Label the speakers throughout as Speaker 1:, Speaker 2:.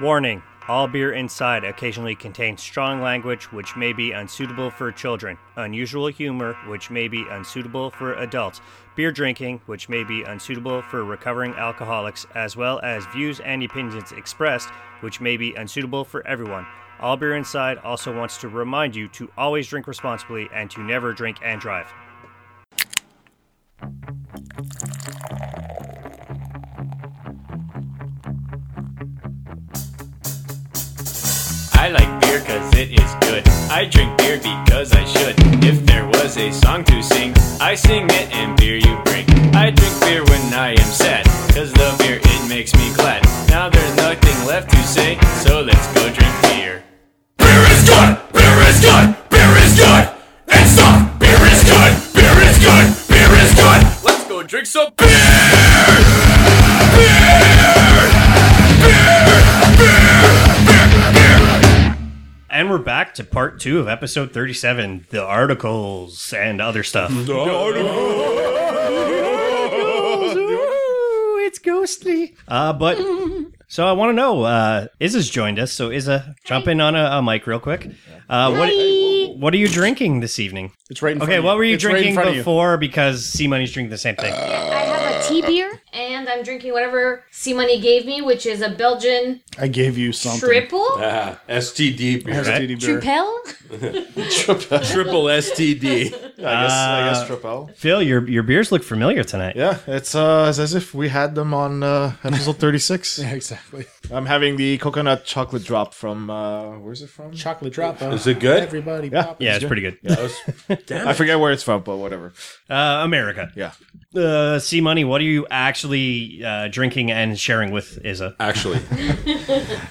Speaker 1: Warning All beer inside occasionally contains strong language which may be unsuitable for children, unusual humor which may be unsuitable for adults, beer drinking which may be unsuitable for recovering alcoholics, as well as views and opinions expressed which may be unsuitable for everyone. All Beer Inside also wants to remind you to always drink responsibly and to never drink and drive.
Speaker 2: I like beer cause it is good. I drink beer because I should. If there was a song to sing, I sing it and beer you bring. I drink beer when I am sad, cause the beer it makes me glad. Now there's nothing left to say, so let's go drink beer.
Speaker 3: Beer is good. Beer is good. Beer is good. And stop. Beer is good. Beer is good. Beer is good.
Speaker 2: Let's go drink some
Speaker 1: And we're back to part two of episode 37 the articles and other stuff. Ooh, it's ghostly. Uh, but so I want to know. Uh, Izza's joined us, so Izza, jump in on a, a mic real quick. Uh, what What are you drinking this evening?
Speaker 4: It's right in front
Speaker 1: Okay,
Speaker 4: of
Speaker 1: what were you
Speaker 4: It's right in
Speaker 1: drinking
Speaker 4: front of you. Uh,
Speaker 1: before? Because C Money's drinking the same thing.
Speaker 5: I have a tea
Speaker 6: Uh,
Speaker 5: beer, and I'm drinking whatever C Money gave me, which is a Belgian
Speaker 4: I gave you something.
Speaker 5: triple.
Speaker 6: Ah, STD beer.
Speaker 4: STD beer.
Speaker 5: Trupel?
Speaker 6: Triple STD.
Speaker 4: I guess, I
Speaker 1: Uh,
Speaker 4: guess triple.
Speaker 1: Phil, your your beers look familiar tonight.
Speaker 4: Yeah, it's, uh, it's as if we had them on uh, episode 36.
Speaker 7: Exactly.
Speaker 4: I'm having the coconut chocolate drop from, uh, where's it from?
Speaker 7: Chocolate drop. on
Speaker 6: Is it good?
Speaker 7: Everybody.
Speaker 4: Yeah.
Speaker 7: pop.
Speaker 1: Yeah, it's pretty good.
Speaker 6: That was- damn
Speaker 4: I
Speaker 6: it.
Speaker 4: forget where it's from, but whatever.
Speaker 1: Uh, America.
Speaker 4: Yeah.
Speaker 1: Uh, C Money, what are you actually uh, drinking and sharing with Izza?
Speaker 6: Actually,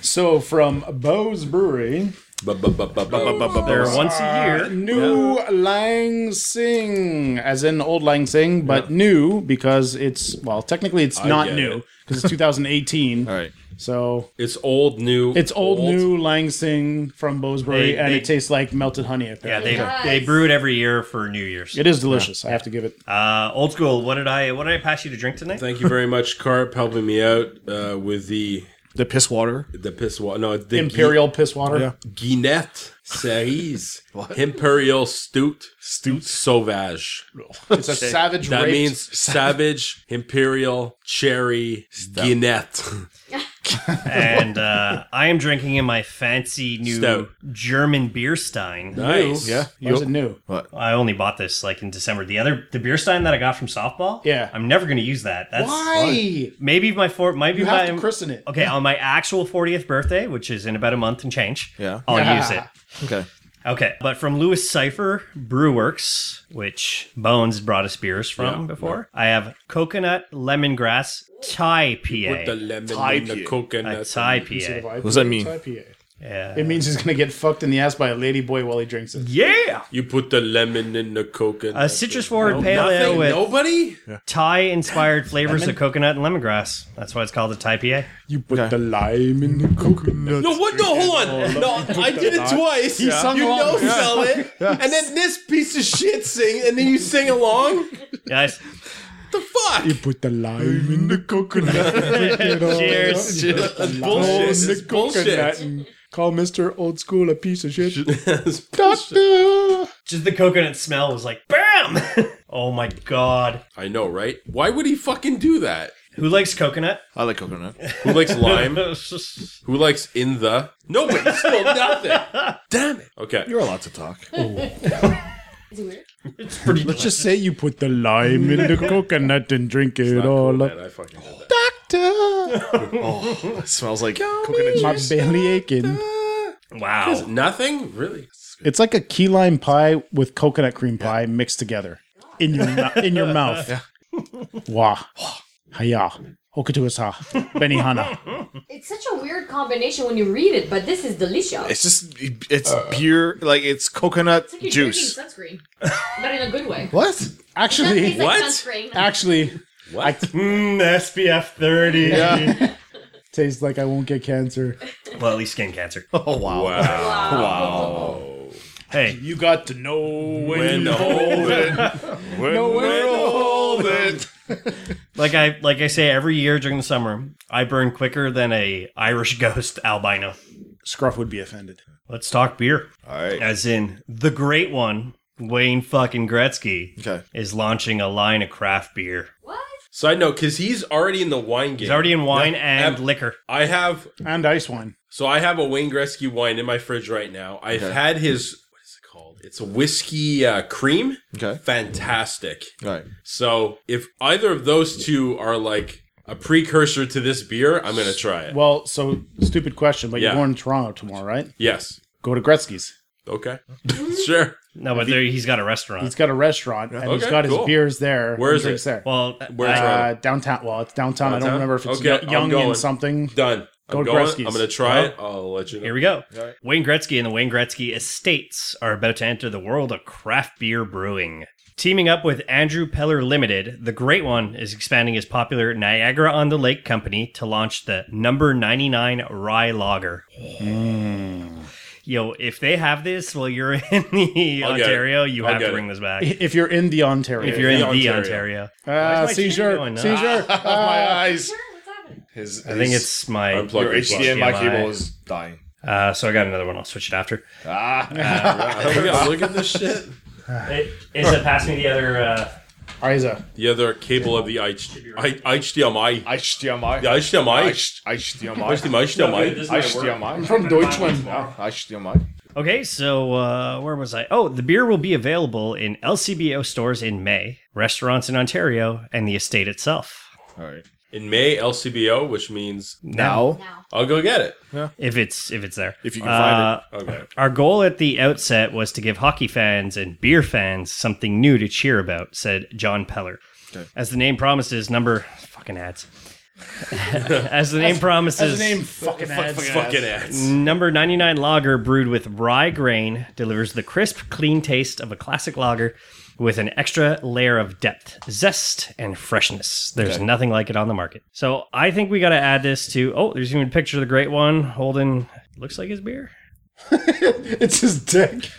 Speaker 7: So from Bose Brewery,
Speaker 6: bu- bu- bu- bu- bu- bu- bu- bu-
Speaker 1: They're once
Speaker 7: uh,
Speaker 1: a year.
Speaker 7: New Lang Sing, as in Old Lang Sing, but new because it's well, technically it's not
Speaker 6: get
Speaker 7: new
Speaker 6: it.
Speaker 7: because it's 2018.
Speaker 4: All right.
Speaker 7: So
Speaker 6: it's old, new.
Speaker 7: it's old, new Lang Sing from Bose Brewery,
Speaker 1: They-
Speaker 7: and
Speaker 1: they-
Speaker 7: it tastes like melted honey.
Speaker 1: Yeah,
Speaker 7: Apparently.
Speaker 1: they they brew it every year for New Year's.
Speaker 7: it is delicious. I have to give it.
Speaker 1: Uh, old school. What did I what did I pass you to drink tonight?
Speaker 6: Thank you very much, Carp, helping me out uh, with the
Speaker 4: The piss water.
Speaker 6: the piss water. No, the
Speaker 7: Imperial piss water.
Speaker 6: Gui- Guinette Cerise Imperial Stute Stute Sauvage.
Speaker 7: It's a savage.
Speaker 6: That
Speaker 7: raped-
Speaker 6: means Savage Imperial Cherry Guinette.
Speaker 1: and uh, I am drinking in my fancy new
Speaker 6: Stout.
Speaker 1: German beer stein.
Speaker 6: Nice.
Speaker 4: Yeah.
Speaker 7: Why is it new?
Speaker 1: I only bought this like in December. The other the beer stein that I got from softball.
Speaker 7: Yeah.
Speaker 1: I'm never gonna use that. That's
Speaker 7: Why?
Speaker 1: maybe my four maybe
Speaker 7: You
Speaker 1: my
Speaker 7: have to christen it.
Speaker 1: okay on my actual 40th birthday, which is in about a month and change.
Speaker 4: Yeah.
Speaker 1: I'll
Speaker 7: Yeah.
Speaker 1: use it.
Speaker 4: Okay.
Speaker 1: Okay, but from Lewis Cipher Brewworks, which Bones brought us beers from before, I have coconut lemongrass Thai
Speaker 6: With the
Speaker 1: PA.
Speaker 6: lemon and the
Speaker 4: IPA.
Speaker 1: A
Speaker 6: coconut.
Speaker 1: Thai
Speaker 7: Sort of
Speaker 1: PA.
Speaker 7: IPA,
Speaker 4: does that mean?
Speaker 7: it's IPA.
Speaker 1: Yeah.
Speaker 7: It means he's gonna get fucked in the ass by a lady boy while he drinks it.
Speaker 1: Yeah.
Speaker 6: You put the lemon in the coconut.
Speaker 1: A citrus forward pale ale
Speaker 6: Nothing,
Speaker 1: with
Speaker 6: nobody?
Speaker 1: Thai inspired flavors of coconut and lemongrass. That's why it's called a Thai PA.
Speaker 7: You put the lime in the coconut.
Speaker 6: No, what? No, hold on. No, I did it twice. You
Speaker 4: sung
Speaker 6: you
Speaker 4: along.
Speaker 6: know,
Speaker 4: Yeah.
Speaker 6: sell it, and then this piece of shit sing, and then you sing along.
Speaker 1: Guys,
Speaker 6: The fuck?
Speaker 7: Put the lime in the coconut.
Speaker 1: cheers.
Speaker 6: That's bullshit. It's bullshit.
Speaker 7: and call Mr. Old School a piece of shit.
Speaker 6: It's bullshit.
Speaker 7: Doctor!
Speaker 1: Just the coconut smell was like, bam! oh my god.
Speaker 6: I know, right? Why would he fucking do that?
Speaker 1: Who likes coconut?
Speaker 4: I like coconut.
Speaker 6: Who likes lime?
Speaker 1: That's
Speaker 6: Who likes in the? Nobody spilled nothing. Damn it. Okay.
Speaker 4: You're allowed to talk.
Speaker 5: Is it weird?
Speaker 1: pretty
Speaker 7: Let's just say you put the lime in the coconut and drink it all up.
Speaker 6: Man, I fucking did that.
Speaker 7: Doctor!
Speaker 4: It smells like coconut
Speaker 7: My
Speaker 4: juice.
Speaker 7: belly aching.
Speaker 1: Wow.
Speaker 6: Nothing really.
Speaker 7: It's like a key lime pie with coconut cream pie mixed together in your mou- in your mouth. Wah. Haya. Okatuasa. Benihana.
Speaker 5: It's such a weird combination when you read it, but this is delicious.
Speaker 4: It's just, it's beer, like it's coconut
Speaker 5: It's like you're
Speaker 4: juice.
Speaker 5: drinking sunscreen, but in a good way.
Speaker 4: What?
Speaker 5: It
Speaker 7: Actually,
Speaker 5: tastes like
Speaker 6: What? Ah.
Speaker 5: sunscreen.
Speaker 7: actually,
Speaker 6: What?
Speaker 1: Mm, SPF 30.
Speaker 7: tastes like I won't get cancer.
Speaker 1: Well, at least skin cancer.
Speaker 4: Oh, wow.
Speaker 6: Wow.
Speaker 5: Wow.
Speaker 6: Wow.
Speaker 8: Hey,
Speaker 7: You got to know when,
Speaker 6: When to hold it. When, to hold it.
Speaker 1: Like I like I say every year during the summer, I burn quicker than a Irish ghost albino.
Speaker 7: Scruff would be offended.
Speaker 1: Let's talk beer.
Speaker 6: All right.
Speaker 1: As in the great one, Wayne fucking Gretzky
Speaker 9: Okay.
Speaker 1: is launching a line of craft beer.
Speaker 10: What?
Speaker 6: Side note, because he's already in the wine game.
Speaker 1: He's already in wine and
Speaker 6: ab-
Speaker 1: liquor.
Speaker 6: I have
Speaker 7: And ice wine.
Speaker 6: so I have a Wayne Gretzky wine in my fridge right now. I've had his what is it called? It's a whiskey uh, cream.
Speaker 9: Okay.
Speaker 6: Fantastic.
Speaker 9: All right.
Speaker 6: So if either of those two are like a precursor to this beer, I'm gonna try it.
Speaker 7: Well, so stupid question, but
Speaker 6: Yeah.
Speaker 7: you're going to Toronto tomorrow, right?
Speaker 6: yes.
Speaker 7: Go to Gretzky's.
Speaker 6: Okay. sure.
Speaker 1: No, but there, he's got a restaurant.
Speaker 7: He's got a restaurant and he's
Speaker 6: Okay,
Speaker 7: got his
Speaker 6: cool.
Speaker 7: beers there.
Speaker 6: Where
Speaker 7: and
Speaker 6: is it?
Speaker 7: drinks There.
Speaker 1: well,
Speaker 6: Where's
Speaker 1: I-
Speaker 6: Toronto?
Speaker 7: uh, downtown. Well, it's downtown. I
Speaker 6: Downtown?
Speaker 7: don't remember if it's
Speaker 6: Okay,
Speaker 7: Yo-
Speaker 6: I'm
Speaker 7: young
Speaker 6: going.
Speaker 7: and something.
Speaker 6: Done.
Speaker 7: Go
Speaker 6: I'm
Speaker 7: to
Speaker 6: going.
Speaker 7: Gretzky's.
Speaker 6: I'm gonna try it. I'll let you know.
Speaker 1: Here we go. Wayne Gretzky and the Wayne Gretzky Estates are about to enter the world of craft beer brewing. Teaming up with Andrew Peller Limited, the Great One is expanding his popular Niagara on the Lake company to launch the number 99 Rye Lager.
Speaker 6: Hmm.
Speaker 1: Yo, if they have this while you're in the
Speaker 6: I'll get it.
Speaker 1: Ontario, you
Speaker 6: I'll
Speaker 1: have to
Speaker 6: get
Speaker 1: bring
Speaker 6: it.
Speaker 1: this back.
Speaker 7: If you're in the Ontario,
Speaker 1: If you're in the
Speaker 6: The
Speaker 1: Ontario.
Speaker 6: Ontario.
Speaker 7: uh,
Speaker 1: Where's my chin
Speaker 7: seizure,
Speaker 1: going?
Speaker 7: seizure.
Speaker 9: my
Speaker 4: Ah.
Speaker 9: eyes.
Speaker 10: Sure, what's happening?
Speaker 9: His,
Speaker 1: I think it's my
Speaker 6: Unplug
Speaker 9: your
Speaker 6: your
Speaker 9: HDMI
Speaker 1: plug.
Speaker 9: cable is dying.
Speaker 1: Uh, so I got another one. I'll switch it after.
Speaker 6: Oh my God, look at this shit.
Speaker 1: It, is it pass me the other? Uh,
Speaker 7: Isa,
Speaker 6: The other cable of the H- I- HDMI.
Speaker 9: HDMI.
Speaker 6: The HDMI.
Speaker 9: HDMI.
Speaker 6: HDMI. HDMI.
Speaker 9: HDMI.
Speaker 7: from Deutschland.
Speaker 9: HDMI.
Speaker 1: Okay, so uh, where was I? Oh, the beer will be available in LCBO stores in May, restaurants in Ontario, and the estate itself.
Speaker 9: All right.
Speaker 6: In May, LCBO, which means
Speaker 1: Now,
Speaker 10: Now.
Speaker 6: I'll go get it.
Speaker 1: if it's if it's there,
Speaker 9: If you can find
Speaker 7: Uh,
Speaker 6: Okay.
Speaker 1: Our goal at the outset was to give hockey fans and beer fans something new to cheer about," said John Peller. As the name promises, number fucking ads. as the name promises,
Speaker 7: His name fucking ads.
Speaker 6: Fucking ass.
Speaker 1: Number 99 lager brewed with rye grain delivers the crisp, clean taste of a classic lager with an extra layer of depth, zest, and freshness. There's nothing like it on the market. So I think we got to add this to. Oh, there's even a picture of the great one holding, looks like his beer.
Speaker 7: It's his dick.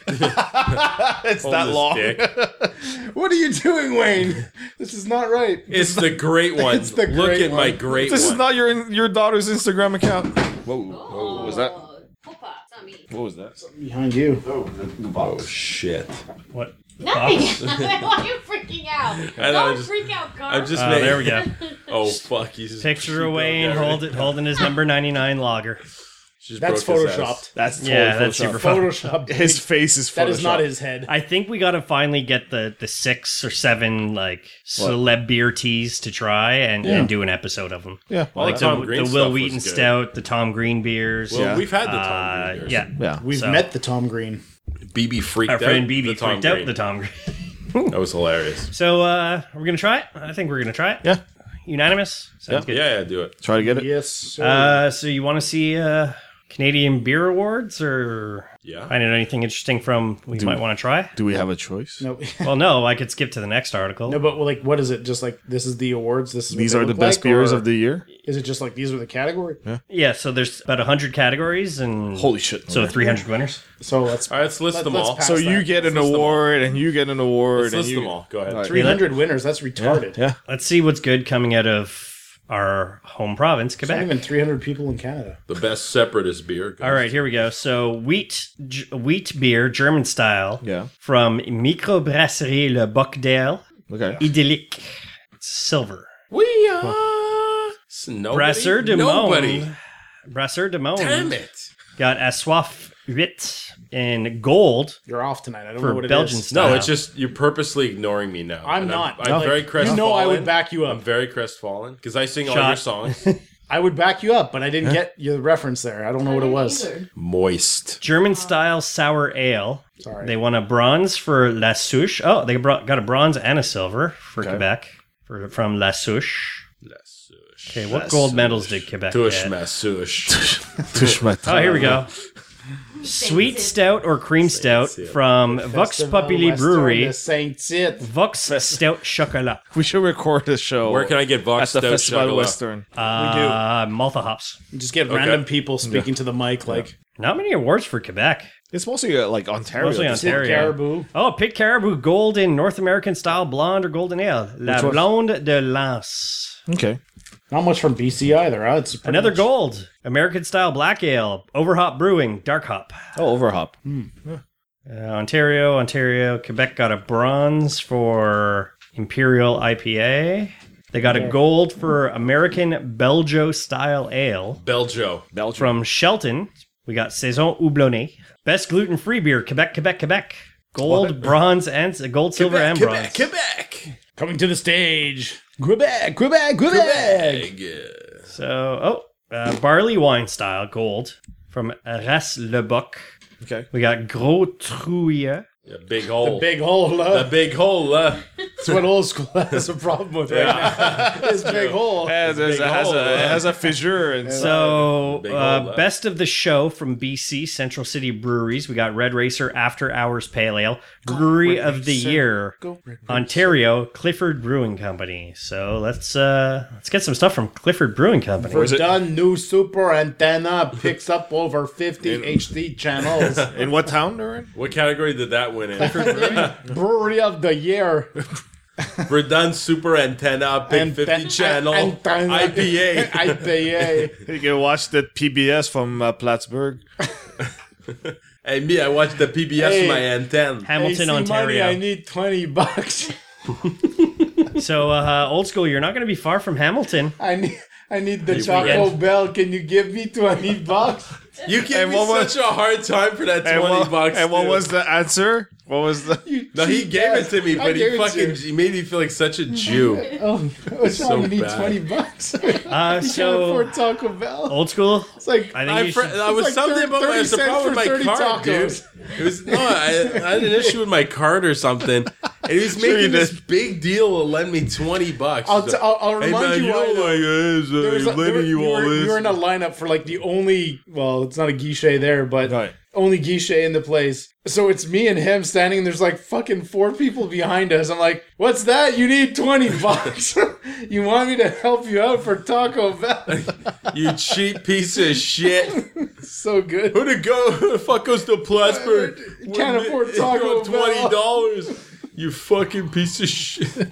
Speaker 9: It's
Speaker 6: Hold
Speaker 9: that
Speaker 6: this
Speaker 9: long.
Speaker 6: dick.
Speaker 7: What are you doing, Wayne? This is not right.
Speaker 6: It's the great one.
Speaker 7: It's the
Speaker 6: Look
Speaker 7: great
Speaker 6: at my
Speaker 7: one.
Speaker 6: great
Speaker 9: This
Speaker 6: one.
Speaker 9: is not your your daughter's Instagram account. Whoa.
Speaker 10: Oh,
Speaker 9: Whoa. What was that?
Speaker 5: Oh,
Speaker 10: Poopa, it's not me.
Speaker 9: What was that?
Speaker 7: Behind you.
Speaker 6: oh shit!
Speaker 1: What?
Speaker 10: Nothing. Why are you freaking out?
Speaker 6: Ah. I know, I
Speaker 10: Don't
Speaker 6: just-
Speaker 10: freak out, Carl.
Speaker 6: I'm just
Speaker 1: Oh,
Speaker 6: making-
Speaker 1: there we go.
Speaker 6: Oh fuck! He's just
Speaker 1: Picture of Wayne hold it, holding his number 99 lager.
Speaker 6: Just
Speaker 7: That's
Speaker 6: broke his ass.
Speaker 7: photoshopped.
Speaker 9: That's totally
Speaker 1: Yeah, that's
Speaker 9: Photoshopped.
Speaker 1: super fun.
Speaker 7: Photoshopped.
Speaker 9: His face is photoshopped.
Speaker 7: That is not his head.
Speaker 1: I think we got to finally get the, the six or seven like celeb beer teas to try and, and do an episode of them.
Speaker 9: Yeah. Well,
Speaker 1: like
Speaker 9: that's-
Speaker 1: the,
Speaker 6: Tom Green
Speaker 1: the
Speaker 6: stuff
Speaker 1: Will
Speaker 6: was
Speaker 1: Wheaton
Speaker 6: good.
Speaker 1: Stout, the Tom Green beers.
Speaker 6: Well,
Speaker 9: Yeah.
Speaker 6: we've had the
Speaker 1: uh,
Speaker 6: Tom. Green beers.
Speaker 1: yeah.
Speaker 9: yeah.
Speaker 7: We've
Speaker 1: So-
Speaker 7: met the Tom Green.
Speaker 6: BB freaked
Speaker 1: Our
Speaker 6: out.
Speaker 1: friend BB
Speaker 6: the
Speaker 1: freaked
Speaker 6: Tom
Speaker 1: out
Speaker 6: Green.
Speaker 1: the Tom Green.
Speaker 6: That was hilarious.
Speaker 1: So uh, we're gonna try it. I think we're gonna try it.
Speaker 9: Yeah.
Speaker 1: Unanimous. Sounds good.
Speaker 6: Yeah, yeah, do it.
Speaker 9: Try to get it.
Speaker 7: Yes. sir.
Speaker 1: Uh, so you want to see uh, Canadian Beer Awards or
Speaker 6: Yeah.
Speaker 1: find out anything interesting from we might want to try?
Speaker 9: Do we have a choice?
Speaker 7: no,
Speaker 1: Well, no, I could skip to the next article.
Speaker 7: no, but well, like, what is it? Just like this is the awards. This is what
Speaker 9: These
Speaker 7: they
Speaker 9: are the
Speaker 7: look
Speaker 9: best
Speaker 7: like,
Speaker 9: beers
Speaker 7: or
Speaker 9: of the year.
Speaker 7: Is it just like these are the category?
Speaker 1: Yeah. So there's about hundred categories and
Speaker 9: Holy shit!
Speaker 1: so 300 winners.
Speaker 7: So let's
Speaker 6: All right, let's list
Speaker 7: Let-
Speaker 6: them
Speaker 7: let's
Speaker 6: all.
Speaker 7: pass.
Speaker 9: So you get an
Speaker 6: list them all.
Speaker 9: award, and you get an award,
Speaker 6: Let's
Speaker 9: and
Speaker 6: list
Speaker 9: you
Speaker 6: them all. Go ahead.
Speaker 9: All right.
Speaker 6: Three.
Speaker 7: 300 winners. That's retarded.
Speaker 9: Yeah.
Speaker 1: Let's see what's good coming out of our home province, Quebec.
Speaker 7: Not even 300 people in Canada.
Speaker 6: The best separatist beer.
Speaker 1: All right, here we go. So wheat j- wheat beer, German style.
Speaker 9: Yeah.
Speaker 1: From Microbrasserie Le Boc d'Ale,
Speaker 9: Okay.
Speaker 1: Idyllique. It's silver.
Speaker 6: We are. It's nobody.
Speaker 1: Brasser de
Speaker 6: Nobody.
Speaker 1: Mone. Brasser de Mone
Speaker 6: Damn it.
Speaker 1: got a soif wit in gold.
Speaker 7: You're off tonight. I don't
Speaker 1: For
Speaker 7: know what it is.
Speaker 1: Belgian
Speaker 6: No,
Speaker 1: Wow.
Speaker 6: it's just you're purposely ignoring me now.
Speaker 7: I'm
Speaker 6: And
Speaker 7: not.
Speaker 6: I'm, I'm
Speaker 7: Like,
Speaker 6: very
Speaker 7: You
Speaker 6: crestfallen.
Speaker 7: know I would back you
Speaker 6: I'm
Speaker 7: up.
Speaker 6: very crestfallen because I sing all
Speaker 1: Shot.
Speaker 6: your songs.
Speaker 7: I would back you up, but I didn't get your reference there. I don't know what it was.
Speaker 10: Either.
Speaker 6: Moist.
Speaker 1: German style sour ale.
Speaker 7: Sorry.
Speaker 1: They won a bronze for La Souche. Oh, they brought, got a bronze and a silver for Quebec for, from La Souche.
Speaker 6: Massush.
Speaker 1: Okay, what gold medals did Quebec
Speaker 6: Tush
Speaker 1: get?
Speaker 6: massush.
Speaker 1: Oh, here we go. Sweet
Speaker 10: Saint-Cyr.
Speaker 1: stout or cream stout
Speaker 6: Saint-Cyr.
Speaker 1: from Vox
Speaker 7: Festival
Speaker 1: Populi
Speaker 7: Western
Speaker 1: Brewery.
Speaker 7: de Saint-Cyr.
Speaker 1: Vox Stout Chocolat.
Speaker 9: We should record a show.
Speaker 6: Where can I get
Speaker 9: At
Speaker 6: Vox
Speaker 9: the
Speaker 6: Stout
Speaker 9: Festival
Speaker 6: Chocolat?
Speaker 9: Western.
Speaker 1: Uh, Malta hops.
Speaker 7: Just get random people speaking to the mic like
Speaker 1: Not many awards for Quebec.
Speaker 9: It's mostly uh, like Ontario.
Speaker 1: Mostly
Speaker 9: This-
Speaker 1: Ontario.
Speaker 4: Caribou.
Speaker 1: Oh, Pit Caribou Gold in North American style blonde or golden ale. La
Speaker 9: Which one?
Speaker 1: Blonde de Lance.
Speaker 9: Okay.
Speaker 7: Not much from BC either. Huh? It's pretty
Speaker 1: Another
Speaker 7: much-
Speaker 1: gold. American style black ale. Overhop Brewing. Dark hop.
Speaker 9: Oh, overhop.
Speaker 1: Uh, Ontario, Ontario, Quebec got a bronze for Imperial IPA. They got a gold for American Belgio style ale.
Speaker 6: Beljo.
Speaker 9: Belgium.
Speaker 1: From Shelton, we got Saison Houblonné. Best gluten free beer, Quebec, Quebec, Quebec. Gold, bronze, and gold, silver, and bronze.
Speaker 6: Quebec, Quebec.
Speaker 7: Coming to the stage.
Speaker 9: Quebec, Quebec, Quebec.
Speaker 1: So, oh, uh, barley wine style, gold from Ras Le Boc.
Speaker 9: Okay.
Speaker 1: We got Gros Trouille.
Speaker 6: Yeah, big hole.
Speaker 7: Big hole. Uh,
Speaker 6: The big hole. Uh,
Speaker 7: that's what old school has a problem with right now. this big hole.
Speaker 9: It has, a, it has a fissure. And
Speaker 1: So,
Speaker 6: Big ol'
Speaker 1: uh,
Speaker 6: left.
Speaker 1: best of the show from BC Central City Breweries. We got Red Racer After Hours Pale Ale, Brewery of the Year, Ontario Clifford Brewing Company. So let's uh, let's get some stuff from Clifford Brewing Company.
Speaker 7: Done new super antenna picks up over 50 HD channels.
Speaker 9: in what town they're in?
Speaker 6: what category did that win in?
Speaker 7: Brewery of the year.
Speaker 6: Verdun Super Antenna, Big 50
Speaker 7: Anten-
Speaker 6: Channel,
Speaker 7: antenna.
Speaker 6: IPA.
Speaker 7: IPA.
Speaker 9: You can watch the PBS from uh, Plattsburgh.
Speaker 6: and me, I watched the PBS
Speaker 7: Hey.
Speaker 6: my antenna.
Speaker 1: Hamilton,
Speaker 7: AC Money, I
Speaker 1: Ontario.
Speaker 7: need 20 bucks.
Speaker 1: So, uh, old school, you're not going to be far from Hamilton.
Speaker 7: I need I need the Choco Bell. Can you give me 20 bucks?
Speaker 6: You gave
Speaker 9: And
Speaker 6: me
Speaker 9: what was-
Speaker 6: such a hard time for that 20
Speaker 9: And what,
Speaker 6: bucks.
Speaker 9: and what
Speaker 6: dude.
Speaker 9: was the answer? What was the?
Speaker 6: No, he gave it to me,
Speaker 7: I
Speaker 6: but
Speaker 7: gave
Speaker 6: he
Speaker 7: it to
Speaker 6: fucking
Speaker 7: you.
Speaker 6: he made me feel like such a Jew.
Speaker 7: Oh, Sean,
Speaker 6: so
Speaker 7: I need
Speaker 6: bad.
Speaker 7: 20 bucks.
Speaker 1: Uh,
Speaker 7: you can't
Speaker 1: so, Oh,
Speaker 7: afford Taco Bell.
Speaker 1: old school,
Speaker 7: It's like,
Speaker 1: I think
Speaker 6: I,
Speaker 1: you
Speaker 6: fr-
Speaker 1: should-
Speaker 6: I was
Speaker 7: like
Speaker 6: something
Speaker 7: 30
Speaker 6: about my, it's a
Speaker 7: 30
Speaker 6: problem
Speaker 7: cents
Speaker 6: with my
Speaker 7: for 30
Speaker 6: card, dude.
Speaker 7: tacos.
Speaker 6: It was no, I, I had an issue with my card or something, and he was making this big deal to lend me twenty bucks.
Speaker 7: I'll, t- I'll, I'll
Speaker 6: Hey,
Speaker 7: remind
Speaker 6: man,
Speaker 7: you why.
Speaker 6: know,
Speaker 7: though.
Speaker 6: like, uh, so
Speaker 7: There was a-
Speaker 6: lending
Speaker 7: there-
Speaker 6: you all
Speaker 7: were,
Speaker 6: this.
Speaker 7: you were in a lineup for like the only well, it's not a guichet there, but
Speaker 9: Right.
Speaker 7: only guichet in the place. So it's me and him standing. And there's like fucking four people behind us. I'm like, what's that? You need twenty bucks? you want me to help you out for Taco Bell?
Speaker 6: You cheap piece of shit.
Speaker 7: so good.
Speaker 6: Who to go? Who the fuck goes to Plattsburgh?
Speaker 7: You can't afford Taco
Speaker 6: Twenty
Speaker 7: Bell.
Speaker 6: dollars. You fucking piece of shit.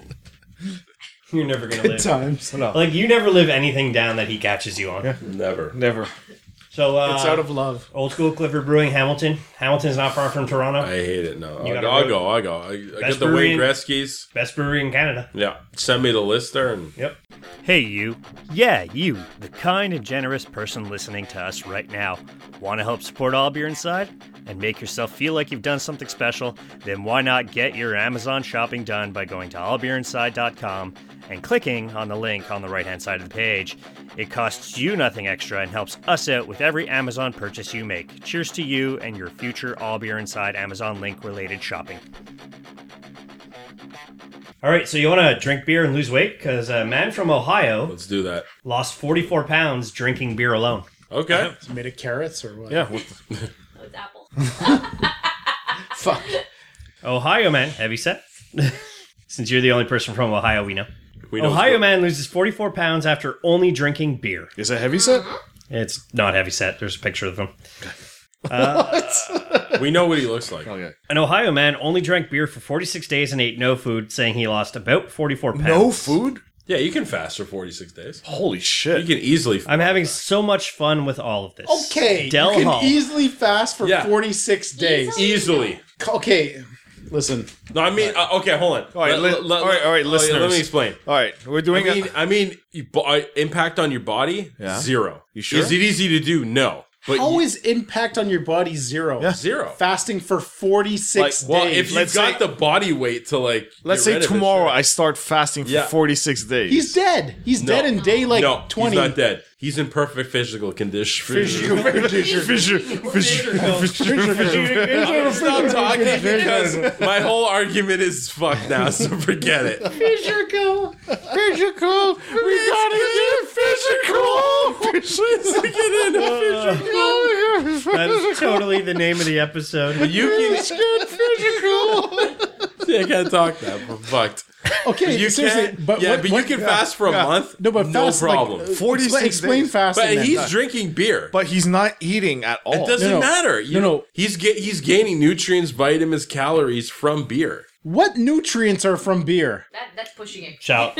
Speaker 1: you're never going to live.
Speaker 7: Times.
Speaker 1: Like, you never live anything down that he catches you on.
Speaker 6: Never.
Speaker 9: Never.
Speaker 1: So, uh,
Speaker 7: It's out of love. Oh,
Speaker 1: old school Clifford Brewing, Hamilton. Hamilton's not far from Toronto.
Speaker 6: I hate it. No, I'll,
Speaker 1: gotta
Speaker 6: I'll
Speaker 1: go.
Speaker 6: go. I'll go. I, I
Speaker 1: Best
Speaker 6: get the Wayne
Speaker 1: brewery in-
Speaker 6: Gretzky's.
Speaker 1: Best brewery in Canada.
Speaker 6: Yeah, send me the list there and
Speaker 1: Yep.
Speaker 8: Hey, you. Yeah, you, the kind and generous person listening to us right now. Want to help support All Beer Inside and make yourself feel like you've done something special? Then why not get your Amazon shopping done by going to allbeerinside.com and clicking on the link on the right hand side of the page? It costs you nothing extra and helps us out with every Amazon purchase you make. Cheers to you and your future All Beer Inside Amazon link related shopping.
Speaker 1: All right, so you want to drink beer and lose weight? Because a man from Ohio
Speaker 6: let's do that.
Speaker 1: lost 44 pounds drinking beer alone.
Speaker 6: Okay.
Speaker 7: Made of carrots or what?
Speaker 9: Yeah. What
Speaker 10: Oh, it's apple.
Speaker 7: Fuck.
Speaker 1: Ohio man, heavy set. Since you're the only person from Ohio we know.
Speaker 6: We know
Speaker 1: Ohio
Speaker 6: it's-
Speaker 1: man loses 44 pounds after only drinking beer.
Speaker 9: is it heavy set?
Speaker 1: It's not heavy set. There's a picture of him.
Speaker 6: We know what he looks like.
Speaker 9: Okay.
Speaker 1: An Ohio man only drank beer for 46 days and ate no food, saying he lost about 44 pounds.
Speaker 9: No food.
Speaker 6: Yeah, you can fast for forty six days.
Speaker 9: Holy
Speaker 6: You
Speaker 9: shit.
Speaker 6: can easily.
Speaker 1: I'm having so much fun with all of this.
Speaker 7: Okay.
Speaker 1: Del
Speaker 7: you can
Speaker 1: Hall.
Speaker 7: easily fast for
Speaker 6: Yeah.
Speaker 7: 46 days.
Speaker 6: easily.
Speaker 7: Okay. Listen.
Speaker 6: No, I mean, uh, okay, hold on. All
Speaker 9: right, li- all right, all right,
Speaker 6: Let
Speaker 9: listeners.
Speaker 6: me explain.
Speaker 9: All right, we're
Speaker 6: I
Speaker 9: doing.
Speaker 6: mean,
Speaker 9: a,
Speaker 6: I mean, you bo- uh, impact on your body
Speaker 9: Yeah.
Speaker 6: zero.
Speaker 9: You sure?
Speaker 6: Is it easy to do? No, but you-
Speaker 7: How is impact on your body zero?
Speaker 9: Yeah.
Speaker 6: zero.
Speaker 7: Fasting for 46
Speaker 9: Like,
Speaker 7: days.
Speaker 6: well, if you've
Speaker 9: Let's
Speaker 6: got
Speaker 9: say-
Speaker 6: the body weight to like,
Speaker 9: let's
Speaker 6: get
Speaker 9: say
Speaker 6: rid of it,
Speaker 9: tomorrow
Speaker 6: sure.
Speaker 9: I start fasting for
Speaker 6: Yeah.
Speaker 9: 46 days.
Speaker 7: he's dead. He's
Speaker 6: No.
Speaker 7: dead in day like
Speaker 6: no,
Speaker 7: 20.
Speaker 6: he's not dead. He's in perfect physical condition.
Speaker 9: Fisher, Fisher, Fisher, Fisher.
Speaker 6: Stop talking because my whole argument is fucked now, so forget it.
Speaker 7: Physical.
Speaker 9: Physical. We gotta get physical. Let's get in
Speaker 1: That's totally the name of the episode.
Speaker 6: You
Speaker 9: Let's get physical.
Speaker 6: can, I can't talk now. I'm fucked.
Speaker 7: Okay,
Speaker 6: You
Speaker 7: seriously,
Speaker 6: can,
Speaker 7: but
Speaker 6: yeah,
Speaker 7: what-
Speaker 6: but
Speaker 7: what-
Speaker 6: you can fast for a month.
Speaker 7: No, but
Speaker 6: no
Speaker 7: fast, like,
Speaker 6: problem.
Speaker 7: uh, expla-
Speaker 4: 46
Speaker 7: Explain,
Speaker 4: days.
Speaker 7: fast.
Speaker 6: but
Speaker 7: and then
Speaker 6: he's
Speaker 7: fast.
Speaker 6: drinking beer.
Speaker 4: But he's not eating at all.
Speaker 6: it doesn't
Speaker 7: no, no.
Speaker 6: matter. You
Speaker 7: No,
Speaker 6: know,
Speaker 7: no.
Speaker 6: he's get he's gaining nutrients, vitamins, calories from beer.
Speaker 7: What nutrients are from beer?
Speaker 5: That, that's pushing it.
Speaker 1: Shall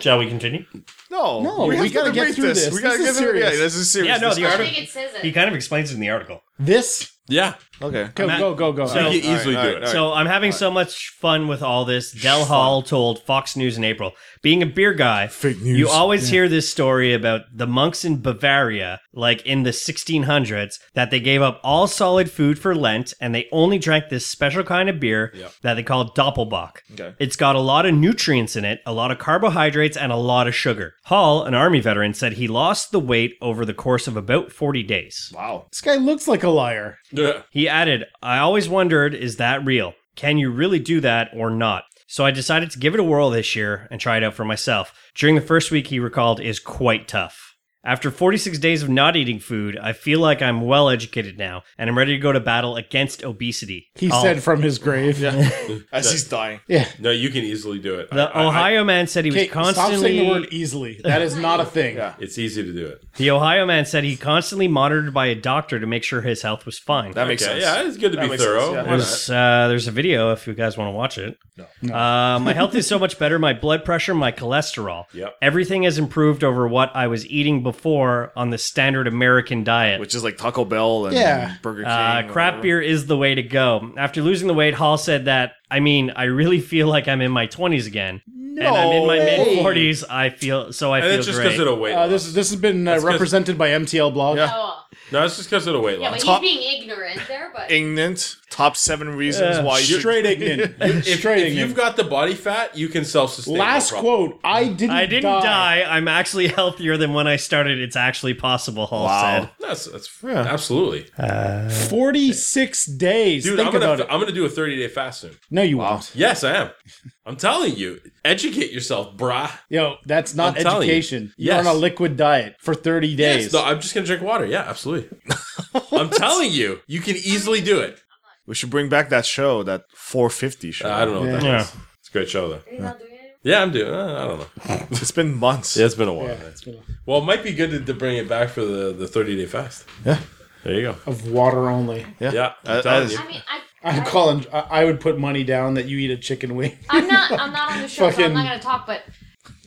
Speaker 1: shall we continue?
Speaker 4: no,
Speaker 7: No, we
Speaker 4: have
Speaker 7: gotta
Speaker 4: to
Speaker 7: get
Speaker 4: debate
Speaker 7: through this.
Speaker 4: We gotta
Speaker 7: This
Speaker 4: get
Speaker 7: is
Speaker 4: through. Yeah,
Speaker 7: serious.
Speaker 4: this is serious.
Speaker 1: Yeah, no, the
Speaker 5: I
Speaker 1: article.
Speaker 5: think it says it.
Speaker 1: He kind of explains it in the article.
Speaker 7: This?
Speaker 6: Yeah,
Speaker 4: okay.
Speaker 7: Go, go, go, go.
Speaker 1: So-
Speaker 6: you can easily
Speaker 4: all right,
Speaker 6: do it.
Speaker 4: all right.
Speaker 1: So I'm having so much fun with all this. Del Hall told Fox News in April, being a beer guy,
Speaker 4: Fake news.
Speaker 1: You always hear this story about the monks in Bavaria, like in the 1600s, that they gave up all solid food for Lent and they only drank this special kind of beer that they call Doppelbock.
Speaker 4: Okay.
Speaker 1: It's got a lot of nutrients in it, a lot of carbohydrates, and a lot of sugar. Hall, an army veteran, said he lost the weight over the course of about 40 days.
Speaker 4: Wow.
Speaker 7: this guy looks like a liar.
Speaker 6: Yeah.
Speaker 1: He added, I always wondered, is that real? Can you really do that or not? So I decided to give it a whirl this year and try it out for myself. During the first week, he recalled, is quite tough. After 46 days of not eating food, I feel like I'm well educated now and I'm ready to go to battle against obesity.
Speaker 7: He
Speaker 1: Oh.
Speaker 7: said from his grave.
Speaker 4: As he's dying.
Speaker 7: Yeah.
Speaker 6: No, you can easily do it.
Speaker 1: The
Speaker 6: I- I-
Speaker 1: Ohio man said he was
Speaker 7: Okay,
Speaker 1: constantly.
Speaker 7: Stop saying the word e-" easily. That is not a thing.
Speaker 4: Yeah.
Speaker 6: it's easy to do it.
Speaker 1: The Ohio man said he constantly monitored by a doctor to make sure his health was fine.
Speaker 4: That makes
Speaker 6: Okay,
Speaker 4: sense.
Speaker 6: yeah, it's good to
Speaker 4: That
Speaker 6: be
Speaker 4: makes
Speaker 6: thorough.
Speaker 4: sense, yeah.
Speaker 6: Why not?
Speaker 1: There's, uh, there's a video if you guys want to watch it. No. Uh, my health is so much better. My blood pressure, my cholesterol.
Speaker 6: Yep.
Speaker 1: Everything has improved over what I was eating before on the standard American diet.
Speaker 4: Which is like Taco Bell and
Speaker 7: Yeah.
Speaker 4: Burger King.
Speaker 1: uh,
Speaker 4: or
Speaker 1: crap
Speaker 4: whatever.
Speaker 1: beer is the way to go. After losing the weight, Hall said that, I mean, I really feel like I'm in my 20s again. No and I'm in my
Speaker 7: way.
Speaker 1: mid 40s. I feel so I
Speaker 6: And
Speaker 1: feel
Speaker 6: it's just
Speaker 1: great.
Speaker 6: because of the weight.
Speaker 7: Uh, this
Speaker 6: loss.
Speaker 7: this has been uh,
Speaker 6: 'cause-
Speaker 7: represented by MTL blog.
Speaker 5: Oh,
Speaker 6: no, it's just because of the weight
Speaker 5: yeah,
Speaker 6: loss.
Speaker 5: but
Speaker 4: Top-
Speaker 5: he's being ignorant there, but
Speaker 4: Ignorant. Top seven reasons why you should.
Speaker 7: Straight ignorant. Straight
Speaker 6: If you've
Speaker 7: ignorant.
Speaker 6: got the body fat, you can self-sustain. no
Speaker 7: Last
Speaker 6: problem.
Speaker 7: quote. I didn't.
Speaker 1: I didn't die. I'm actually healthier than when I started. It's actually possible, Hall
Speaker 4: Wow.
Speaker 1: said.
Speaker 6: That's that's absolutely,
Speaker 7: Forty six days.
Speaker 6: dude.
Speaker 7: Think
Speaker 6: I'm gonna
Speaker 7: about it.
Speaker 6: I'm gonna do a 30 day fast soon.
Speaker 7: No, you won't.
Speaker 6: Yes, I am. I'm telling you, educate yourself, brah.
Speaker 7: Yo, that's not
Speaker 6: I'm telling you.
Speaker 7: education. You. are
Speaker 6: Yes.
Speaker 7: on a liquid diet for thirty days.
Speaker 6: Yes, no, I'm just gonna drink water. Yeah, absolutely. I'm telling you, you can easily do it.
Speaker 4: We should bring back that show, that 450 show.
Speaker 6: Uh, I don't know. What that
Speaker 1: Yeah.
Speaker 6: is. It's a great show though.
Speaker 5: he's not doing it anymore.
Speaker 6: Yeah, I'm doing. Uh, I don't know.
Speaker 4: It's been months.
Speaker 6: Yeah, it's been a while.
Speaker 7: Yeah, it's been a-
Speaker 6: Well, it might be good to, to bring it back for the the 30 day fast.
Speaker 4: Yeah.
Speaker 6: There you go.
Speaker 7: of water only.
Speaker 4: Yeah.
Speaker 6: Yeah, I'm
Speaker 4: That-
Speaker 6: telling
Speaker 4: that is-
Speaker 6: you.
Speaker 5: I mean, I,
Speaker 7: I'm calling. I, I would put money down that you eat a chicken wing.
Speaker 5: I'm not. I'm not on the show, so I'm
Speaker 7: Fucking-
Speaker 5: not gonna talk. But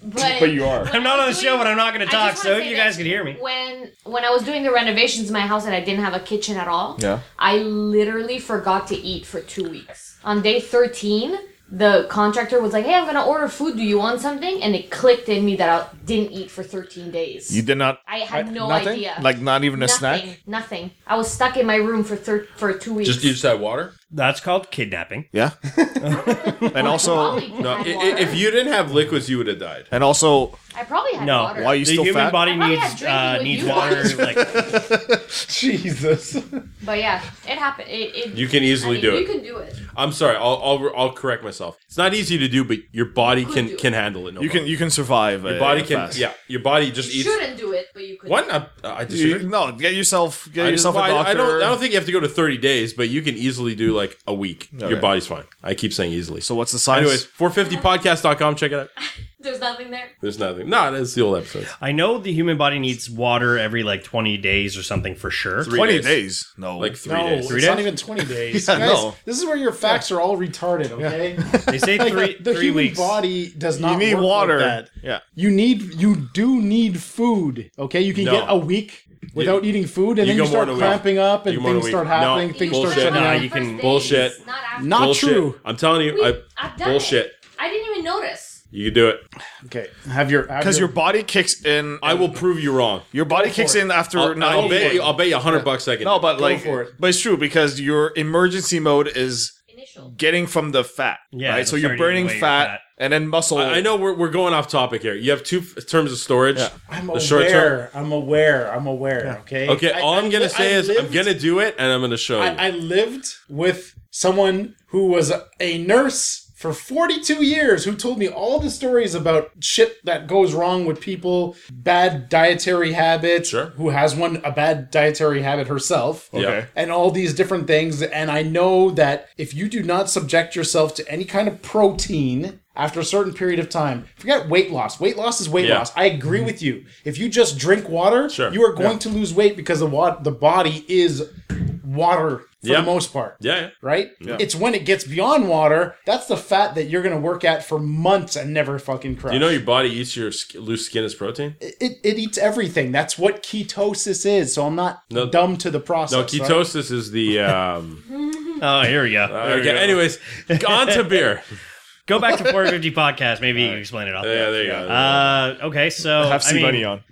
Speaker 5: but,
Speaker 7: But you are.
Speaker 5: when
Speaker 1: I'm not
Speaker 5: I
Speaker 1: on the
Speaker 5: was
Speaker 1: show,
Speaker 5: doing-
Speaker 1: but I'm not going to
Speaker 5: I
Speaker 1: talk,
Speaker 5: just wanna
Speaker 1: so
Speaker 5: say
Speaker 1: you
Speaker 5: that
Speaker 1: guys can hear me.
Speaker 5: When when I was doing the renovations in my house and I didn't have a kitchen at all,
Speaker 4: Yeah.
Speaker 5: I literally forgot to eat for two weeks. On day 13, the contractor was like, "Hey, I'm gonna order food. Do you want something?" And it clicked in me that I didn't eat for 13 days.
Speaker 4: You did not.
Speaker 5: I had no
Speaker 4: nothing?
Speaker 5: idea.
Speaker 4: Like, not even a
Speaker 5: nothing,
Speaker 4: snack?
Speaker 5: Nothing. I was stuck in my room for thir- for two weeks.
Speaker 6: Just you just had water.
Speaker 1: That's called kidnapping.
Speaker 4: Yeah. and also,
Speaker 5: Probably
Speaker 6: No,
Speaker 5: had
Speaker 6: i- i-
Speaker 5: water.
Speaker 6: if you didn't have liquids, you would have died.
Speaker 4: and also,
Speaker 5: I probably had
Speaker 1: No,
Speaker 5: water.
Speaker 4: why are you
Speaker 1: the
Speaker 4: still
Speaker 1: human
Speaker 4: fat?
Speaker 1: body
Speaker 5: I probably
Speaker 1: needs
Speaker 5: had
Speaker 1: uh,
Speaker 5: drinking
Speaker 1: needs
Speaker 5: with
Speaker 1: water. like,
Speaker 7: Jesus.
Speaker 5: But yeah, it happened. It, it,
Speaker 6: You can easily
Speaker 5: I mean, You
Speaker 6: do it.
Speaker 5: can do it.
Speaker 6: I'm sorry. I'll, I'll I'll correct myself. It's not easy to do, but your body
Speaker 5: could do
Speaker 6: can
Speaker 5: it.
Speaker 6: can handle it. No
Speaker 4: you can
Speaker 6: problem.
Speaker 4: you can survive.
Speaker 6: Your body can. Yeah, your body just
Speaker 5: You
Speaker 6: eats.
Speaker 5: shouldn't do it, but you could.
Speaker 6: What? I, I disagree.
Speaker 4: You, no, get yourself get
Speaker 6: I, just-
Speaker 4: yourself a
Speaker 6: I-
Speaker 4: doctor.
Speaker 6: I don't. I don't think you have to go to 30 days, but you can easily do like a week. Your
Speaker 4: Okay.
Speaker 6: body's fine. I keep saying easily.
Speaker 4: so
Speaker 6: So,
Speaker 4: what's the size?
Speaker 6: anyways, 450podcast.com. Check it out.
Speaker 5: There's nothing there.
Speaker 6: There's nothing. No, that's the old episode.
Speaker 1: I know the human body needs water every like 20 days or something for sure.
Speaker 6: Three
Speaker 4: twenty
Speaker 6: days.
Speaker 4: days. No,
Speaker 6: Like three
Speaker 7: No,
Speaker 6: days.
Speaker 7: it's not even 20 days.
Speaker 4: Yeah,
Speaker 7: Guys,
Speaker 4: no.
Speaker 7: This is where your facts are all retarded, okay?
Speaker 1: They say three
Speaker 7: the
Speaker 1: three
Speaker 7: human
Speaker 1: weeks.
Speaker 7: body does not
Speaker 4: you need
Speaker 7: work like
Speaker 4: water.
Speaker 7: that.
Speaker 4: Yeah,
Speaker 7: You need you do need food, okay? You can
Speaker 6: No.
Speaker 7: get a week without eating food and
Speaker 6: You
Speaker 7: then
Speaker 6: go
Speaker 7: you
Speaker 6: more
Speaker 7: start
Speaker 6: than a week.
Speaker 7: cramping up and
Speaker 6: You go more
Speaker 7: things
Speaker 6: than a
Speaker 7: start
Speaker 6: week.
Speaker 7: happening,
Speaker 6: No,
Speaker 7: things
Speaker 6: bullshit.
Speaker 7: start shutting
Speaker 1: Nah,
Speaker 7: down.
Speaker 1: you can-
Speaker 6: bullshit.
Speaker 5: Not after.
Speaker 7: Not
Speaker 6: Bullshit.
Speaker 7: true.
Speaker 6: I'm telling you.
Speaker 5: We-
Speaker 6: I,
Speaker 5: I've done
Speaker 6: bullshit.
Speaker 5: It. I didn't even notice.
Speaker 6: You can do it.
Speaker 7: Okay. Have your have
Speaker 4: because your body kicks in.
Speaker 6: I will prove you wrong.
Speaker 4: Your body kicks in after
Speaker 6: I'll,
Speaker 4: nine
Speaker 6: I'll bet
Speaker 4: days.
Speaker 6: you. I'll bet you 100 bucks I can.
Speaker 4: no,
Speaker 6: do it.
Speaker 4: but like,
Speaker 7: for it.
Speaker 4: but it's true because your emergency mode is
Speaker 5: Initial.
Speaker 4: getting from the fat.
Speaker 1: Yeah,
Speaker 4: right.
Speaker 1: the
Speaker 4: So you're
Speaker 1: starting
Speaker 4: burning
Speaker 1: away
Speaker 4: fat,
Speaker 1: your fat.
Speaker 4: and then muscle.
Speaker 6: I, I know we're, we're going off topic here. You have two f- terms of storage.
Speaker 7: I'm
Speaker 6: the
Speaker 7: aware.
Speaker 6: short term.
Speaker 7: I'm aware. I'm aware, okay?
Speaker 6: Okay,
Speaker 7: I-
Speaker 6: all I, am
Speaker 7: I
Speaker 6: gonna
Speaker 7: li-
Speaker 6: say
Speaker 7: I
Speaker 6: is I'm
Speaker 7: lived-
Speaker 6: gonna do it, and I'm gonna show you.
Speaker 7: I, I lived with someone who was a nurse for 42 years who told me all the stories about shit that goes wrong with people, bad dietary habits,
Speaker 6: Sure.
Speaker 7: who has one a bad dietary habit herself
Speaker 6: Okay.
Speaker 7: and all these different things. And I know that if you do not subject yourself to any kind of protein after a certain period of time, forget weight loss. Weight loss is weight
Speaker 6: Yeah. Mm-hmm.
Speaker 7: loss. I agree with you. If you just drink water,
Speaker 6: Sure.
Speaker 7: you are going to lose weight because the wa- the body is water for
Speaker 6: Yeah.
Speaker 7: the most part.
Speaker 6: Yeah, yeah.
Speaker 7: Right? It's when it gets beyond water, that's the fat that you're going to work at for months and never fucking crush.
Speaker 6: You know your body eats your sk- loose skin as protein?
Speaker 7: it, it eats everything. That's what ketosis is. So I'm not
Speaker 6: No.
Speaker 7: dumb to the process.
Speaker 6: No,
Speaker 7: right?
Speaker 6: ketosis is the. Um,
Speaker 1: Oh, here we go.
Speaker 6: okay, anyways, on to beer.
Speaker 1: go back to 450 podcast. Maybe you can explain it all.
Speaker 6: Yeah, there you go.
Speaker 1: Uh, okay, so
Speaker 9: Have
Speaker 1: I
Speaker 9: sea
Speaker 1: mean,
Speaker 9: bunny on.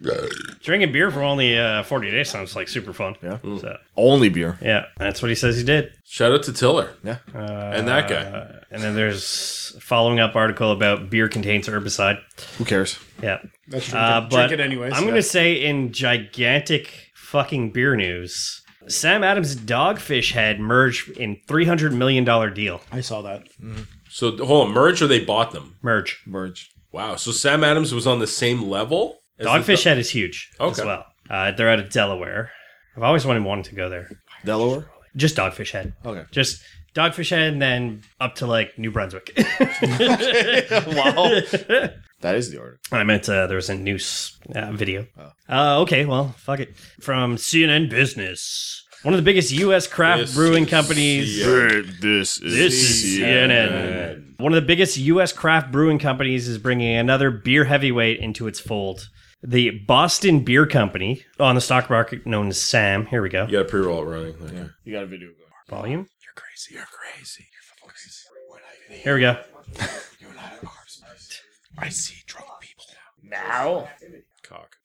Speaker 1: drinking beer for only uh, 40 days sounds like super fun. Yeah. So,
Speaker 9: Only beer.
Speaker 1: yeah, that's what he says he did.
Speaker 6: Shout out to Tiller Uh,
Speaker 9: Yeah.
Speaker 6: and that guy.
Speaker 1: And then there's following up article about beer contains herbicide.
Speaker 9: Who cares?
Speaker 1: Yeah.
Speaker 7: That's true.
Speaker 1: Uh, but
Speaker 7: Drink it anyways.
Speaker 1: I'm going to say in gigantic fucking beer news, Sam Adams' dogfish head merged in $300 million deal.
Speaker 7: I saw that.
Speaker 6: So hold on, merge or they bought them?
Speaker 1: Merge.
Speaker 9: Merge.
Speaker 6: Wow. So Sam Adams was on the same level. as the-
Speaker 1: Dogfish head is huge
Speaker 6: Okay.
Speaker 1: as well. Uh, they're out of Delaware. I've always wanted wanted to go there.
Speaker 9: Delaware.
Speaker 1: Just Dogfish Head.
Speaker 9: Okay.
Speaker 1: Just Dogfish Head and then up to like New Brunswick.
Speaker 9: wow. That is the order.
Speaker 1: I meant uh, there was a news uh, video. Uh, okay, well, fuck it. From CNN Business, one of the biggest U.S. craft
Speaker 6: This
Speaker 1: brewing
Speaker 6: is
Speaker 1: companies.
Speaker 6: CNN.
Speaker 9: This is
Speaker 1: This is CNN. One of the biggest U.S. craft brewing companies is bringing another beer heavyweight into its fold. The Boston Beer Company, on the stock market known as SAM. Here we go.
Speaker 6: You got a pre-roll running. Okay.
Speaker 9: You got a video going.
Speaker 1: Volume.
Speaker 6: You're crazy. You're crazy. You're crazy.
Speaker 1: Here we go.
Speaker 6: I see drunk people.
Speaker 9: Now.
Speaker 6: Cock.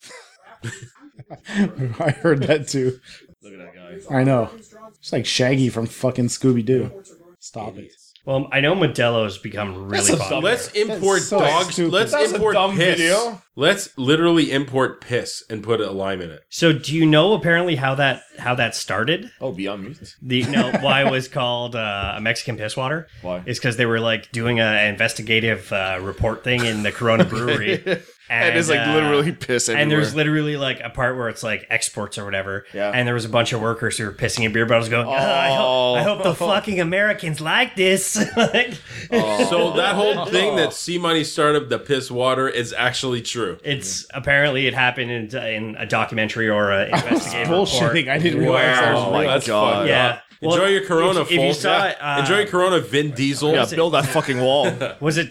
Speaker 7: I heard that too. Look at that guy. I know. It's like Shaggy from fucking Scooby Doo. Stop it.
Speaker 1: Well, I know Modelo's become really popular.
Speaker 6: Let's import
Speaker 7: so
Speaker 6: dogs.
Speaker 7: stupid.
Speaker 6: Let's
Speaker 9: That's a
Speaker 6: import
Speaker 9: dumb
Speaker 6: piss.
Speaker 9: video.
Speaker 6: Let's literally import piss and put a lime in it.
Speaker 1: So, do you know apparently how that how that started?
Speaker 9: Oh, Beyond Meat.
Speaker 1: The no, why it was called uh, a Mexican piss water?
Speaker 9: Why?
Speaker 1: Is because they were like doing an investigative uh, report thing in the Corona Brewery, and,
Speaker 9: And it's like
Speaker 1: uh,
Speaker 9: literally piss everywhere.
Speaker 1: And there's literally like a part where it's like exports or whatever.
Speaker 9: Yeah.
Speaker 1: And there was a bunch of workers who were pissing in beer bottles, going, "Oh, I, hope, I hope the fucking Americans like this." like,
Speaker 6: So that whole thing that C Money started the piss water is actually true.
Speaker 1: it's apparently it happened in, in a documentary or an investigative report.
Speaker 7: Bullshitting. I didn't realize
Speaker 9: Oh
Speaker 7: that was
Speaker 9: my
Speaker 7: real.
Speaker 6: that's
Speaker 9: God.
Speaker 6: fucked
Speaker 1: Yeah.
Speaker 6: up.
Speaker 1: Well,
Speaker 6: Enjoy your Corona,
Speaker 1: if- if you
Speaker 6: folks.
Speaker 1: saw,
Speaker 6: Yeah.
Speaker 1: uh,
Speaker 6: Enjoy your Corona, Vin Diesel.
Speaker 9: yeah, build that fucking wall.
Speaker 1: Was it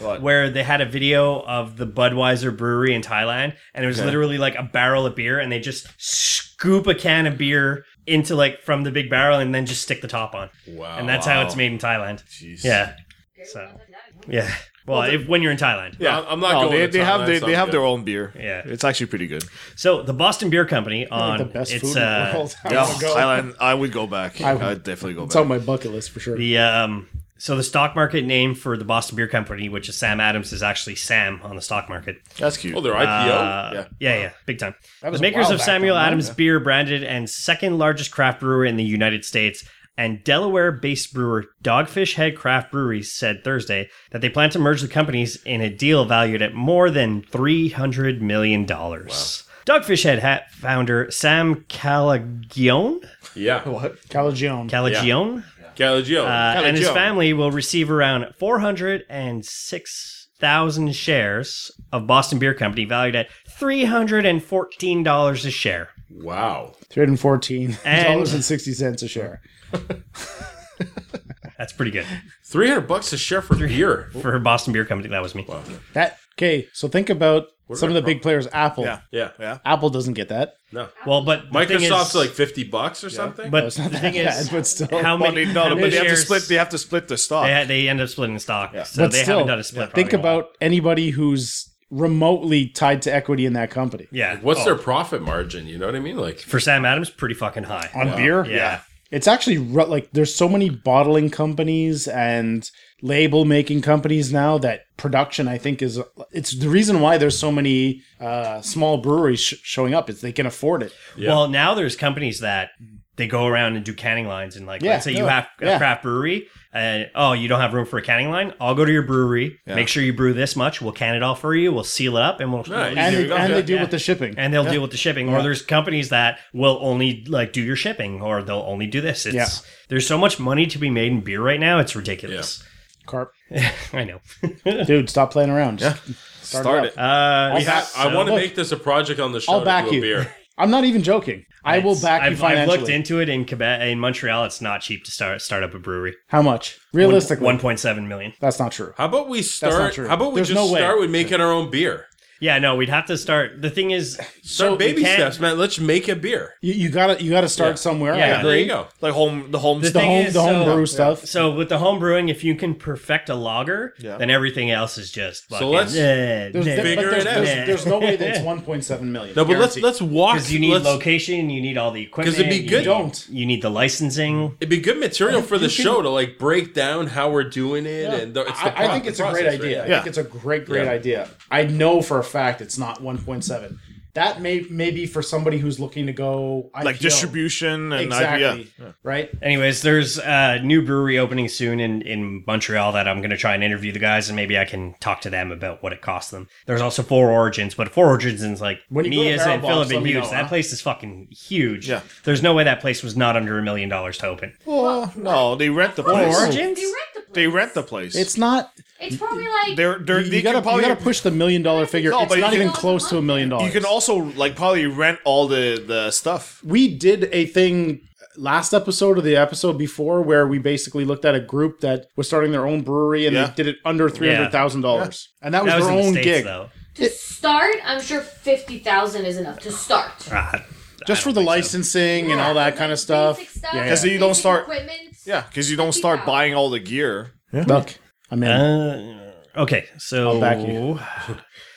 Speaker 9: What?
Speaker 1: where they had a video of the Budweiser brewery in Thailand and it was literally like a barrel of beer and they just scoop a can of beer into like from the big barrel and then just stick the top on.
Speaker 6: Wow.
Speaker 1: And that's how it's made in Thailand.
Speaker 9: Jeez.
Speaker 1: Yeah. So Yeah. Well, if, when you're in Thailand.
Speaker 6: Yeah, I'm not going
Speaker 9: They,
Speaker 6: to
Speaker 9: they have
Speaker 6: Thailand,
Speaker 9: they,
Speaker 6: so
Speaker 9: they
Speaker 6: I'm
Speaker 9: have
Speaker 6: good.
Speaker 9: their own beer.
Speaker 1: Yeah.
Speaker 9: it's actually pretty good.
Speaker 1: So the Boston Beer Company on
Speaker 7: Like the best
Speaker 1: its
Speaker 7: food in
Speaker 1: uh,
Speaker 7: the world. I
Speaker 9: Yeah,
Speaker 7: wanna go.
Speaker 9: Thailand. I would go back. I
Speaker 7: would.
Speaker 9: would definitely go
Speaker 7: It's on
Speaker 9: back.
Speaker 7: my bucket list for sure.
Speaker 1: the um so the stock market name for the Boston Beer Company, which is Sam Adams, is actually Sam on the stock market.
Speaker 9: That's cute.
Speaker 6: Oh, their IPO.
Speaker 1: yeah, Uh, yeah, big time.
Speaker 7: was
Speaker 1: the
Speaker 7: a
Speaker 1: makers
Speaker 7: while
Speaker 1: of
Speaker 7: back
Speaker 1: Samuel
Speaker 7: then, right?
Speaker 1: Adams beer, branded and second largest craft brewer in the United States, and Delaware-based brewer Dogfish Head Craft Brewery said Thursday that they plan to merge the companies in a deal valued at more than three hundred million dollars. Dogfish Head hat founder Sam Calagione,
Speaker 6: yeah.
Speaker 7: Calagione.
Speaker 1: Calagione,
Speaker 6: Gallagio.
Speaker 1: uh, and his
Speaker 9: Calagione.
Speaker 1: family will receive around four hundred and six thousand shares of Boston Beer Company, valued at three hundred and fourteen dollars a share.
Speaker 6: wow.
Speaker 7: $314.60 a share.
Speaker 1: That's pretty good
Speaker 6: 300 bucks a share for beer.
Speaker 1: for a Boston Beer Company. That was me.
Speaker 7: That okay, so think about some of the big players. Apple.
Speaker 9: Yeah.
Speaker 6: Yeah.
Speaker 7: Apple doesn't get that.
Speaker 6: No.
Speaker 1: Well, but the thing
Speaker 6: Microsoft's
Speaker 1: is-
Speaker 6: like 50 bucks or something.
Speaker 1: but
Speaker 7: It's not
Speaker 1: the
Speaker 7: that
Speaker 1: thing is,
Speaker 7: bad, but still.
Speaker 1: how
Speaker 9: Well,
Speaker 1: many?
Speaker 9: they,
Speaker 1: how
Speaker 9: no, but
Speaker 1: many
Speaker 9: they have to
Speaker 1: shares-
Speaker 9: split. They have to split the stock.
Speaker 1: They, they end up splitting stock, so
Speaker 7: but
Speaker 1: they
Speaker 7: still,
Speaker 1: haven't done a split.
Speaker 7: think
Speaker 1: probably.
Speaker 7: about anybody who's remotely tied to equity in that company.
Speaker 1: yeah.
Speaker 6: What's
Speaker 1: Oh,
Speaker 6: their profit margin? You know what I mean? Like,
Speaker 1: for Sam Adams? Pretty fucking high.
Speaker 7: On beer?
Speaker 1: yeah.
Speaker 7: It's actually ru- like there's so many bottling companies and label making companies now that production I think is it's the reason why there's so many uh, small breweries sh- showing up is they can afford it.
Speaker 1: Well, now there's companies that they go around and do canning lines, and like
Speaker 7: Yeah,
Speaker 1: let's say you
Speaker 7: yeah,
Speaker 1: have a
Speaker 7: yeah.
Speaker 1: craft brewery, uh, oh, you don't have room for a canning line? I'll go to your brewery. Make sure you brew this much. We'll can it all for you. We'll seal it up, and we'll.
Speaker 7: and
Speaker 6: Nice. There
Speaker 7: they,
Speaker 6: you go.
Speaker 7: and they deal
Speaker 1: Yeah.
Speaker 7: with the shipping.
Speaker 1: And they'll deal with the shipping, or there's companies that will only like do your shipping, or they'll only do this. It's there's so much money to be made in beer right now; it's ridiculous.
Speaker 7: Carp,
Speaker 1: I know.
Speaker 7: dude, stop playing around. Just start,
Speaker 9: Start
Speaker 7: it.
Speaker 9: it.
Speaker 7: up.
Speaker 1: Uh,
Speaker 6: We have, I want to
Speaker 7: Look.
Speaker 6: make this a project on the show.
Speaker 7: I'll
Speaker 6: to
Speaker 7: back
Speaker 6: do a
Speaker 7: you.
Speaker 6: Beer.
Speaker 7: I'm not even joking. I will
Speaker 1: It's-
Speaker 7: back you
Speaker 1: I've, I've
Speaker 7: financially.
Speaker 1: looked into it in Quebec, in Montreal. It's not cheap to start start up a brewery.
Speaker 7: How much? Realistically,
Speaker 1: one point seven million.
Speaker 7: that's not true.
Speaker 6: How about we start?
Speaker 7: true.
Speaker 6: How about we
Speaker 7: There's
Speaker 6: just
Speaker 7: no way.
Speaker 6: start with making our own beer?
Speaker 1: Yeah, no, we'd have to start. The thing is,
Speaker 6: Start baby
Speaker 1: you can't-
Speaker 6: steps, man. Let's make a beer.
Speaker 7: You, you gotta you gotta start somewhere.
Speaker 1: Yeah,
Speaker 7: I
Speaker 6: There
Speaker 7: agree.
Speaker 6: you go.
Speaker 9: Like home, the home.
Speaker 1: The
Speaker 7: The
Speaker 1: thing
Speaker 7: home
Speaker 1: is,
Speaker 7: the home
Speaker 1: so-
Speaker 7: brew stuff.
Speaker 1: so with the home brewing, if you can perfect a lager,
Speaker 9: Yeah.
Speaker 1: then everything else is just fucking,
Speaker 6: let's
Speaker 1: eh,
Speaker 7: There's,
Speaker 1: eh,
Speaker 7: there-
Speaker 6: Figure
Speaker 7: but there's,
Speaker 6: it out.
Speaker 7: There's, there's no way that it's 1.7 million.
Speaker 6: No, but let's
Speaker 7: Guaranteed.
Speaker 6: let's walk.
Speaker 1: 'Cause you need
Speaker 6: let's-
Speaker 1: location, you need all the equipment.
Speaker 6: 'Cause it'd be good-
Speaker 1: You
Speaker 7: Don't.
Speaker 1: You need the licensing.
Speaker 6: It'd be good material for the show to like break down how we're doing it, and the, it's the
Speaker 7: I, I
Speaker 6: pro-
Speaker 7: think
Speaker 6: the
Speaker 7: it's a great
Speaker 6: process, right?
Speaker 7: idea. I
Speaker 9: Yeah.
Speaker 7: think it's a great, great
Speaker 6: Yeah.
Speaker 7: idea. I know for a fact it's not 1.7. That may maybe for somebody who's looking to go IPO.
Speaker 9: like distribution and
Speaker 7: exactly
Speaker 9: IPA.
Speaker 7: right.
Speaker 1: Anyways, there's a new brewery opening soon in, in Montreal that I'm going to try and interview the guys and maybe I can talk to them about what it costs them. There's also Four Origins, but Four Origins is like
Speaker 7: When you go
Speaker 1: me
Speaker 7: to
Speaker 1: as in
Speaker 7: Barrel
Speaker 1: Philip
Speaker 7: Box,
Speaker 1: and
Speaker 7: let me
Speaker 1: Hughes.
Speaker 7: know,
Speaker 1: that
Speaker 7: huh?
Speaker 1: place is fucking huge.
Speaker 9: Yeah.
Speaker 1: There's no way that place was not under a million dollars to open.
Speaker 9: Well, no, they rent the place.
Speaker 1: Origins?
Speaker 10: They rent the place.
Speaker 9: They rent the place.
Speaker 7: It's not.
Speaker 10: It's probably like
Speaker 9: they're they're
Speaker 7: you
Speaker 9: they
Speaker 7: gotta
Speaker 9: can probably
Speaker 7: you gotta push the million dollar figure.
Speaker 9: No,
Speaker 7: it's
Speaker 9: but you
Speaker 7: not
Speaker 9: can-
Speaker 7: even close to a million dollars.
Speaker 9: You can also like probably rent all the the stuff.
Speaker 7: we did a thing last episode or the episode before where we basically looked at a group that was starting their own brewery and
Speaker 9: Yeah.
Speaker 7: they did it under three hundred thousand dollars, and that was
Speaker 1: That was
Speaker 7: their
Speaker 1: in the
Speaker 7: own
Speaker 1: States,
Speaker 7: gig.
Speaker 1: though.
Speaker 10: to start. I'm sure fifty thousand is enough to start.
Speaker 1: Ah,
Speaker 7: Just for the licensing and all that kind of stuff.
Speaker 10: Basic
Speaker 7: Yeah,
Speaker 10: yeah,
Speaker 7: yeah.
Speaker 9: 'Cause you don't
Speaker 10: basic
Speaker 9: start-
Speaker 10: Equipment.
Speaker 9: Yeah, because you don't start buying all the gear.
Speaker 7: Look, I'm in.
Speaker 1: Uh, okay, so
Speaker 7: I'll back you.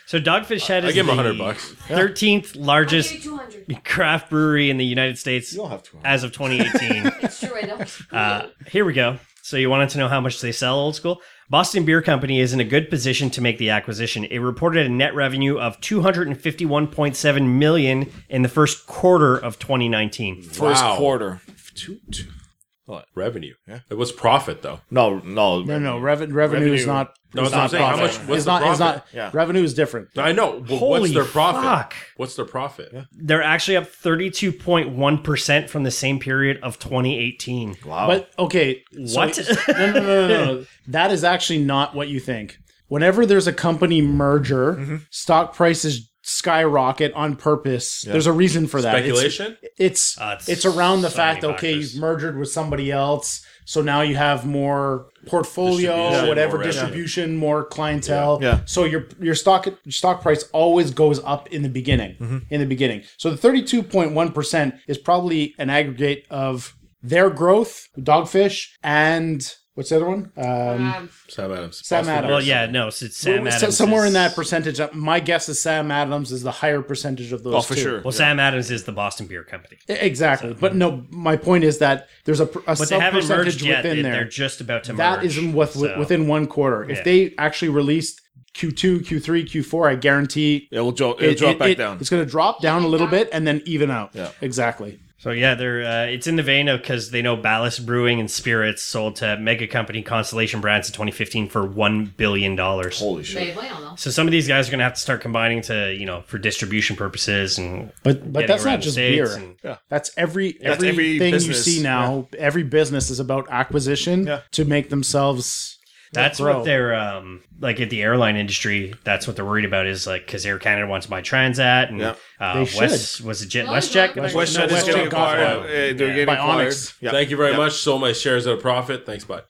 Speaker 1: So Dogfish Head
Speaker 6: I
Speaker 1: is
Speaker 6: give him
Speaker 1: the
Speaker 6: hundred bucks.
Speaker 1: thirteenth largest
Speaker 10: Two hundred.
Speaker 1: craft brewery in the United States
Speaker 9: have to.
Speaker 1: as of 2018.
Speaker 10: It's true. I don't.
Speaker 1: Uh, here we go. So you wanted to know how much they sell old school? Boston Beer Company is in a good position to make the acquisition. It reported a net revenue of 251.7 million in the first quarter of 2019.
Speaker 9: First
Speaker 6: Wow.
Speaker 9: quarter.
Speaker 6: Revenue. Yeah. It was profit though.
Speaker 9: No, no,
Speaker 7: No, no, rev- revenue, is not.
Speaker 6: No,
Speaker 7: is not
Speaker 6: that's what I'm saying. How
Speaker 7: profit.
Speaker 6: much- what's
Speaker 7: It's
Speaker 6: the
Speaker 7: not. It's
Speaker 6: profit?
Speaker 7: not.
Speaker 9: Yeah.
Speaker 7: Revenue is different.
Speaker 6: I know. But
Speaker 1: Holy
Speaker 6: what's their profit?
Speaker 1: fuck.
Speaker 6: What's their profit?
Speaker 1: They're actually up 32.1% from the same period of 2018.
Speaker 9: Wow.
Speaker 7: But okay, so-
Speaker 1: What?
Speaker 7: no, no, no, no, no. That is actually not what you think. Whenever there's a company merger, stock prices skyrocket on purpose. There's a reason for that. It's-
Speaker 6: Speculation.
Speaker 7: It's it's,
Speaker 1: Uh, it's
Speaker 7: around the
Speaker 1: so
Speaker 7: fact
Speaker 1: many
Speaker 7: okay,
Speaker 1: factors.
Speaker 7: you've mergered with somebody else, so now you have more portfolio,
Speaker 6: Distribution,
Speaker 7: whatever
Speaker 6: more revenue.
Speaker 7: distribution, more clientele.
Speaker 9: Yeah. Yeah.
Speaker 7: So your your stock your stock price always goes up in the beginning.
Speaker 9: Mm-hmm.
Speaker 7: In the beginning. So the 32.1% is probably an aggregate of their growth, Dogfish, and what's the other one? Um,
Speaker 10: Um,
Speaker 6: Sam Adams.
Speaker 7: Sam
Speaker 6: Boston
Speaker 7: Adams.
Speaker 1: Well, yeah, no, it's, it's Sam
Speaker 7: So-
Speaker 1: Adams.
Speaker 7: somewhere
Speaker 1: is-
Speaker 7: in that percentage. uh, My guess is Sam Adams is the higher percentage of those.
Speaker 9: oh, for
Speaker 7: two.
Speaker 9: sure.
Speaker 1: Well, Sam Adams is the Boston Beer Company.
Speaker 7: E, Exactly, but no. My point is that there's a, pr- a
Speaker 1: But they haven't merged
Speaker 7: percentage
Speaker 1: yet.
Speaker 7: within
Speaker 1: They,
Speaker 7: there.
Speaker 1: are just about to
Speaker 7: that
Speaker 1: merge.
Speaker 7: is in with,
Speaker 1: so-
Speaker 7: within one quarter.
Speaker 1: Yeah.
Speaker 7: If they actually released Q2, Q3, Q4, I guarantee
Speaker 9: It will dro- it'll drop back down.
Speaker 7: It's going to drop down a little bit and then even out.
Speaker 9: Yeah.
Speaker 7: Exactly.
Speaker 1: So yeah, they're uh, it's in the vein of because they know Ballast Brewing and Spirits sold to mega company Constellation Brands in 2015 for one billion dollars.
Speaker 9: Holy shit.
Speaker 10: maybe, I don't know.
Speaker 1: So some of these guys are gonna have to start combining to you know for distribution purposes and
Speaker 7: But but
Speaker 1: getting
Speaker 7: that's
Speaker 1: around
Speaker 7: not
Speaker 1: the
Speaker 7: just
Speaker 1: States
Speaker 7: beer.
Speaker 1: and-
Speaker 7: That's every
Speaker 9: That's every
Speaker 7: everything you
Speaker 9: business.
Speaker 7: see now. Every business is about acquisition
Speaker 9: Yeah.
Speaker 7: to make themselves.
Speaker 1: that's
Speaker 7: grow.
Speaker 1: what they're um, like at the airline industry. That's what they're worried about is like because Air Canada wants to buy Transat and
Speaker 9: Yeah.
Speaker 1: uh,
Speaker 7: They
Speaker 1: West was it Jet
Speaker 10: No,
Speaker 1: WestJet?
Speaker 10: no, no.
Speaker 9: West
Speaker 7: No,
Speaker 9: Side is
Speaker 7: West
Speaker 9: getting
Speaker 7: Side got
Speaker 9: acquired.
Speaker 1: one.
Speaker 9: Uh, they're getting
Speaker 7: By
Speaker 9: acquired.
Speaker 7: Onyx.
Speaker 9: Yeah.
Speaker 6: Thank you very
Speaker 9: Yeah.
Speaker 6: much. Sold my shares at a profit. Thanks, bye.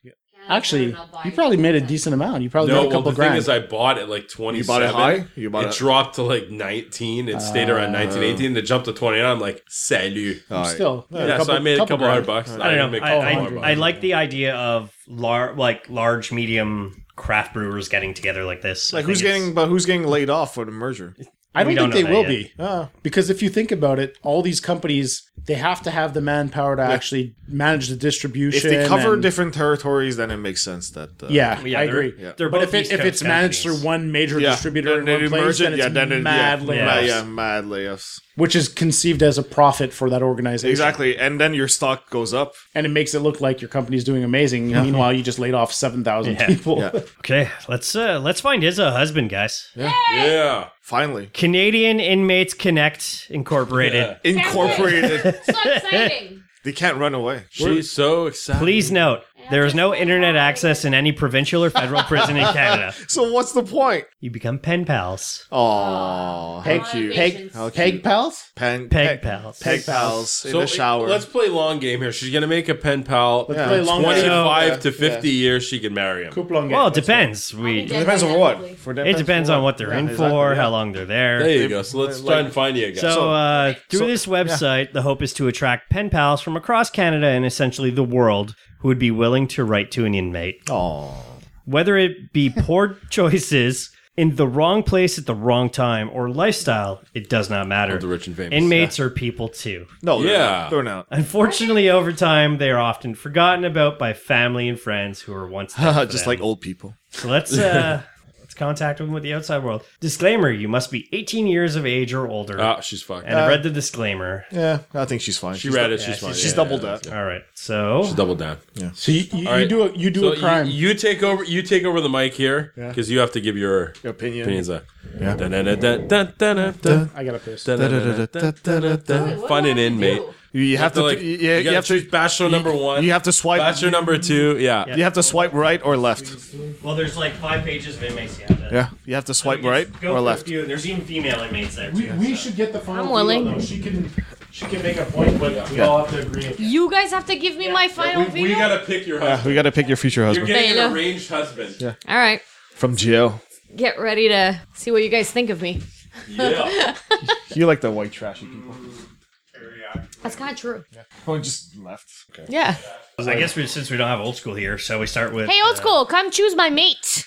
Speaker 7: Actually, you probably made a decent amount. Oh, You probably
Speaker 6: No,
Speaker 7: made a
Speaker 6: well,
Speaker 7: couple
Speaker 6: the
Speaker 7: grand.
Speaker 6: thing is, I bought it like twenty.
Speaker 9: You bought it high? You bought
Speaker 6: it,
Speaker 9: it-
Speaker 6: dropped to like nineteen. It stayed around nineteen, eighteen. Then jumped to twenty nine. I'm like, salut.
Speaker 9: All right.
Speaker 7: Still,
Speaker 6: yeah, so I made a couple
Speaker 7: grand.
Speaker 6: hundred bucks.
Speaker 1: I
Speaker 6: didn't
Speaker 1: don't know.
Speaker 6: make a
Speaker 1: I,
Speaker 6: couple hundred
Speaker 1: I, I
Speaker 6: bucks.
Speaker 1: like the idea of lar- like large, medium craft brewers getting together like this. I
Speaker 9: Like who's
Speaker 1: think it's-
Speaker 9: getting but who's getting laid off for the merger?
Speaker 7: I don't
Speaker 1: We don't
Speaker 7: think they
Speaker 1: know
Speaker 7: will
Speaker 1: that
Speaker 7: be. Uh, because if you think about it, all these companies, they have to have the manpower to actually manage the
Speaker 4: If
Speaker 7: distribution.
Speaker 4: they cover
Speaker 7: and-
Speaker 4: different territories, then it makes sense that. Uh,
Speaker 7: Yeah,
Speaker 1: Yeah,
Speaker 7: I
Speaker 1: they're-
Speaker 7: agree.
Speaker 1: they're
Speaker 7: but
Speaker 1: both
Speaker 7: if, it,
Speaker 1: East
Speaker 7: if
Speaker 1: Coast
Speaker 7: it's managed
Speaker 1: companies.
Speaker 7: through one major
Speaker 4: Yeah.
Speaker 7: distributor in
Speaker 4: Then
Speaker 7: one
Speaker 4: it
Speaker 7: place,
Speaker 4: merges-
Speaker 7: then it's
Speaker 4: yeah, then it-
Speaker 7: mad
Speaker 4: yeah,
Speaker 7: layoffs,
Speaker 4: mad- yeah, mad layoffs.
Speaker 7: which is conceived as a profit for that organization.
Speaker 4: Exactly, and then your stock goes up.
Speaker 7: and it makes it look like your company's doing amazing. Meanwhile, you just laid off seven thousand
Speaker 1: Yeah.
Speaker 7: people.
Speaker 4: Yeah.
Speaker 1: Okay, let's uh let's find his a husband, guys.
Speaker 6: Yeah.
Speaker 4: Finally,
Speaker 1: Canadian Inmates Connect Incorporated.
Speaker 4: incorporated.
Speaker 5: So exciting.
Speaker 4: they can't run away.
Speaker 6: She's so excited.
Speaker 1: Please note, there is no internet access in any provincial or federal prison in Canada.
Speaker 4: So what's the point?
Speaker 1: You become pen pals.
Speaker 4: Oh,
Speaker 7: Peg,
Speaker 4: thank you.
Speaker 5: Peg-
Speaker 7: peg,
Speaker 5: How
Speaker 7: peg pals.
Speaker 4: Pen,
Speaker 1: Peg pals.
Speaker 4: Peg pals in
Speaker 6: So
Speaker 4: the shower.
Speaker 6: Let's play long game here. She's gonna make a pen pal.
Speaker 7: Let's play long game.
Speaker 6: 25 to
Speaker 4: Yeah.
Speaker 6: 50 years, she can marry him.
Speaker 7: Couplon game.
Speaker 1: Well, it depends. We
Speaker 5: I'll be
Speaker 4: it depends on what. For
Speaker 1: it depends on what they're in for, how long they're
Speaker 6: There
Speaker 1: there.
Speaker 6: you go. So let's try and find you a guy.
Speaker 1: So, uh, through this website, the hope is to attract pen pals from across Canada and essentially the world who would be willing to write to an inmate.
Speaker 4: Oh,
Speaker 1: whether it be poor choices in the wrong place at the wrong time or lifestyle, it does not matter.
Speaker 6: the rich and famous.
Speaker 1: Inmates are people too.
Speaker 4: no, they're
Speaker 6: Yeah.
Speaker 4: not. they're not.
Speaker 1: Unfortunately, over time, they are often forgotten about by family and friends who were once there for
Speaker 4: Just
Speaker 1: them.
Speaker 4: like old people.
Speaker 1: So let's uh, let's contact them with the outside world. Disclaimer: You must be 18 years of age or older.
Speaker 4: Uh,
Speaker 6: Ah, she's fucked.
Speaker 7: uh,
Speaker 1: and I read the disclaimer.
Speaker 4: Yeah, I think she's fine.
Speaker 6: she
Speaker 4: she's
Speaker 6: read
Speaker 4: du-
Speaker 6: it. She's fine.
Speaker 4: She's
Speaker 6: Yeah,
Speaker 4: doubled
Speaker 6: yeah,
Speaker 4: up.
Speaker 6: yeah.
Speaker 1: All right, so
Speaker 6: She's doubled down.
Speaker 7: so you, you,
Speaker 6: All right.
Speaker 7: you do a you do
Speaker 6: So
Speaker 7: a crime.
Speaker 6: You, you take over. You take over the mic here because you have to give your
Speaker 4: Your opinion.
Speaker 6: opinions. uh, dun-dun-dun-dun, dun-dun-dun,
Speaker 7: I gotta piss.
Speaker 5: Wait,
Speaker 6: dun-dun-dun-dun.
Speaker 5: what
Speaker 6: Find
Speaker 5: do
Speaker 6: an
Speaker 5: I do?
Speaker 6: inmate.
Speaker 4: You, you have to.
Speaker 6: like,
Speaker 4: you,
Speaker 6: you,
Speaker 4: you
Speaker 6: gotta
Speaker 4: have to.
Speaker 6: choose bachelor number one.
Speaker 4: You have to swipe.
Speaker 6: bachelor number two. Yeah.
Speaker 4: You have to swipe right or left.
Speaker 1: well, there's like five pages of inmates. Yeah, that-
Speaker 4: Yeah, you have to swipe right
Speaker 1: Go
Speaker 4: or
Speaker 1: for a
Speaker 4: left.
Speaker 1: few. There's even female inmates there.
Speaker 7: We, we should get the final.
Speaker 5: I'm willing.
Speaker 7: veto, though. She can she can make a point, but we all have to agree.
Speaker 5: You guys have to give me my
Speaker 1: Oh,
Speaker 5: final
Speaker 6: We, we
Speaker 5: veto.
Speaker 6: gotta pick your
Speaker 4: Yeah,
Speaker 6: husband.
Speaker 4: we got to pick your future
Speaker 6: You're
Speaker 4: husband
Speaker 6: getting an
Speaker 5: Beta.
Speaker 6: arranged husband. Yeah.
Speaker 5: All right,
Speaker 4: from jail.
Speaker 5: get ready to see what you guys think of me.
Speaker 4: You like the white trashy people?
Speaker 5: That's kind of true.
Speaker 4: Oh, just left. Okay.
Speaker 5: Yeah.
Speaker 1: I guess we, since we don't have old school here, so we start with.
Speaker 5: Hey, old
Speaker 1: uh,
Speaker 5: school, come choose my mate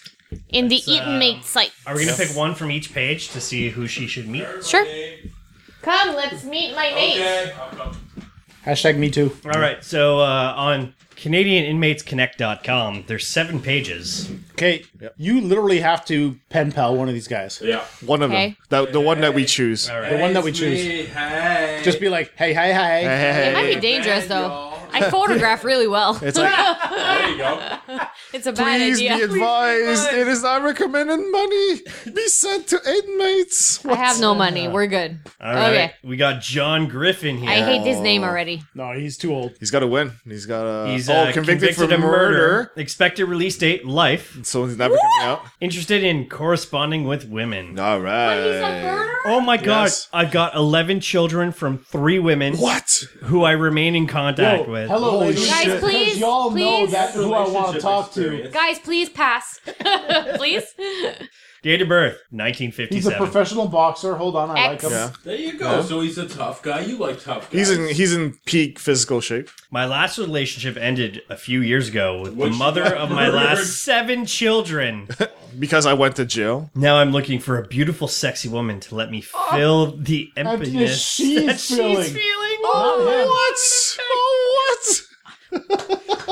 Speaker 5: in the
Speaker 1: That's,
Speaker 5: eaten mate site.
Speaker 1: Are we gonna pick one from each page to see who she should meet?
Speaker 5: Sure. Come, let's meet my mate.
Speaker 7: Hashtag me too.
Speaker 1: All right. So uh, on CanadianInmatesConnect.com, there's seven pages.
Speaker 7: Okay, you literally have to pen pal one of these guys.
Speaker 6: Yeah.
Speaker 4: One of
Speaker 5: Okay.
Speaker 4: them. The, the one that we choose.
Speaker 1: All
Speaker 7: The
Speaker 1: right.
Speaker 7: one that we choose. Just be like, hey, hey, hey.
Speaker 4: Hey, hey,
Speaker 5: It
Speaker 4: hey.
Speaker 5: might be dangerous though. I photograph really well.
Speaker 4: It's like,
Speaker 6: There you go.
Speaker 5: It's a bad
Speaker 4: please be
Speaker 5: idea.
Speaker 4: advised, it is not recommended money be sent to inmates.
Speaker 5: I have no money. We're good.
Speaker 1: All right.
Speaker 5: Okay.
Speaker 1: We got John Griffin here.
Speaker 5: I hate his name already.
Speaker 7: No, he's too old.
Speaker 4: He's got to win. He's got a
Speaker 1: He's
Speaker 4: oh,
Speaker 1: uh,
Speaker 4: convicted,
Speaker 1: convicted,
Speaker 4: for
Speaker 1: of murder.
Speaker 4: murder.
Speaker 1: Expected release date life.
Speaker 4: So he's never coming out.
Speaker 1: Interested in corresponding with women.
Speaker 4: All right.
Speaker 1: Oh my god!
Speaker 4: Yes.
Speaker 1: I've got eleven children from three women
Speaker 4: What?
Speaker 1: who I remain in contact
Speaker 7: Yo,
Speaker 1: with.
Speaker 7: Hello, ladies.
Speaker 5: Guys,
Speaker 7: Because
Speaker 5: please,
Speaker 7: Y'all know
Speaker 5: please.
Speaker 7: that's who I want to talk to.
Speaker 5: Guys, please pass. please.
Speaker 1: Date of birth:
Speaker 7: He's a
Speaker 1: 1957.
Speaker 7: professional boxer. Hold on, I like
Speaker 5: Ex.
Speaker 7: him.
Speaker 4: Yeah.
Speaker 6: There you go. So he's a tough guy. You like tough guys.
Speaker 4: He's in he's in peak physical shape.
Speaker 1: My last relationship ended a few years ago with
Speaker 6: Which-
Speaker 1: the mother of my last seven children.
Speaker 4: Because I went to jail.
Speaker 1: Now I'm looking for a beautiful, sexy woman to let me fill the emptiness
Speaker 7: she's
Speaker 1: that
Speaker 7: feeling.
Speaker 1: she's feeling.
Speaker 4: What? Oh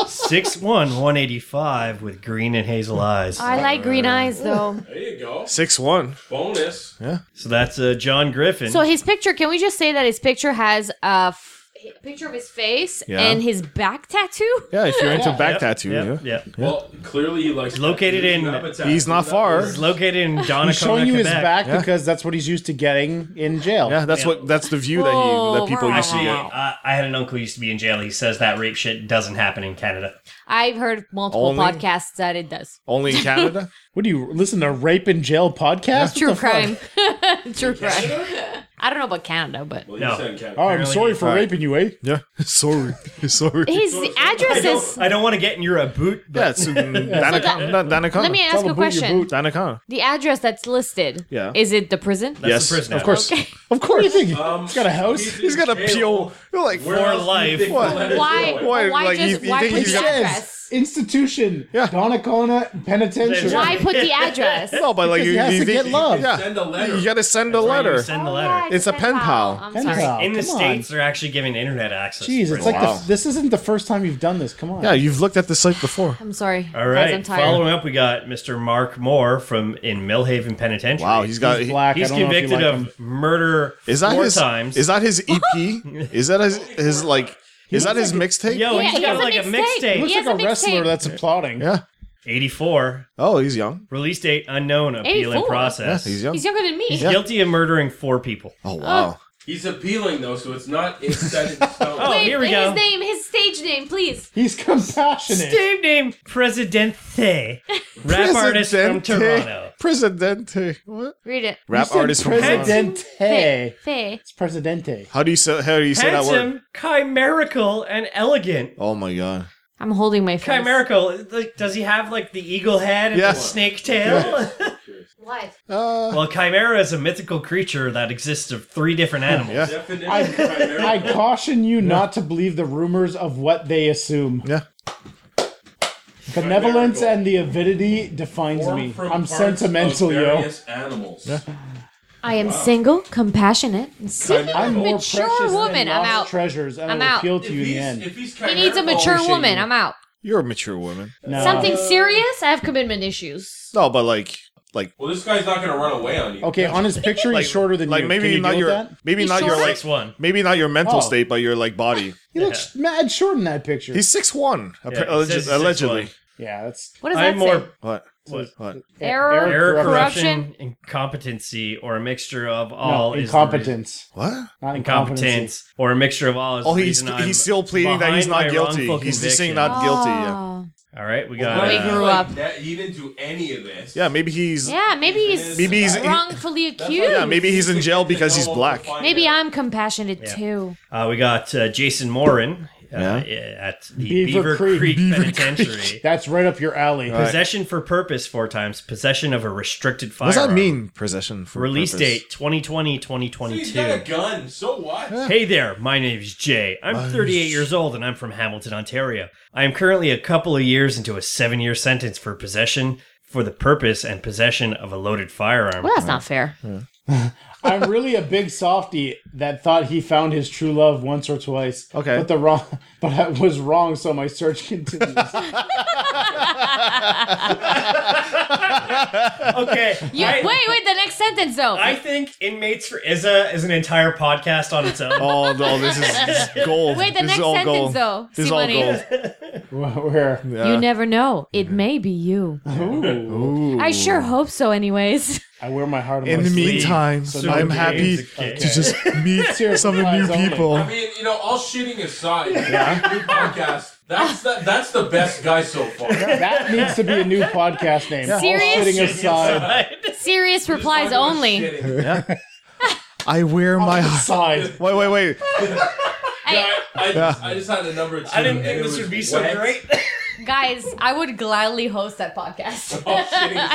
Speaker 1: Six one, one eighty five, with green and hazel eyes.
Speaker 5: I like green eyes though.
Speaker 6: There you go.
Speaker 4: what? Six one.
Speaker 6: Bonus.
Speaker 1: So that's uh, John Griffin.
Speaker 5: So his picture, can we just say that his picture has a f- picture of his face
Speaker 4: Yeah.
Speaker 5: and his back tattoo?
Speaker 4: Yeah, if you're into back tattoo,
Speaker 1: yeah,
Speaker 4: yeah.
Speaker 1: yeah.
Speaker 6: Well, clearly he likes.
Speaker 1: Located in-
Speaker 4: He's not far.
Speaker 1: It's located in Donnacona,
Speaker 7: He's showing you his
Speaker 1: Quebec.
Speaker 7: back
Speaker 4: Yeah.
Speaker 7: because that's what he's used to getting in jail.
Speaker 4: Yeah, that's what that's the view that he
Speaker 5: Whoa,
Speaker 4: that people
Speaker 5: Oh, wow,
Speaker 4: used to
Speaker 5: wow,
Speaker 4: get.
Speaker 5: wow.
Speaker 1: Uh, I had an uncle who used to be in jail. He says that rape shit doesn't happen in Canada.
Speaker 5: I've heard multiple
Speaker 4: Only-
Speaker 5: podcasts that it does.
Speaker 4: Only in Canada.
Speaker 7: What do you listen to? Rape in jail podcast?
Speaker 5: True
Speaker 7: What the fuck?
Speaker 5: crime. True crime. I don't know about Canada, but
Speaker 1: No.
Speaker 7: Oh, I'm
Speaker 1: Apparently
Speaker 7: sorry
Speaker 1: he's
Speaker 7: for raping you, eh?
Speaker 4: yeah. Sorry. Sorry.
Speaker 5: his
Speaker 1: I
Speaker 5: address
Speaker 1: don't,
Speaker 5: is.
Speaker 1: I don't want to get in your uh, boot.
Speaker 4: Yeah, it's in Danakan. Dan- Danakan.
Speaker 5: Let me
Speaker 7: Tell
Speaker 5: ask
Speaker 7: the
Speaker 5: a
Speaker 7: boot your
Speaker 5: question.
Speaker 7: boot.
Speaker 4: Danakan.
Speaker 5: The address that's listed.
Speaker 4: Yeah.
Speaker 5: Is it the prison?
Speaker 1: That's
Speaker 4: Yes,
Speaker 1: the prison
Speaker 4: of
Speaker 1: now.
Speaker 4: course.
Speaker 7: Of course. What do you think? Um, he's got a house.
Speaker 4: He's got a PO. You're like
Speaker 1: For life.
Speaker 4: What?
Speaker 5: Why? Why,
Speaker 4: Why, like,
Speaker 5: just?
Speaker 4: you- you
Speaker 5: why
Speaker 4: think
Speaker 5: put
Speaker 4: you
Speaker 5: the
Speaker 4: got-
Speaker 5: address?
Speaker 7: institution,
Speaker 4: Yeah.
Speaker 7: Donnacona Penitentiary.
Speaker 5: Why put the address? Oh,
Speaker 4: No, but like
Speaker 7: Because
Speaker 4: you,
Speaker 7: he has
Speaker 4: you
Speaker 7: to
Speaker 4: think-
Speaker 7: get love.
Speaker 4: Yeah,
Speaker 6: Send a letter.
Speaker 4: you gotta send a
Speaker 1: That's why you
Speaker 4: letter.
Speaker 1: Send the
Speaker 5: Oh,
Speaker 1: letter.
Speaker 5: yeah,
Speaker 4: It's a pen pal.
Speaker 5: I'm
Speaker 7: Pen
Speaker 5: sorry.
Speaker 7: pal.
Speaker 1: In the
Speaker 7: Come
Speaker 1: states, they're actually giving internet access.
Speaker 7: Jeez,
Speaker 1: for
Speaker 7: it's like
Speaker 4: Wow.
Speaker 7: the, this isn't the first time you've done this. Come on.
Speaker 4: yeah, you've looked at this site before.
Speaker 5: I'm sorry.
Speaker 1: All
Speaker 5: Guys,
Speaker 1: right.
Speaker 5: I'm tired.
Speaker 1: Following up, we got Mr. Mark Moore from in Millhaven Penitentiary.
Speaker 4: Wow, he's got.
Speaker 7: he's black.
Speaker 1: He's
Speaker 7: I don't
Speaker 1: convicted
Speaker 7: know if you like
Speaker 1: of
Speaker 7: him.
Speaker 1: murder
Speaker 4: is that
Speaker 1: four
Speaker 4: his?
Speaker 1: times.
Speaker 4: Is that his EP? is that his, his like? Is that his mixtape?
Speaker 1: Yo,
Speaker 5: Yeah,
Speaker 1: Oh, he's
Speaker 5: he
Speaker 1: got
Speaker 5: has a
Speaker 1: like a
Speaker 5: mixtape.
Speaker 1: mixtape.
Speaker 7: Looks
Speaker 5: He has
Speaker 7: like
Speaker 5: a
Speaker 7: a wrestler
Speaker 5: mixtape.
Speaker 7: that's applauding.
Speaker 4: Yeah.
Speaker 1: 84.
Speaker 4: Oh, he's young.
Speaker 1: Release date unknown. Appeal in
Speaker 5: 84?
Speaker 4: Yeah,
Speaker 1: process.
Speaker 4: he's young.
Speaker 5: He's younger than me.
Speaker 4: Yeah.
Speaker 1: Guilty of murdering four people.
Speaker 4: Oh wow.
Speaker 6: He's appealing though, so it's not it's set in stone.
Speaker 1: Oh,
Speaker 5: Wait,
Speaker 1: here we
Speaker 5: his
Speaker 1: go.
Speaker 5: name, his stage name, please.
Speaker 7: He's compassionate.
Speaker 1: Same name, Presidente. Rap artist from Toronto.
Speaker 4: Presidente. What?
Speaker 5: Read it.
Speaker 7: You
Speaker 4: Rap
Speaker 7: said
Speaker 4: artist from Toronto.
Speaker 7: Presidente.
Speaker 5: Fe.
Speaker 7: It's Presidente.
Speaker 4: How do you say? How do you say that word?
Speaker 1: Handsome, chimerical, and elegant.
Speaker 4: Oh my god.
Speaker 5: I'm holding my face.
Speaker 1: Chimerical. Like, does he have like the eagle head and
Speaker 4: Yeah.
Speaker 1: the snake tail?
Speaker 5: What?
Speaker 4: Uh,
Speaker 1: well, chimera is a mythical creature that exists of three different animals.
Speaker 4: Yeah.
Speaker 6: Definition
Speaker 7: I,
Speaker 6: primarily.
Speaker 7: I caution you not to believe the rumors of what they assume.
Speaker 4: yeah.
Speaker 7: Benevolence
Speaker 6: Chimerical.
Speaker 7: and the avidity defines
Speaker 6: Formed
Speaker 7: me.
Speaker 6: from
Speaker 7: I'm
Speaker 6: parts
Speaker 7: sentimental,
Speaker 6: of
Speaker 7: yo.
Speaker 6: various Animals.
Speaker 5: I am single, compassionate, and single.
Speaker 7: I'm more
Speaker 5: Mature
Speaker 7: precious
Speaker 5: woman,
Speaker 7: than
Speaker 5: I'm
Speaker 7: lost
Speaker 5: out.
Speaker 7: treasures, and
Speaker 5: I'm
Speaker 7: I will
Speaker 5: out.
Speaker 7: appeal to
Speaker 6: If
Speaker 7: you in the
Speaker 6: he's-
Speaker 7: end.
Speaker 6: if he's
Speaker 5: He needs a
Speaker 6: chimerical-
Speaker 5: mature
Speaker 7: shit,
Speaker 5: woman.
Speaker 7: you-
Speaker 5: I'm out.
Speaker 4: You're a mature woman.
Speaker 7: No.
Speaker 5: Something serious? I have commitment issues.
Speaker 4: No, but like, like,
Speaker 6: Well, this guy's not gonna run away on you.
Speaker 7: Okay, on his picture,
Speaker 4: like
Speaker 7: he's shorter than
Speaker 4: like
Speaker 7: you.
Speaker 4: maybe
Speaker 7: Can you
Speaker 4: not
Speaker 7: deal
Speaker 4: your
Speaker 7: with that?
Speaker 4: maybe
Speaker 5: He's
Speaker 4: not your
Speaker 5: short?
Speaker 4: like
Speaker 1: Six one.
Speaker 4: maybe not your mental
Speaker 7: Oh.
Speaker 4: state, but your like body.
Speaker 7: He looks mad short in that picture.
Speaker 4: He's six one
Speaker 1: Yeah, he says he's
Speaker 4: allegedly.
Speaker 1: 6'1".
Speaker 7: yeah, that's
Speaker 5: What does
Speaker 1: I'm
Speaker 5: that
Speaker 1: more
Speaker 5: say?
Speaker 4: What?
Speaker 1: What?
Speaker 4: What?
Speaker 5: Error,
Speaker 7: error,
Speaker 1: error,
Speaker 5: corruption.
Speaker 1: corruption, incompetency, or a mixture of all
Speaker 7: no,
Speaker 1: is the reason-
Speaker 7: incompetence,
Speaker 4: What?
Speaker 5: Uh,
Speaker 7: not incompetence.
Speaker 1: incompetence, or a mixture of all. Is
Speaker 4: Oh,
Speaker 1: the
Speaker 4: he's
Speaker 1: reason I'm
Speaker 4: he's still pleading that he's not
Speaker 1: behind my
Speaker 4: guilty.
Speaker 1: wrongful
Speaker 4: He's just saying
Speaker 1: conviction.
Speaker 4: not guilty. Yeah.
Speaker 5: Ah.
Speaker 1: All right, we
Speaker 6: What
Speaker 1: got.
Speaker 6: if
Speaker 5: Wait,
Speaker 6: he,
Speaker 5: grew
Speaker 1: Uh,
Speaker 6: like,
Speaker 5: up.
Speaker 6: that- he didn't do any of this.
Speaker 4: Yeah, maybe he's
Speaker 5: Yeah, maybe he's
Speaker 4: Maybe he's- he-
Speaker 5: wrongfully accused.
Speaker 4: yeah, maybe he's in jail because he's
Speaker 6: No,
Speaker 4: black.
Speaker 6: we'll find
Speaker 5: Maybe
Speaker 6: out.
Speaker 5: I'm compassionate too.
Speaker 1: uh, we got uh, Jason Morin uh,
Speaker 4: Yeah.
Speaker 1: at the
Speaker 7: Beaver
Speaker 1: Beaver, Creek,
Speaker 7: Creek.
Speaker 1: Penitentiary.
Speaker 7: That's right up your alley.
Speaker 1: Possession for purpose four times. Possession of a restricted firearm.
Speaker 4: What does that mean? Possession for
Speaker 1: Release
Speaker 4: purpose?
Speaker 1: date 2020
Speaker 6: So He's got a
Speaker 1: 2022.
Speaker 6: gun. So what?
Speaker 1: Hey there, my name's Jay. I'm 38 years old and I'm from Hamilton, Ontario. I am currently a couple of years into a seven year sentence for possession for the purpose and possession of a loaded firearm.
Speaker 5: Well, that's not fair.
Speaker 7: I'm really a big softy that thought he found his true love once or twice.
Speaker 4: Okay.
Speaker 7: but the wrong, but I was wrong, so my search continues.
Speaker 1: Okay.
Speaker 5: You,
Speaker 1: I-
Speaker 5: wait, wait, the next sentence though.
Speaker 1: I think Inmates for Izza is an entire podcast on its own.
Speaker 4: Oh no, this is, this is gold.
Speaker 5: wait, the
Speaker 4: this
Speaker 5: next
Speaker 4: is all
Speaker 5: sentence
Speaker 4: gold.
Speaker 5: though.
Speaker 4: This is all
Speaker 5: Simone.
Speaker 4: gold.
Speaker 7: Where?
Speaker 4: Uh,
Speaker 5: You never know. It may be you.
Speaker 7: Ooh.
Speaker 5: I sure hope so, anyways.
Speaker 7: I wear my heart on
Speaker 4: In
Speaker 7: my
Speaker 4: the
Speaker 7: sleeve.
Speaker 4: meantime,
Speaker 7: So
Speaker 4: I'm
Speaker 7: no
Speaker 4: happy
Speaker 7: games.
Speaker 4: to
Speaker 7: Okay.
Speaker 4: just meet some new
Speaker 7: Eyes only.
Speaker 4: people.
Speaker 6: I mean, you know, all shitting aside, new podcast. That's the, that's the best guy so far.
Speaker 7: That needs to be a new podcast name. All
Speaker 5: Serious?
Speaker 7: sitting aside.
Speaker 5: Serious replies only.
Speaker 6: Shitting.
Speaker 4: I wear my heart.
Speaker 7: Aside.
Speaker 4: Wait, wait, wait.
Speaker 5: Hey,
Speaker 6: I, I, I just had a number two.
Speaker 1: I didn't
Speaker 6: and
Speaker 1: think
Speaker 6: it
Speaker 1: this
Speaker 6: was
Speaker 1: would be so
Speaker 6: wet.
Speaker 1: great.
Speaker 5: guys, I would gladly host that podcast.
Speaker 6: All shitting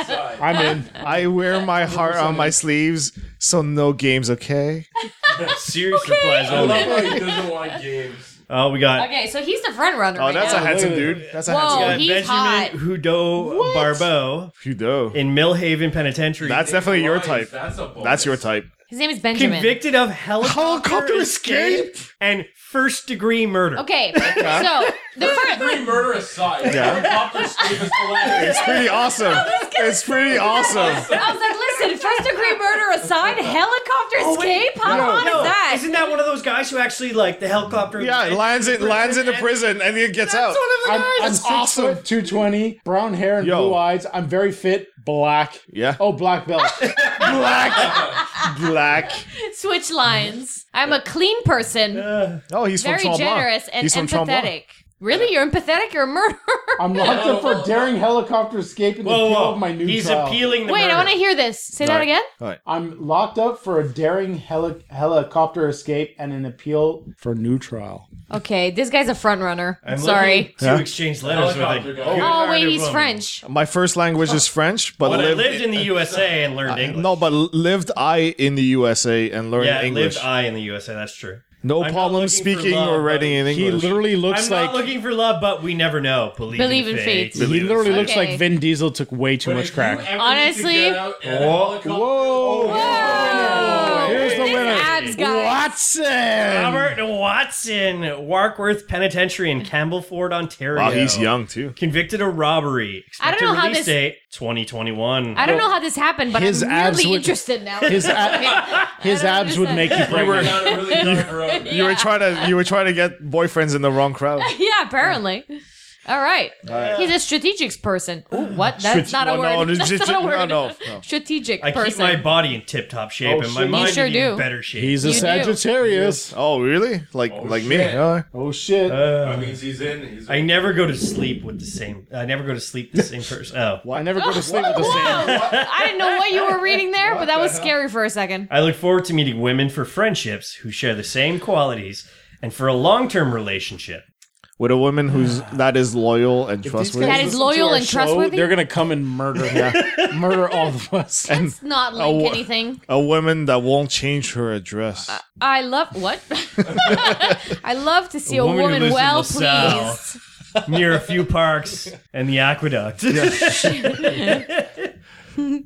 Speaker 6: aside.
Speaker 7: I'm in.
Speaker 4: I wear my heart on my sleeves, so no games, okay?
Speaker 1: Serious replies
Speaker 6: I love
Speaker 1: only.
Speaker 6: how he doesn't want games.
Speaker 1: Oh, we got
Speaker 5: Okay, so he's the front runner.
Speaker 4: Oh,
Speaker 5: right
Speaker 4: that's
Speaker 5: now.
Speaker 4: a handsome dude. That's a
Speaker 5: Whoa.
Speaker 4: handsome
Speaker 1: Uh,
Speaker 5: He's
Speaker 1: Benjamin
Speaker 5: hot.
Speaker 1: Hudeau Barbeau
Speaker 4: You do.
Speaker 1: in Millhaven Penitentiary.
Speaker 4: That's definitely your
Speaker 6: Lies,
Speaker 4: type.
Speaker 6: That's a bonus.
Speaker 4: That's your type.
Speaker 5: His name is Benjamin.
Speaker 1: convicted of helicopter,
Speaker 4: Helicopter
Speaker 1: escape, and first degree murder.
Speaker 5: Okay, so the first.
Speaker 6: Three murder aside.
Speaker 4: Yeah.
Speaker 6: Helicopter Steve is hilarious.
Speaker 4: It's pretty awesome. It's pretty awesome.
Speaker 5: I was like, listen, first degree murder aside, helicopter escape? How
Speaker 1: No,
Speaker 5: on
Speaker 1: no.
Speaker 5: is that?
Speaker 1: Isn't that one of those guys who actually like the helicopter?
Speaker 4: Yeah, it lands it lands in the prison and it gets out.
Speaker 1: That's one of the
Speaker 7: I'm,
Speaker 1: guys.
Speaker 7: I'm
Speaker 4: That's
Speaker 7: six
Speaker 4: awesome.
Speaker 7: foot, 220, brown hair and
Speaker 4: Yo.
Speaker 7: blue eyes. I'm very fit, black.
Speaker 4: Yeah.
Speaker 7: Oh, black belt.
Speaker 4: Black. Black.
Speaker 5: Switch lines. I'm a clean person,
Speaker 4: Oh, he's
Speaker 5: very
Speaker 4: from Tremblant.
Speaker 5: generous, and
Speaker 4: he's from Tremblant.
Speaker 5: empathetic. Really? You're empathetic? You're a murderer?
Speaker 7: I'm locked up for daring helicopter escape in the
Speaker 1: Whoa,
Speaker 7: appeal
Speaker 1: whoa.
Speaker 7: of my new
Speaker 1: Oh, He's
Speaker 7: trial.
Speaker 1: appealing the
Speaker 5: Wait,
Speaker 1: murder.
Speaker 5: I want to hear this. Say that
Speaker 4: Sorry.
Speaker 5: again.
Speaker 4: All right.
Speaker 7: I'm locked up for a daring heli- helicopter escape and an appeal for new trial.
Speaker 5: Okay, this guy's a front runner.
Speaker 1: I'm
Speaker 5: Sorry.
Speaker 1: looking to exchange letters with
Speaker 6: Helicopter
Speaker 1: a
Speaker 6: guy.
Speaker 1: good
Speaker 5: Oh, wait,
Speaker 1: hearted
Speaker 5: he's
Speaker 1: woman.
Speaker 5: French.
Speaker 4: My first language is French, but
Speaker 1: But I
Speaker 4: lived,
Speaker 1: lived in the USA and learned English.
Speaker 4: no, but lived I in the USA and learned
Speaker 1: yeah,
Speaker 4: English.
Speaker 1: lived I in the USA. That's true.
Speaker 4: No
Speaker 1: not
Speaker 4: problem
Speaker 1: looking for
Speaker 4: speaking
Speaker 1: love,
Speaker 4: or writing in
Speaker 1: buddy.
Speaker 7: He
Speaker 4: English.
Speaker 7: literally looks
Speaker 1: I'm not
Speaker 7: like
Speaker 1: looking for love, but we never know. Believe,
Speaker 5: Believe
Speaker 1: in
Speaker 5: in
Speaker 1: fate.
Speaker 5: faith.
Speaker 7: he literally looks
Speaker 5: Okay.
Speaker 7: like Vin Diesel took way too much crack.
Speaker 5: Honestly- Oh,
Speaker 7: Here's the
Speaker 5: His
Speaker 7: winner.
Speaker 5: abs, guys.
Speaker 7: Watson.
Speaker 1: Robert Watson, Warkworth Penitentiary in Campbell Ford, Ontario.
Speaker 4: Wow, he's young too.
Speaker 1: Convicted of robbery.
Speaker 5: I don't
Speaker 1: Expected
Speaker 5: know how
Speaker 1: release
Speaker 5: this-
Speaker 1: date 2021.
Speaker 5: I don't know how this happened, but
Speaker 7: His
Speaker 5: I'm
Speaker 7: abs
Speaker 5: really
Speaker 7: would-
Speaker 5: interested now.
Speaker 7: His a- his
Speaker 5: don't
Speaker 7: abs would make you
Speaker 5: understand.
Speaker 7: pregnant.
Speaker 4: You were trying to you were trying to get boyfriends in the wrong crowd.
Speaker 5: yeah, apparently. All right. He's a strategic person. Ooh, what? That's
Speaker 4: Strate-
Speaker 5: not a
Speaker 4: well, no,
Speaker 5: word.
Speaker 4: it's
Speaker 5: That's
Speaker 4: just-
Speaker 5: not a
Speaker 4: no,
Speaker 5: word.
Speaker 4: no, no.
Speaker 5: Strategic
Speaker 1: I keep
Speaker 5: person.
Speaker 1: my body in tip top shape and my
Speaker 7: shit.
Speaker 1: mind
Speaker 5: You sure
Speaker 1: in even
Speaker 5: do.
Speaker 1: better shape.
Speaker 7: He's a
Speaker 5: You do.
Speaker 7: Sagittarius.
Speaker 4: Oh, really? Like like me? Yeah.
Speaker 7: Oh shit.
Speaker 6: That means he's in. He's
Speaker 1: I never go to sleep with the same. I never go to sleep the same person. Oh,
Speaker 7: I never go to sleep with the
Speaker 5: Whoa!
Speaker 7: same.
Speaker 5: I didn't know what you were reading there, but that was scary for a second.
Speaker 1: I look forward to meeting women for friendships who share the same qualities and for a long term relationship.
Speaker 4: With a woman who's that is loyal and trustworthy.
Speaker 5: That is
Speaker 7: Listen
Speaker 5: loyal
Speaker 7: to our
Speaker 5: and trustworthy?
Speaker 7: They're gonna come and murder him. murder all of us.
Speaker 5: Let's not link
Speaker 4: wha-
Speaker 5: anything.
Speaker 4: a woman that won't change her address.
Speaker 5: I love what? I love to see a,
Speaker 1: woman who
Speaker 5: woman,
Speaker 1: lives in
Speaker 5: well
Speaker 1: LaSalle.
Speaker 5: pleased.
Speaker 1: near a few parks and the aqueduct. so
Speaker 5: Okay,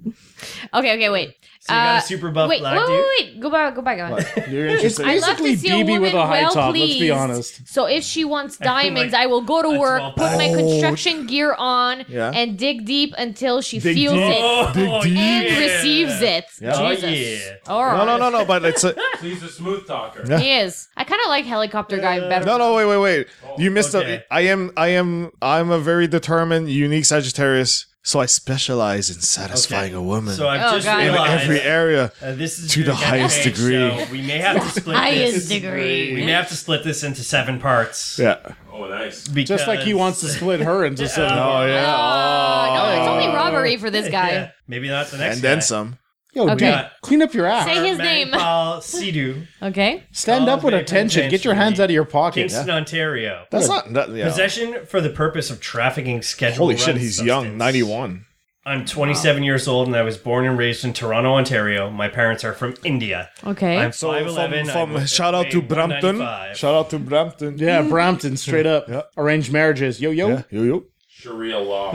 Speaker 5: okay, wait.
Speaker 1: you got
Speaker 5: Uh,
Speaker 1: a super buff
Speaker 5: wait,
Speaker 1: black
Speaker 5: wait,
Speaker 1: dude.
Speaker 5: wait, wait. Go back, go back. Go back.
Speaker 4: You're
Speaker 7: It's
Speaker 4: interested.
Speaker 7: basically BB with a high top. Let's be
Speaker 5: well-pleased.
Speaker 7: honest.
Speaker 5: So if she wants
Speaker 1: feel
Speaker 5: diamonds,
Speaker 1: like
Speaker 5: I will go to
Speaker 1: that's
Speaker 5: work,
Speaker 1: well
Speaker 5: put my construction gear on,
Speaker 4: Yeah.
Speaker 5: and dig deep until she feels
Speaker 4: deep.
Speaker 5: it
Speaker 1: Oh,
Speaker 5: and receives it.
Speaker 1: Oh,
Speaker 5: Jesus.
Speaker 1: yeah.
Speaker 5: All right.
Speaker 4: No, no, no, no. But it's a,
Speaker 6: he's a smooth talker.
Speaker 5: He is. I kind of like helicopter guy better.
Speaker 4: no, no. Wait, wait, wait. You missed
Speaker 1: okay.
Speaker 4: a. I am, I am, I'm a very determined, unique Sagittarius. So I specialize in satisfying a woman
Speaker 1: So I've
Speaker 5: Oh,
Speaker 1: just
Speaker 5: God. In
Speaker 4: in
Speaker 1: realized
Speaker 4: every area.
Speaker 1: uh, this is
Speaker 4: To the
Speaker 1: gonna get
Speaker 4: highest
Speaker 1: changed,
Speaker 4: degree.
Speaker 1: So we may have to split
Speaker 5: Highest
Speaker 1: this.
Speaker 5: degree.
Speaker 1: We may have to split this into seven parts.
Speaker 4: Yeah.
Speaker 6: Oh, nice.
Speaker 1: because-
Speaker 7: Just like he wants to split her into seven.
Speaker 4: Oh
Speaker 5: Uh,
Speaker 4: yeah.
Speaker 5: no, it's
Speaker 4: Oh.
Speaker 5: only robbery for this guy.
Speaker 1: Yeah, maybe not the next.
Speaker 4: and
Speaker 1: guy.
Speaker 4: then some.
Speaker 7: Yo,
Speaker 5: Okay.
Speaker 7: dude, clean up your ass.
Speaker 5: Say his
Speaker 1: Man,
Speaker 5: name.
Speaker 1: Paul Sidhu,
Speaker 5: Okay.
Speaker 7: Stand up
Speaker 1: Calls
Speaker 7: with
Speaker 1: me
Speaker 7: attention. Get your hands out of your pocket.
Speaker 1: Kingston, Ontario.
Speaker 4: That's not. That, yeah.
Speaker 1: Possession for the purpose of trafficking scheduled.
Speaker 4: Holy
Speaker 1: run
Speaker 4: shit, he's
Speaker 1: substance.
Speaker 4: young. Ninety-one.
Speaker 1: I'm 27 years old, and I was born and raised in Toronto, Ontario. My parents are from India.
Speaker 5: Okay.
Speaker 1: I'm
Speaker 4: So
Speaker 1: 5'11", I
Speaker 4: from, from
Speaker 1: would
Speaker 4: shout out
Speaker 1: weigh
Speaker 4: to Brampton.
Speaker 1: 195.
Speaker 4: Shout out to Brampton.
Speaker 7: Yeah, Brampton, straight up.
Speaker 4: Yeah.
Speaker 7: Arranged marriages. Yo, yo.
Speaker 4: Yeah. Yo yo.
Speaker 6: Sharia law.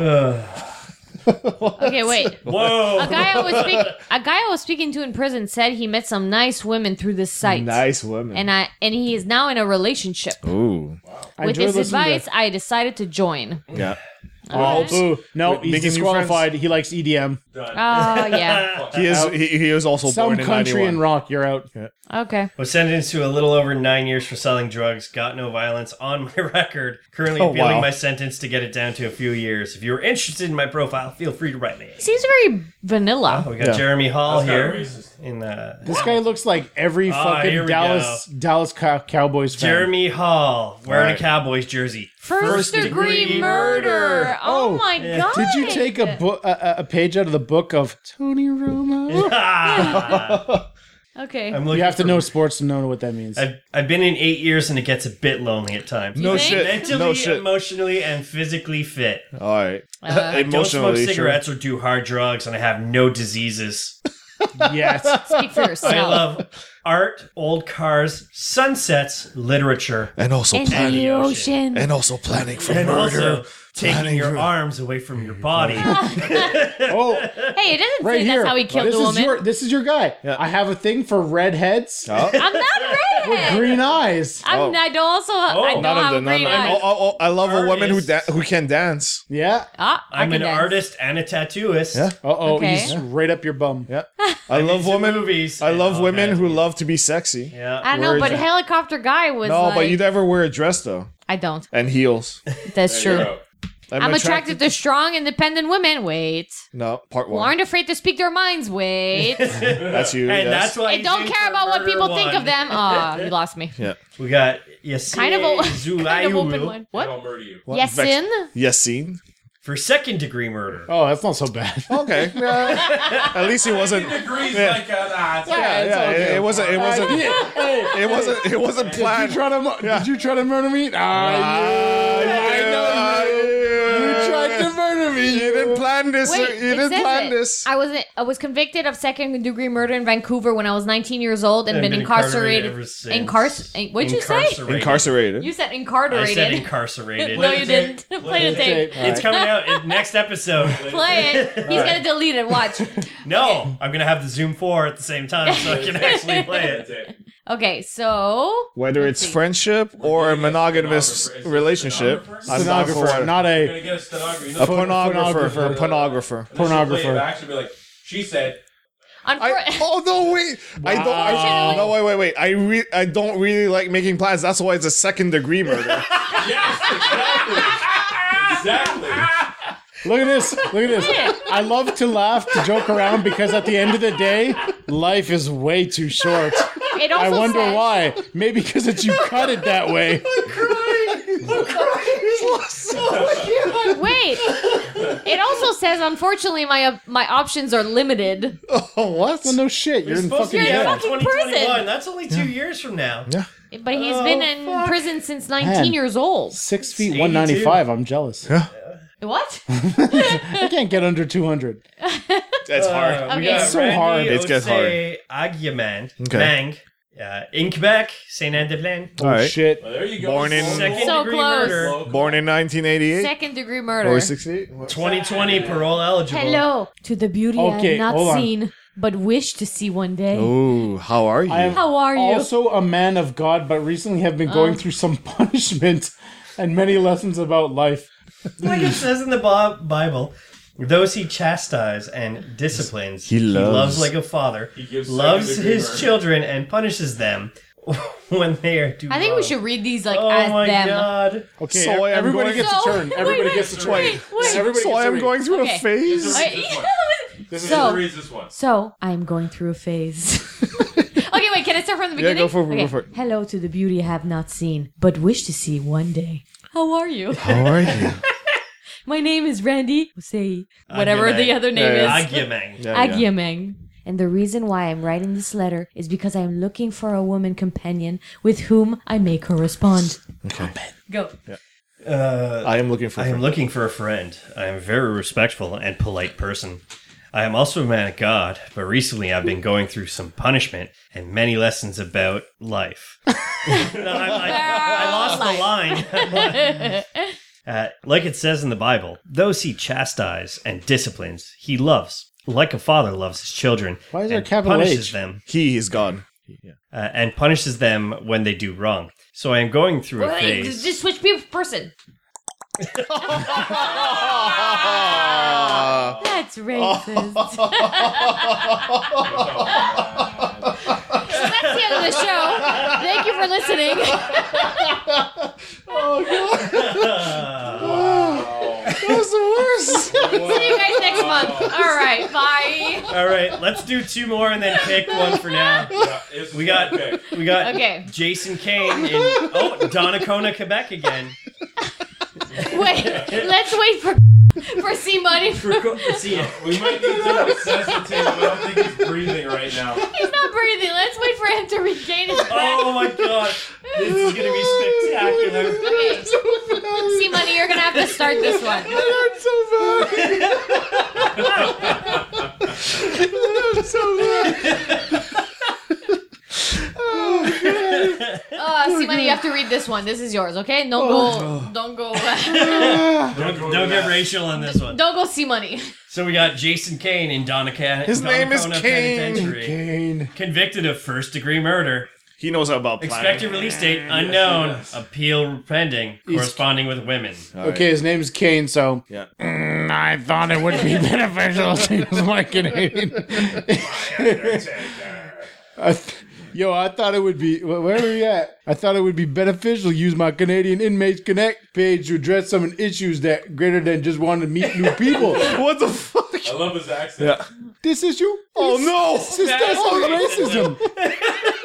Speaker 5: Okay, wait.
Speaker 1: Whoa!
Speaker 5: A guy I was speak- a guy I was speaking to in prison said he met some nice women through this site.
Speaker 4: Nice woman.
Speaker 5: And I and he is now in a relationship.
Speaker 4: Ooh.
Speaker 7: I
Speaker 5: With
Speaker 7: enjoy listening
Speaker 5: this
Speaker 7: to-
Speaker 5: advice, I decided to join.
Speaker 4: Yeah.
Speaker 7: Ooh, no,
Speaker 4: Wait,
Speaker 7: he's
Speaker 4: making new
Speaker 7: disqualified. He likes E EDM.
Speaker 5: Oh yeah.
Speaker 4: He is. He, he is also
Speaker 7: Some
Speaker 4: born in
Speaker 7: country
Speaker 4: ninety-one.
Speaker 7: and rock. You're out.
Speaker 5: Okay.
Speaker 1: Was sentenced to a little over nine years for selling drugs. Got no violence on my record. Currently
Speaker 4: Oh,
Speaker 1: appealing
Speaker 4: wow.
Speaker 1: my sentence to get it down to a few years. If you're interested in my profile, feel free to write me.
Speaker 5: Seems very vanilla.
Speaker 1: We got
Speaker 4: Yeah.
Speaker 1: Jeremy Hall here.
Speaker 6: kinda
Speaker 1: In uh,
Speaker 7: This guy looks like every
Speaker 1: Ah, here
Speaker 7: fucking
Speaker 1: we
Speaker 7: Dallas Dallas Cow- Cowboys fan.
Speaker 1: Jeremy Hall wearing a
Speaker 4: Right.
Speaker 1: Cowboys jersey.
Speaker 5: First, degree, murder. Oh, my god.
Speaker 7: Did you take a book, a, a- a page out of the book of Tony Romo?
Speaker 1: Ah!
Speaker 5: Okay.
Speaker 1: I'm looking
Speaker 7: you have to
Speaker 1: for-
Speaker 7: know sports to know what that means.
Speaker 1: I've, I've been in eight years and it gets a bit lonely at times.
Speaker 4: No
Speaker 5: You think?
Speaker 4: shit.
Speaker 1: Mentally,
Speaker 4: No shit.
Speaker 1: emotionally, and physically fit.
Speaker 4: All right.
Speaker 1: Don't smoke
Speaker 4: Emotionally. sure.
Speaker 1: cigarettes or do hard drugs, and I have no diseases.
Speaker 7: yes.
Speaker 5: Speak for yourself.
Speaker 1: I love art, old cars, sunsets, literature,
Speaker 4: And also
Speaker 5: and
Speaker 4: planning.
Speaker 5: the
Speaker 1: ocean.
Speaker 5: ocean.
Speaker 4: And also planning for
Speaker 1: and
Speaker 4: murder.
Speaker 1: also taking
Speaker 4: planning
Speaker 1: your
Speaker 4: for-
Speaker 1: arms away from your body.
Speaker 7: Oh,
Speaker 5: Hey, it doesn't
Speaker 7: right
Speaker 5: say
Speaker 7: here.
Speaker 5: that's how he killed
Speaker 7: this
Speaker 5: a
Speaker 7: is
Speaker 5: woman.
Speaker 7: Your, this is your guy. I have a thing for redheads,
Speaker 4: Oh.
Speaker 5: I'm not redhead.
Speaker 7: green eyes.
Speaker 5: I'm,
Speaker 4: Oh.
Speaker 5: I don't also. I don't
Speaker 4: None of
Speaker 5: have
Speaker 4: them. None
Speaker 5: green
Speaker 4: of them.
Speaker 5: eyes.
Speaker 4: Oh, oh, oh, I love a woman who da-
Speaker 1: Artists.
Speaker 4: who can dance.
Speaker 7: Yeah.
Speaker 5: Ah, I
Speaker 1: I'm
Speaker 5: can
Speaker 1: an
Speaker 5: dance.
Speaker 1: artist and a tattooist.
Speaker 4: Yeah.
Speaker 7: Uh oh,
Speaker 5: Okay.
Speaker 7: he's right up your bum.
Speaker 4: Yeah. I love
Speaker 1: Into
Speaker 4: women.
Speaker 1: movies.
Speaker 4: I love
Speaker 1: Oh,
Speaker 4: women
Speaker 1: man.
Speaker 4: who love to be sexy.
Speaker 1: Yeah.
Speaker 5: I know,
Speaker 4: Where
Speaker 5: but
Speaker 4: is it?
Speaker 5: helicopter guy was.
Speaker 4: No,
Speaker 5: like,
Speaker 4: but you never wear a dress though,
Speaker 5: I don't.
Speaker 4: and heels.
Speaker 5: That's true.
Speaker 4: I'm,
Speaker 5: I'm attracted to strong, independent women. Wait.
Speaker 4: No, part
Speaker 5: Who
Speaker 4: one.
Speaker 5: aren't afraid to speak their minds. Wait.
Speaker 4: That's you.
Speaker 1: and
Speaker 4: yes.
Speaker 1: that's why
Speaker 5: and
Speaker 1: you
Speaker 5: don't
Speaker 1: think
Speaker 5: care
Speaker 1: for
Speaker 5: about what
Speaker 1: murder
Speaker 5: people think
Speaker 1: one.
Speaker 5: of them. Ah, you lost me.
Speaker 1: We got yes,
Speaker 5: Kind of a kind of open one. What?
Speaker 6: I'll murder you.
Speaker 5: Yes,
Speaker 4: Vex-
Speaker 5: in.
Speaker 4: Yassine.
Speaker 1: for second degree murder.
Speaker 7: Oh, that's not so bad.
Speaker 4: Okay. Yeah. At least it wasn't.
Speaker 6: Degrees like
Speaker 4: Yeah,
Speaker 6: a
Speaker 4: yeah, it, it wasn't. It wasn't. It wasn't. It wasn't planned.
Speaker 7: Try to, mu- Did you try to murder me? Ah, you-
Speaker 4: I
Speaker 7: I know you. You tried to
Speaker 4: murder me. You didn't
Speaker 9: plan this.
Speaker 5: Wait,
Speaker 9: you
Speaker 5: it
Speaker 9: didn't
Speaker 5: says
Speaker 9: plan
Speaker 5: it.
Speaker 9: this.
Speaker 5: I was I was convicted of second degree murder in Vancouver when I was 19 years old and,
Speaker 1: And
Speaker 5: been,
Speaker 1: been incarcerated
Speaker 5: incarcerated.
Speaker 1: ever since.
Speaker 5: Incarcerated. What'd you say?
Speaker 1: Incarcerated.
Speaker 4: Incarcerated.
Speaker 5: You said incarcerated.
Speaker 1: I said incarcerated.
Speaker 5: no, you didn't. Play the tape.
Speaker 1: It's coming out in next episode.
Speaker 5: Play it. He's gonna delete it. Watch.
Speaker 1: No, I'm gonna have the Zoom four at the same time so I can actually play it.
Speaker 5: Okay, so
Speaker 4: Whether it's friendship or a monogamous relationship, I'm not for
Speaker 7: Stenographer,
Speaker 4: it.
Speaker 7: not
Speaker 6: We're gonna
Speaker 7: a
Speaker 6: get a stenographer.
Speaker 4: a pornographer. A
Speaker 7: pornographer.
Speaker 4: pornographer.
Speaker 6: Play it
Speaker 7: pornographer.
Speaker 6: back. She'll be like, she said,
Speaker 5: unfor-
Speaker 4: Oh no! Wait, I don't. I,
Speaker 5: Unfortunately-
Speaker 4: no, wait, wait, wait. I re- I don't really like making plans. That's why it's a second degree murder.
Speaker 6: exactly.
Speaker 7: Look at this. Look at this. I love to laugh, to joke around, because at the end of the day, life is way too short.
Speaker 5: it also
Speaker 7: oh, I wonder
Speaker 5: says,
Speaker 7: why. Maybe because that you cut it that way.
Speaker 5: Wait. It also says, unfortunately, my uh, my options are limited.
Speaker 4: oh, what?
Speaker 7: Well, no shit. You're, in fucking
Speaker 5: be
Speaker 7: jail.
Speaker 5: out. fucking prison.
Speaker 1: That's only two years from now.
Speaker 5: But he's been in
Speaker 1: fuck.
Speaker 5: prison since 19
Speaker 7: Oh, Man.
Speaker 5: years old.
Speaker 7: Six feet, one ninety five. I'm jealous.
Speaker 5: What?
Speaker 7: I can't get under two hundred.
Speaker 4: That's hard.
Speaker 1: Uh, we
Speaker 5: Okay.
Speaker 1: got
Speaker 5: It's
Speaker 7: so hard.
Speaker 1: Randy
Speaker 4: It's gets
Speaker 1: Osei Agyeman,
Speaker 4: Okay.
Speaker 1: Mang, uh, in Quebec, Saint Anne de Plaine.
Speaker 4: All right.
Speaker 7: Shit.
Speaker 6: Well, there you go.
Speaker 4: Born in-
Speaker 1: Second
Speaker 5: So
Speaker 1: degree
Speaker 5: close.
Speaker 1: murder.
Speaker 6: Local.
Speaker 4: Born in 1988
Speaker 5: Second degree
Speaker 4: or
Speaker 5: murder.
Speaker 4: 68.
Speaker 1: 2020 parole eligible.
Speaker 5: Hello to the beauty
Speaker 7: Okay,
Speaker 5: I've not
Speaker 7: hold on.
Speaker 5: seen, but wish to see one day.
Speaker 4: Oh, how are you?
Speaker 7: I am
Speaker 5: How are you?
Speaker 7: also a man of God, but recently have been going through some punishment and many lessons about life.
Speaker 1: Like it says in the Bi- Bible, those he chastises and disciplines, he
Speaker 4: loves.
Speaker 1: like a father, he
Speaker 6: gives
Speaker 1: loves
Speaker 6: second-degree
Speaker 1: his
Speaker 6: murder.
Speaker 1: children and punishes them when they are too
Speaker 5: I
Speaker 7: uh,
Speaker 5: think we
Speaker 1: wrong.
Speaker 5: should read these like
Speaker 1: Oh
Speaker 5: as
Speaker 1: my
Speaker 5: them.
Speaker 1: god.
Speaker 7: Okay,
Speaker 4: So I am
Speaker 7: everybody
Speaker 4: going-
Speaker 7: gets
Speaker 5: So-
Speaker 7: a turn. Everybody
Speaker 5: wait, wait,
Speaker 7: gets a turn.
Speaker 5: wait, wait.
Speaker 7: Everybody
Speaker 4: so
Speaker 7: gets
Speaker 4: I
Speaker 7: a
Speaker 4: am
Speaker 7: ring.
Speaker 4: going through
Speaker 5: Okay.
Speaker 4: a phase.
Speaker 5: I-
Speaker 6: Who
Speaker 5: so,
Speaker 6: reads this one?
Speaker 5: so I'm going through a phase. okay, wait. Can I start from the
Speaker 4: Yeah,
Speaker 5: beginning?
Speaker 4: go for it, go
Speaker 5: Okay.
Speaker 4: for it.
Speaker 5: Hello to the beauty I have not seen, but wish to see one day. How are you?
Speaker 4: How are you?
Speaker 5: My name is Randy. Say whatever the
Speaker 1: Agyemang.
Speaker 5: other name
Speaker 4: Yeah,
Speaker 5: is.
Speaker 4: yeah.
Speaker 1: Agyemang.
Speaker 4: Yeah, yeah.
Speaker 5: Agyemang. And the reason why I'm writing this letter is because I am looking for a woman companion with whom I may correspond.
Speaker 4: Okay.
Speaker 5: Go.
Speaker 1: Uh,
Speaker 4: I am looking for.
Speaker 1: I am looking for a friend. I am a very respectful and polite person. I am also a man of God, but recently I've been going through some punishment and many lessons about life. No, I, I- I lost the line. Uh, like it says in the Bible, those he chastises and disciplines, he loves, like a father loves his children.
Speaker 7: Why is there
Speaker 1: and
Speaker 7: a capital
Speaker 1: punishes
Speaker 7: H?
Speaker 1: them
Speaker 4: he is gone.
Speaker 1: uh, and punishes them when they do wrong. So I am going through a
Speaker 5: Wait,
Speaker 1: phase.
Speaker 5: just, just switch pe- person.
Speaker 7: Uh,
Speaker 5: That's racist. So that's the end of the show. Thank you for listening.
Speaker 4: Oh, That was the worst.
Speaker 5: See you guys next month. All right, bye.
Speaker 1: All right, let's do two more and then pick one for now. We got we got
Speaker 5: Okay.
Speaker 1: Jason Kane in oh Donnacona, Quebec again.
Speaker 5: Wait, let's wait for for C money. For,
Speaker 1: See,
Speaker 6: We might need to resuscitate him. I don't think he's breathing right now.
Speaker 5: he's not breathing. Let's wait for him to regain his breath.
Speaker 1: oh my god, this is gonna be spectacular.
Speaker 5: Okay. C money, you're gonna have to start this one. Uh, C money, you have to read this one. This is yours, okay? Don't
Speaker 4: Oh.
Speaker 5: go. Don't go.
Speaker 1: Don't, don't get racial on this one.
Speaker 5: don't go. C money.
Speaker 1: So we got Jason Kane in Donnacona.
Speaker 4: His name is
Speaker 1: Donnacona
Speaker 4: Kane.
Speaker 1: Penitentiary.
Speaker 7: Kane.
Speaker 1: Convicted of first degree murder.
Speaker 4: He knows about
Speaker 1: Expected
Speaker 4: planning.
Speaker 1: release date unknown. Appeal pending. Corresponding with women. Oh
Speaker 7: Okay, his name is Kane, so
Speaker 4: Yeah.
Speaker 7: Mm, I thought it would be beneficial to use my Canadian. I th- Yo, I thought it would be wh- where are we at? I thought it would be beneficial to use my Canadian Inmates Connect page to address some issues that greater than just wanting to meet new people.
Speaker 4: What the fuck?
Speaker 6: I love his accent.
Speaker 4: Yeah.
Speaker 7: this issue?
Speaker 4: Oh no!
Speaker 7: This is that's all racism.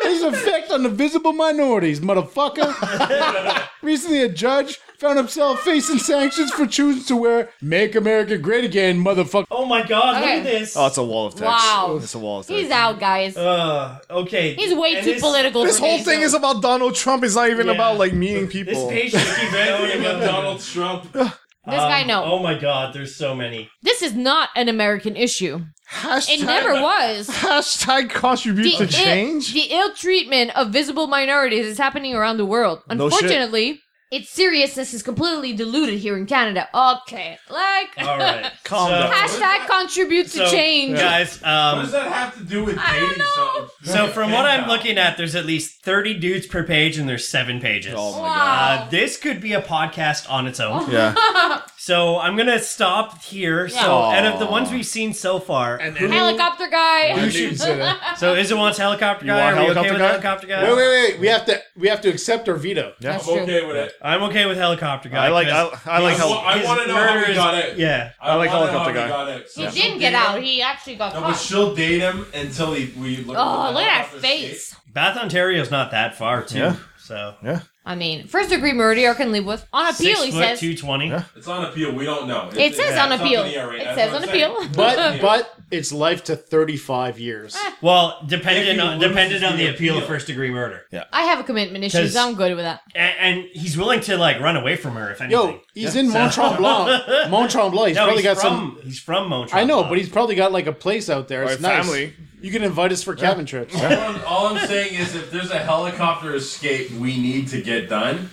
Speaker 7: This effect on the visible minorities, motherfucker. Recently, a judge found himself facing sanctions for choosing to wear "Make America Great Again," motherfucker.
Speaker 1: Oh my god,
Speaker 5: Okay.
Speaker 1: look at this.
Speaker 4: Oh, it's a wall of text.
Speaker 5: Wow.
Speaker 4: It's a wall of text.
Speaker 5: He's out, guys.
Speaker 1: Uh, okay.
Speaker 5: He's way
Speaker 1: And
Speaker 5: too
Speaker 1: this-
Speaker 5: political.
Speaker 4: this
Speaker 5: for
Speaker 4: whole
Speaker 5: me,
Speaker 4: thing
Speaker 5: so-
Speaker 4: is about Donald Trump. It's not even
Speaker 1: Yeah.
Speaker 4: about like meeting
Speaker 1: This
Speaker 4: people.
Speaker 1: page just keeps
Speaker 6: Anything
Speaker 1: going
Speaker 6: about
Speaker 1: about
Speaker 6: Donald Trump.
Speaker 10: This guy,
Speaker 1: Um,
Speaker 10: no.
Speaker 1: Oh my god, there's so many.
Speaker 10: This is not an American issue.
Speaker 11: Hashtag,
Speaker 10: It never was.
Speaker 11: Hashtag contribute to
Speaker 10: ill-
Speaker 11: change.
Speaker 10: the ill treatment of visible minorities is happening around the world.
Speaker 4: No shit.
Speaker 10: Unfortunately, its seriousness is completely diluted here in Canada. Okay, like
Speaker 1: All right.
Speaker 4: Calm
Speaker 1: so,
Speaker 4: down.
Speaker 10: hashtag contribute to
Speaker 1: so,
Speaker 10: change.
Speaker 1: Guys,
Speaker 6: What does
Speaker 1: um,
Speaker 6: that have to do with dating someone?
Speaker 1: so from what I'm looking at, there's at least 30 dudes per page and there's seven pages.
Speaker 4: Oh
Speaker 1: Uh,
Speaker 10: Wow. Oh.
Speaker 1: this could be a podcast on its own.
Speaker 4: Yeah.
Speaker 1: So I'm gonna stop here. So
Speaker 4: Yeah.
Speaker 1: out of the ones we've seen so far,
Speaker 10: Helicopter guy.
Speaker 7: You should say that.
Speaker 10: uh-huh.
Speaker 1: so Izzo wants helicopter
Speaker 4: You
Speaker 1: guy.
Speaker 4: want
Speaker 1: Are we okay
Speaker 4: helicopter
Speaker 1: with
Speaker 4: guy?
Speaker 1: helicopter guy?
Speaker 7: Wait, wait, wait. We have to we have to accept our veto.
Speaker 4: Yeah.
Speaker 10: That's
Speaker 6: I'm
Speaker 10: true.
Speaker 6: okay with it.
Speaker 1: I'm okay with helicopter guy.
Speaker 4: I like-
Speaker 1: 'cause
Speaker 4: I- I like
Speaker 1: his-
Speaker 4: hel-
Speaker 6: Well, I
Speaker 1: his
Speaker 6: want to know how
Speaker 1: murder
Speaker 6: he
Speaker 1: is-
Speaker 6: got it.
Speaker 1: Yeah.
Speaker 4: I like
Speaker 6: wanna know
Speaker 4: helicopter
Speaker 6: how he
Speaker 4: guy.
Speaker 6: got it.
Speaker 10: He
Speaker 6: Yeah.
Speaker 10: didn't get out. He actually got
Speaker 6: No, but
Speaker 10: caught.
Speaker 6: she'll date him until he we look.
Speaker 10: Oh,
Speaker 6: at
Speaker 10: look at
Speaker 6: the
Speaker 10: that face.
Speaker 1: Bath, Ontario's not that far too.
Speaker 4: Yeah.
Speaker 1: So
Speaker 10: I mean, first degree murder, you can live with. On appeal,
Speaker 1: six
Speaker 10: he
Speaker 1: foot
Speaker 10: says.
Speaker 1: two twenty.
Speaker 4: Yeah.
Speaker 6: It's on appeal. We don't know.
Speaker 10: It says on
Speaker 6: it's up
Speaker 10: appeal.
Speaker 6: in the air right now.
Speaker 10: It
Speaker 6: That's
Speaker 10: says
Speaker 6: what I'm
Speaker 10: on appeal.
Speaker 6: saying.
Speaker 7: But but it's life to 35 years.
Speaker 1: Well,
Speaker 6: If
Speaker 1: dependent
Speaker 6: you
Speaker 1: on
Speaker 6: lose,
Speaker 1: dependent
Speaker 6: it's
Speaker 1: on
Speaker 6: the
Speaker 1: the appeal of
Speaker 6: appeal.
Speaker 1: first degree murder,
Speaker 10: I have a commitment issue,
Speaker 1: 'Cause-
Speaker 10: so I'm good with that.
Speaker 1: A- and, he's willing to like run away from her if anything.
Speaker 7: Yo, he's in Mont Tremblant. Mont Tremblant. He's
Speaker 1: no,
Speaker 7: probably
Speaker 1: he's
Speaker 7: got
Speaker 1: from
Speaker 7: some.
Speaker 1: he's from Montreal.
Speaker 7: I know, but he's probably got like a place out there.
Speaker 4: Or
Speaker 7: It's
Speaker 4: a
Speaker 7: nice.
Speaker 4: family.
Speaker 7: You can invite us for cabin trips.
Speaker 6: All I'm- All I'm saying is, if there's a helicopter escape, we need to get done.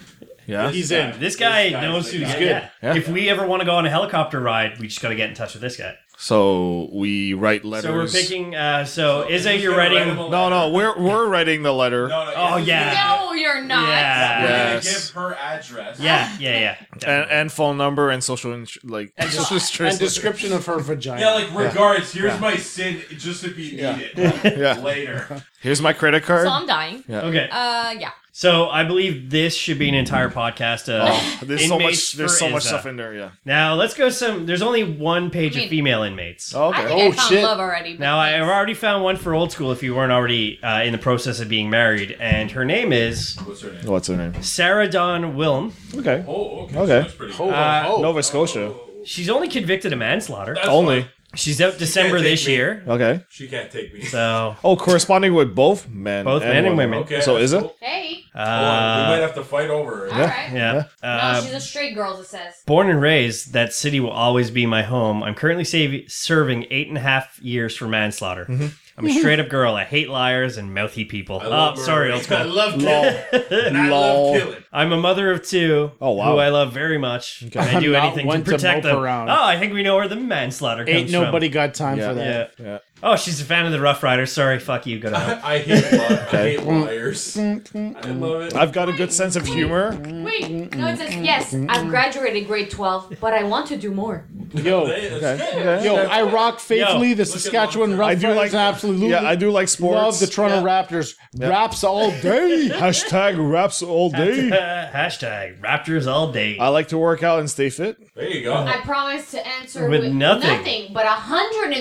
Speaker 4: Yeah.
Speaker 7: He's in.
Speaker 1: This guy
Speaker 6: This guy's
Speaker 1: knows
Speaker 6: the
Speaker 1: who's
Speaker 6: guy.
Speaker 1: good.
Speaker 4: Yeah.
Speaker 1: If we ever want to go on a helicopter ride, we just got to get in touch with this guy.
Speaker 4: So we write letters.
Speaker 1: So we're picking. Uh, so,
Speaker 6: So
Speaker 1: is
Speaker 6: we're
Speaker 1: Izzo,
Speaker 6: just
Speaker 1: you're
Speaker 6: gonna write
Speaker 1: writing.
Speaker 6: him a letter.
Speaker 4: No, no, we're we're writing the letter.
Speaker 6: No, no,
Speaker 1: Oh,
Speaker 6: it's-
Speaker 1: yeah.
Speaker 10: No, you're not.
Speaker 1: Yeah.
Speaker 6: We're gonna
Speaker 4: Yes.
Speaker 6: Give her address.
Speaker 1: Yeah, yeah,
Speaker 10: Uh,
Speaker 1: yeah.
Speaker 4: and, and phone number and social ins- like social
Speaker 7: And
Speaker 4: stress.
Speaker 7: description of her vagina.
Speaker 6: Yeah, like regards. Here's my sin, just if you need it
Speaker 4: Yeah.
Speaker 6: later.
Speaker 4: Here's my credit card.
Speaker 10: So I'm dying.
Speaker 1: Okay,
Speaker 10: Uh, yeah.
Speaker 1: so I believe this should be an entire podcast. Uh,
Speaker 4: Oh, there's so
Speaker 1: inmates
Speaker 4: much. There's
Speaker 1: for
Speaker 4: so much
Speaker 1: Izzo.
Speaker 4: stuff in there. Yeah.
Speaker 1: Now let's go. Some there's only one page
Speaker 10: I
Speaker 1: of
Speaker 10: mean-
Speaker 1: female inmates.
Speaker 4: Oh,
Speaker 10: I
Speaker 4: okay.
Speaker 10: think
Speaker 7: Oh,
Speaker 10: I found
Speaker 7: shit.
Speaker 10: love already. but
Speaker 1: Now I have
Speaker 10: thanks.
Speaker 1: already found one for old school. If you weren't already uh, in the process of being married, and her name is
Speaker 6: What's her name?
Speaker 4: What's her name?
Speaker 1: Sarah Dawn Wilm.
Speaker 4: Okay.
Speaker 6: Oh, okay.
Speaker 4: Okay.
Speaker 6: That's pretty
Speaker 7: Oh,
Speaker 6: good.
Speaker 7: oh.
Speaker 4: Nova Scotia.
Speaker 1: She's only convicted of manslaughter.
Speaker 6: That's
Speaker 4: Only.
Speaker 6: fine.
Speaker 1: She's out December
Speaker 6: can't take
Speaker 1: this
Speaker 6: me.
Speaker 1: year.
Speaker 4: Okay.
Speaker 6: She can't take me.
Speaker 1: So
Speaker 4: Oh, corresponding with both men.
Speaker 1: Both men and women.
Speaker 6: Okay.
Speaker 4: So is it?
Speaker 6: Hold
Speaker 10: Hey.
Speaker 6: on, we might
Speaker 1: uh,
Speaker 6: have to fight over it.
Speaker 10: All right.
Speaker 1: yeah.
Speaker 10: No,
Speaker 1: Uh,
Speaker 10: she's a straight girl, it says.
Speaker 1: Born and raised, that city will always be my home. I'm currently sav- serving eight and a half years for manslaughter.
Speaker 7: Mm-hmm.
Speaker 1: I'm a straight up girl. I hate liars and mouthy people. Oh,
Speaker 6: love her.
Speaker 1: sorry, old
Speaker 6: I
Speaker 1: school.
Speaker 6: love killing. And I
Speaker 4: Lol.
Speaker 6: love killing.
Speaker 1: I'm a mother of two.
Speaker 4: Oh, wow.
Speaker 1: Who I love very much.
Speaker 4: Okay.
Speaker 1: I do
Speaker 7: Not
Speaker 1: anything to
Speaker 7: one to
Speaker 1: protect
Speaker 7: mope
Speaker 1: them.
Speaker 7: around.
Speaker 1: Oh, I think we know where the manslaughter comes
Speaker 7: Ain't nobody got time
Speaker 4: Yeah.
Speaker 7: for
Speaker 1: From.
Speaker 7: that.
Speaker 1: Yeah.
Speaker 4: Yeah.
Speaker 1: Oh, she's a fan of the Rough Riders. Sorry, fuck you. Go to hell.
Speaker 6: I hate, li- I hate liars. I love it.
Speaker 4: I've got a good sense of humor.
Speaker 10: Wait. No, it says, yes, I've graduated grade 12, but I want to do more.
Speaker 7: Yo,
Speaker 6: Hey, that's good.
Speaker 7: yo, I rock faithfully the Saskatchewan
Speaker 6: Montreal.
Speaker 7: Rough
Speaker 4: I do
Speaker 7: Riders
Speaker 4: like-
Speaker 7: and absolutely
Speaker 4: Yeah, I do like sports.
Speaker 7: love the Toronto Raptors. Raps all day.
Speaker 4: Hashtag raps all day.
Speaker 1: Uh, hashtag Raptors all day.
Speaker 4: I like to work out and stay fit.
Speaker 6: There you go.
Speaker 10: I promise to answer
Speaker 1: With
Speaker 10: with,
Speaker 1: nothing.
Speaker 10: nothing. but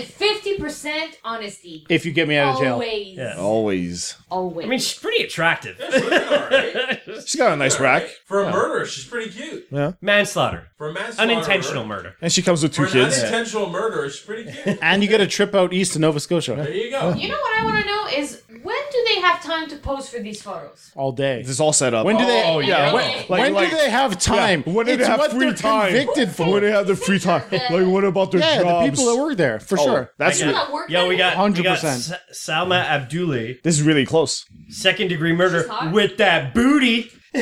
Speaker 10: 150% honesty.
Speaker 7: if you get me out of jail.
Speaker 10: Always.
Speaker 1: Yeah.
Speaker 4: Always.
Speaker 10: Always.
Speaker 1: I mean, she's pretty attractive.
Speaker 4: She's got a nice rack.
Speaker 6: For a murderer, she's pretty cute.
Speaker 1: manslaughter.
Speaker 6: For a manslaughter,
Speaker 1: Unintentional murder.
Speaker 4: And she comes with
Speaker 6: For
Speaker 4: two
Speaker 6: an
Speaker 4: kids.
Speaker 6: unintentional murderer, she's pretty cute.
Speaker 7: And you get a trip out east to Nova Scotia
Speaker 6: There you go.
Speaker 10: you know what I want to know is when do they have time to pose for these photos?
Speaker 7: all day.
Speaker 4: It's all set up.
Speaker 7: When do they?
Speaker 10: Oh, yeah.
Speaker 7: When,
Speaker 10: Like-
Speaker 7: when
Speaker 4: like-
Speaker 7: do they have time?
Speaker 4: Yeah, when do they
Speaker 7: it's
Speaker 4: have
Speaker 7: what
Speaker 4: free
Speaker 7: they're
Speaker 4: time?
Speaker 7: convicted for.
Speaker 4: When they have the free time. Like, what about their
Speaker 7: yeah,
Speaker 4: jobs?
Speaker 7: the people that work there for
Speaker 4: Oh,
Speaker 7: sure.
Speaker 4: That's
Speaker 10: Doesn't
Speaker 4: re-
Speaker 10: that work
Speaker 1: Yo, we got we got
Speaker 7: 100%.
Speaker 1: S- Salma Abduli,
Speaker 4: this is really close.
Speaker 1: second degree murder
Speaker 10: She's hot.
Speaker 1: with that booty.
Speaker 4: Uh,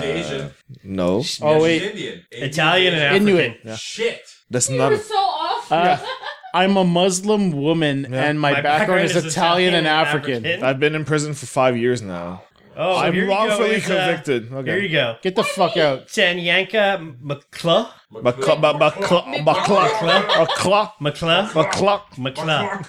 Speaker 6: She's Asian.
Speaker 4: no,
Speaker 7: Oh
Speaker 6: She's
Speaker 7: wait,
Speaker 6: Indian. Asian,
Speaker 1: Italian and
Speaker 6: Asian.
Speaker 1: African.
Speaker 7: Inuit.
Speaker 6: Shit.
Speaker 4: that's
Speaker 10: You
Speaker 4: not.
Speaker 10: were so off.
Speaker 7: I'm a Muslim woman, and my,
Speaker 1: My
Speaker 7: background, is Italian, and African.
Speaker 4: I've been in prison for five years now.
Speaker 1: Oh,
Speaker 4: I'm
Speaker 1: here you go,
Speaker 4: wrongfully
Speaker 1: it's, uh,
Speaker 4: convicted. Okay.
Speaker 1: Here you go.
Speaker 7: Get the fuck out.
Speaker 1: Tanyanka McCla.
Speaker 4: Bakla, ba- bakla, bakla, bakla,
Speaker 1: McCla.
Speaker 4: bakla.
Speaker 1: McCla.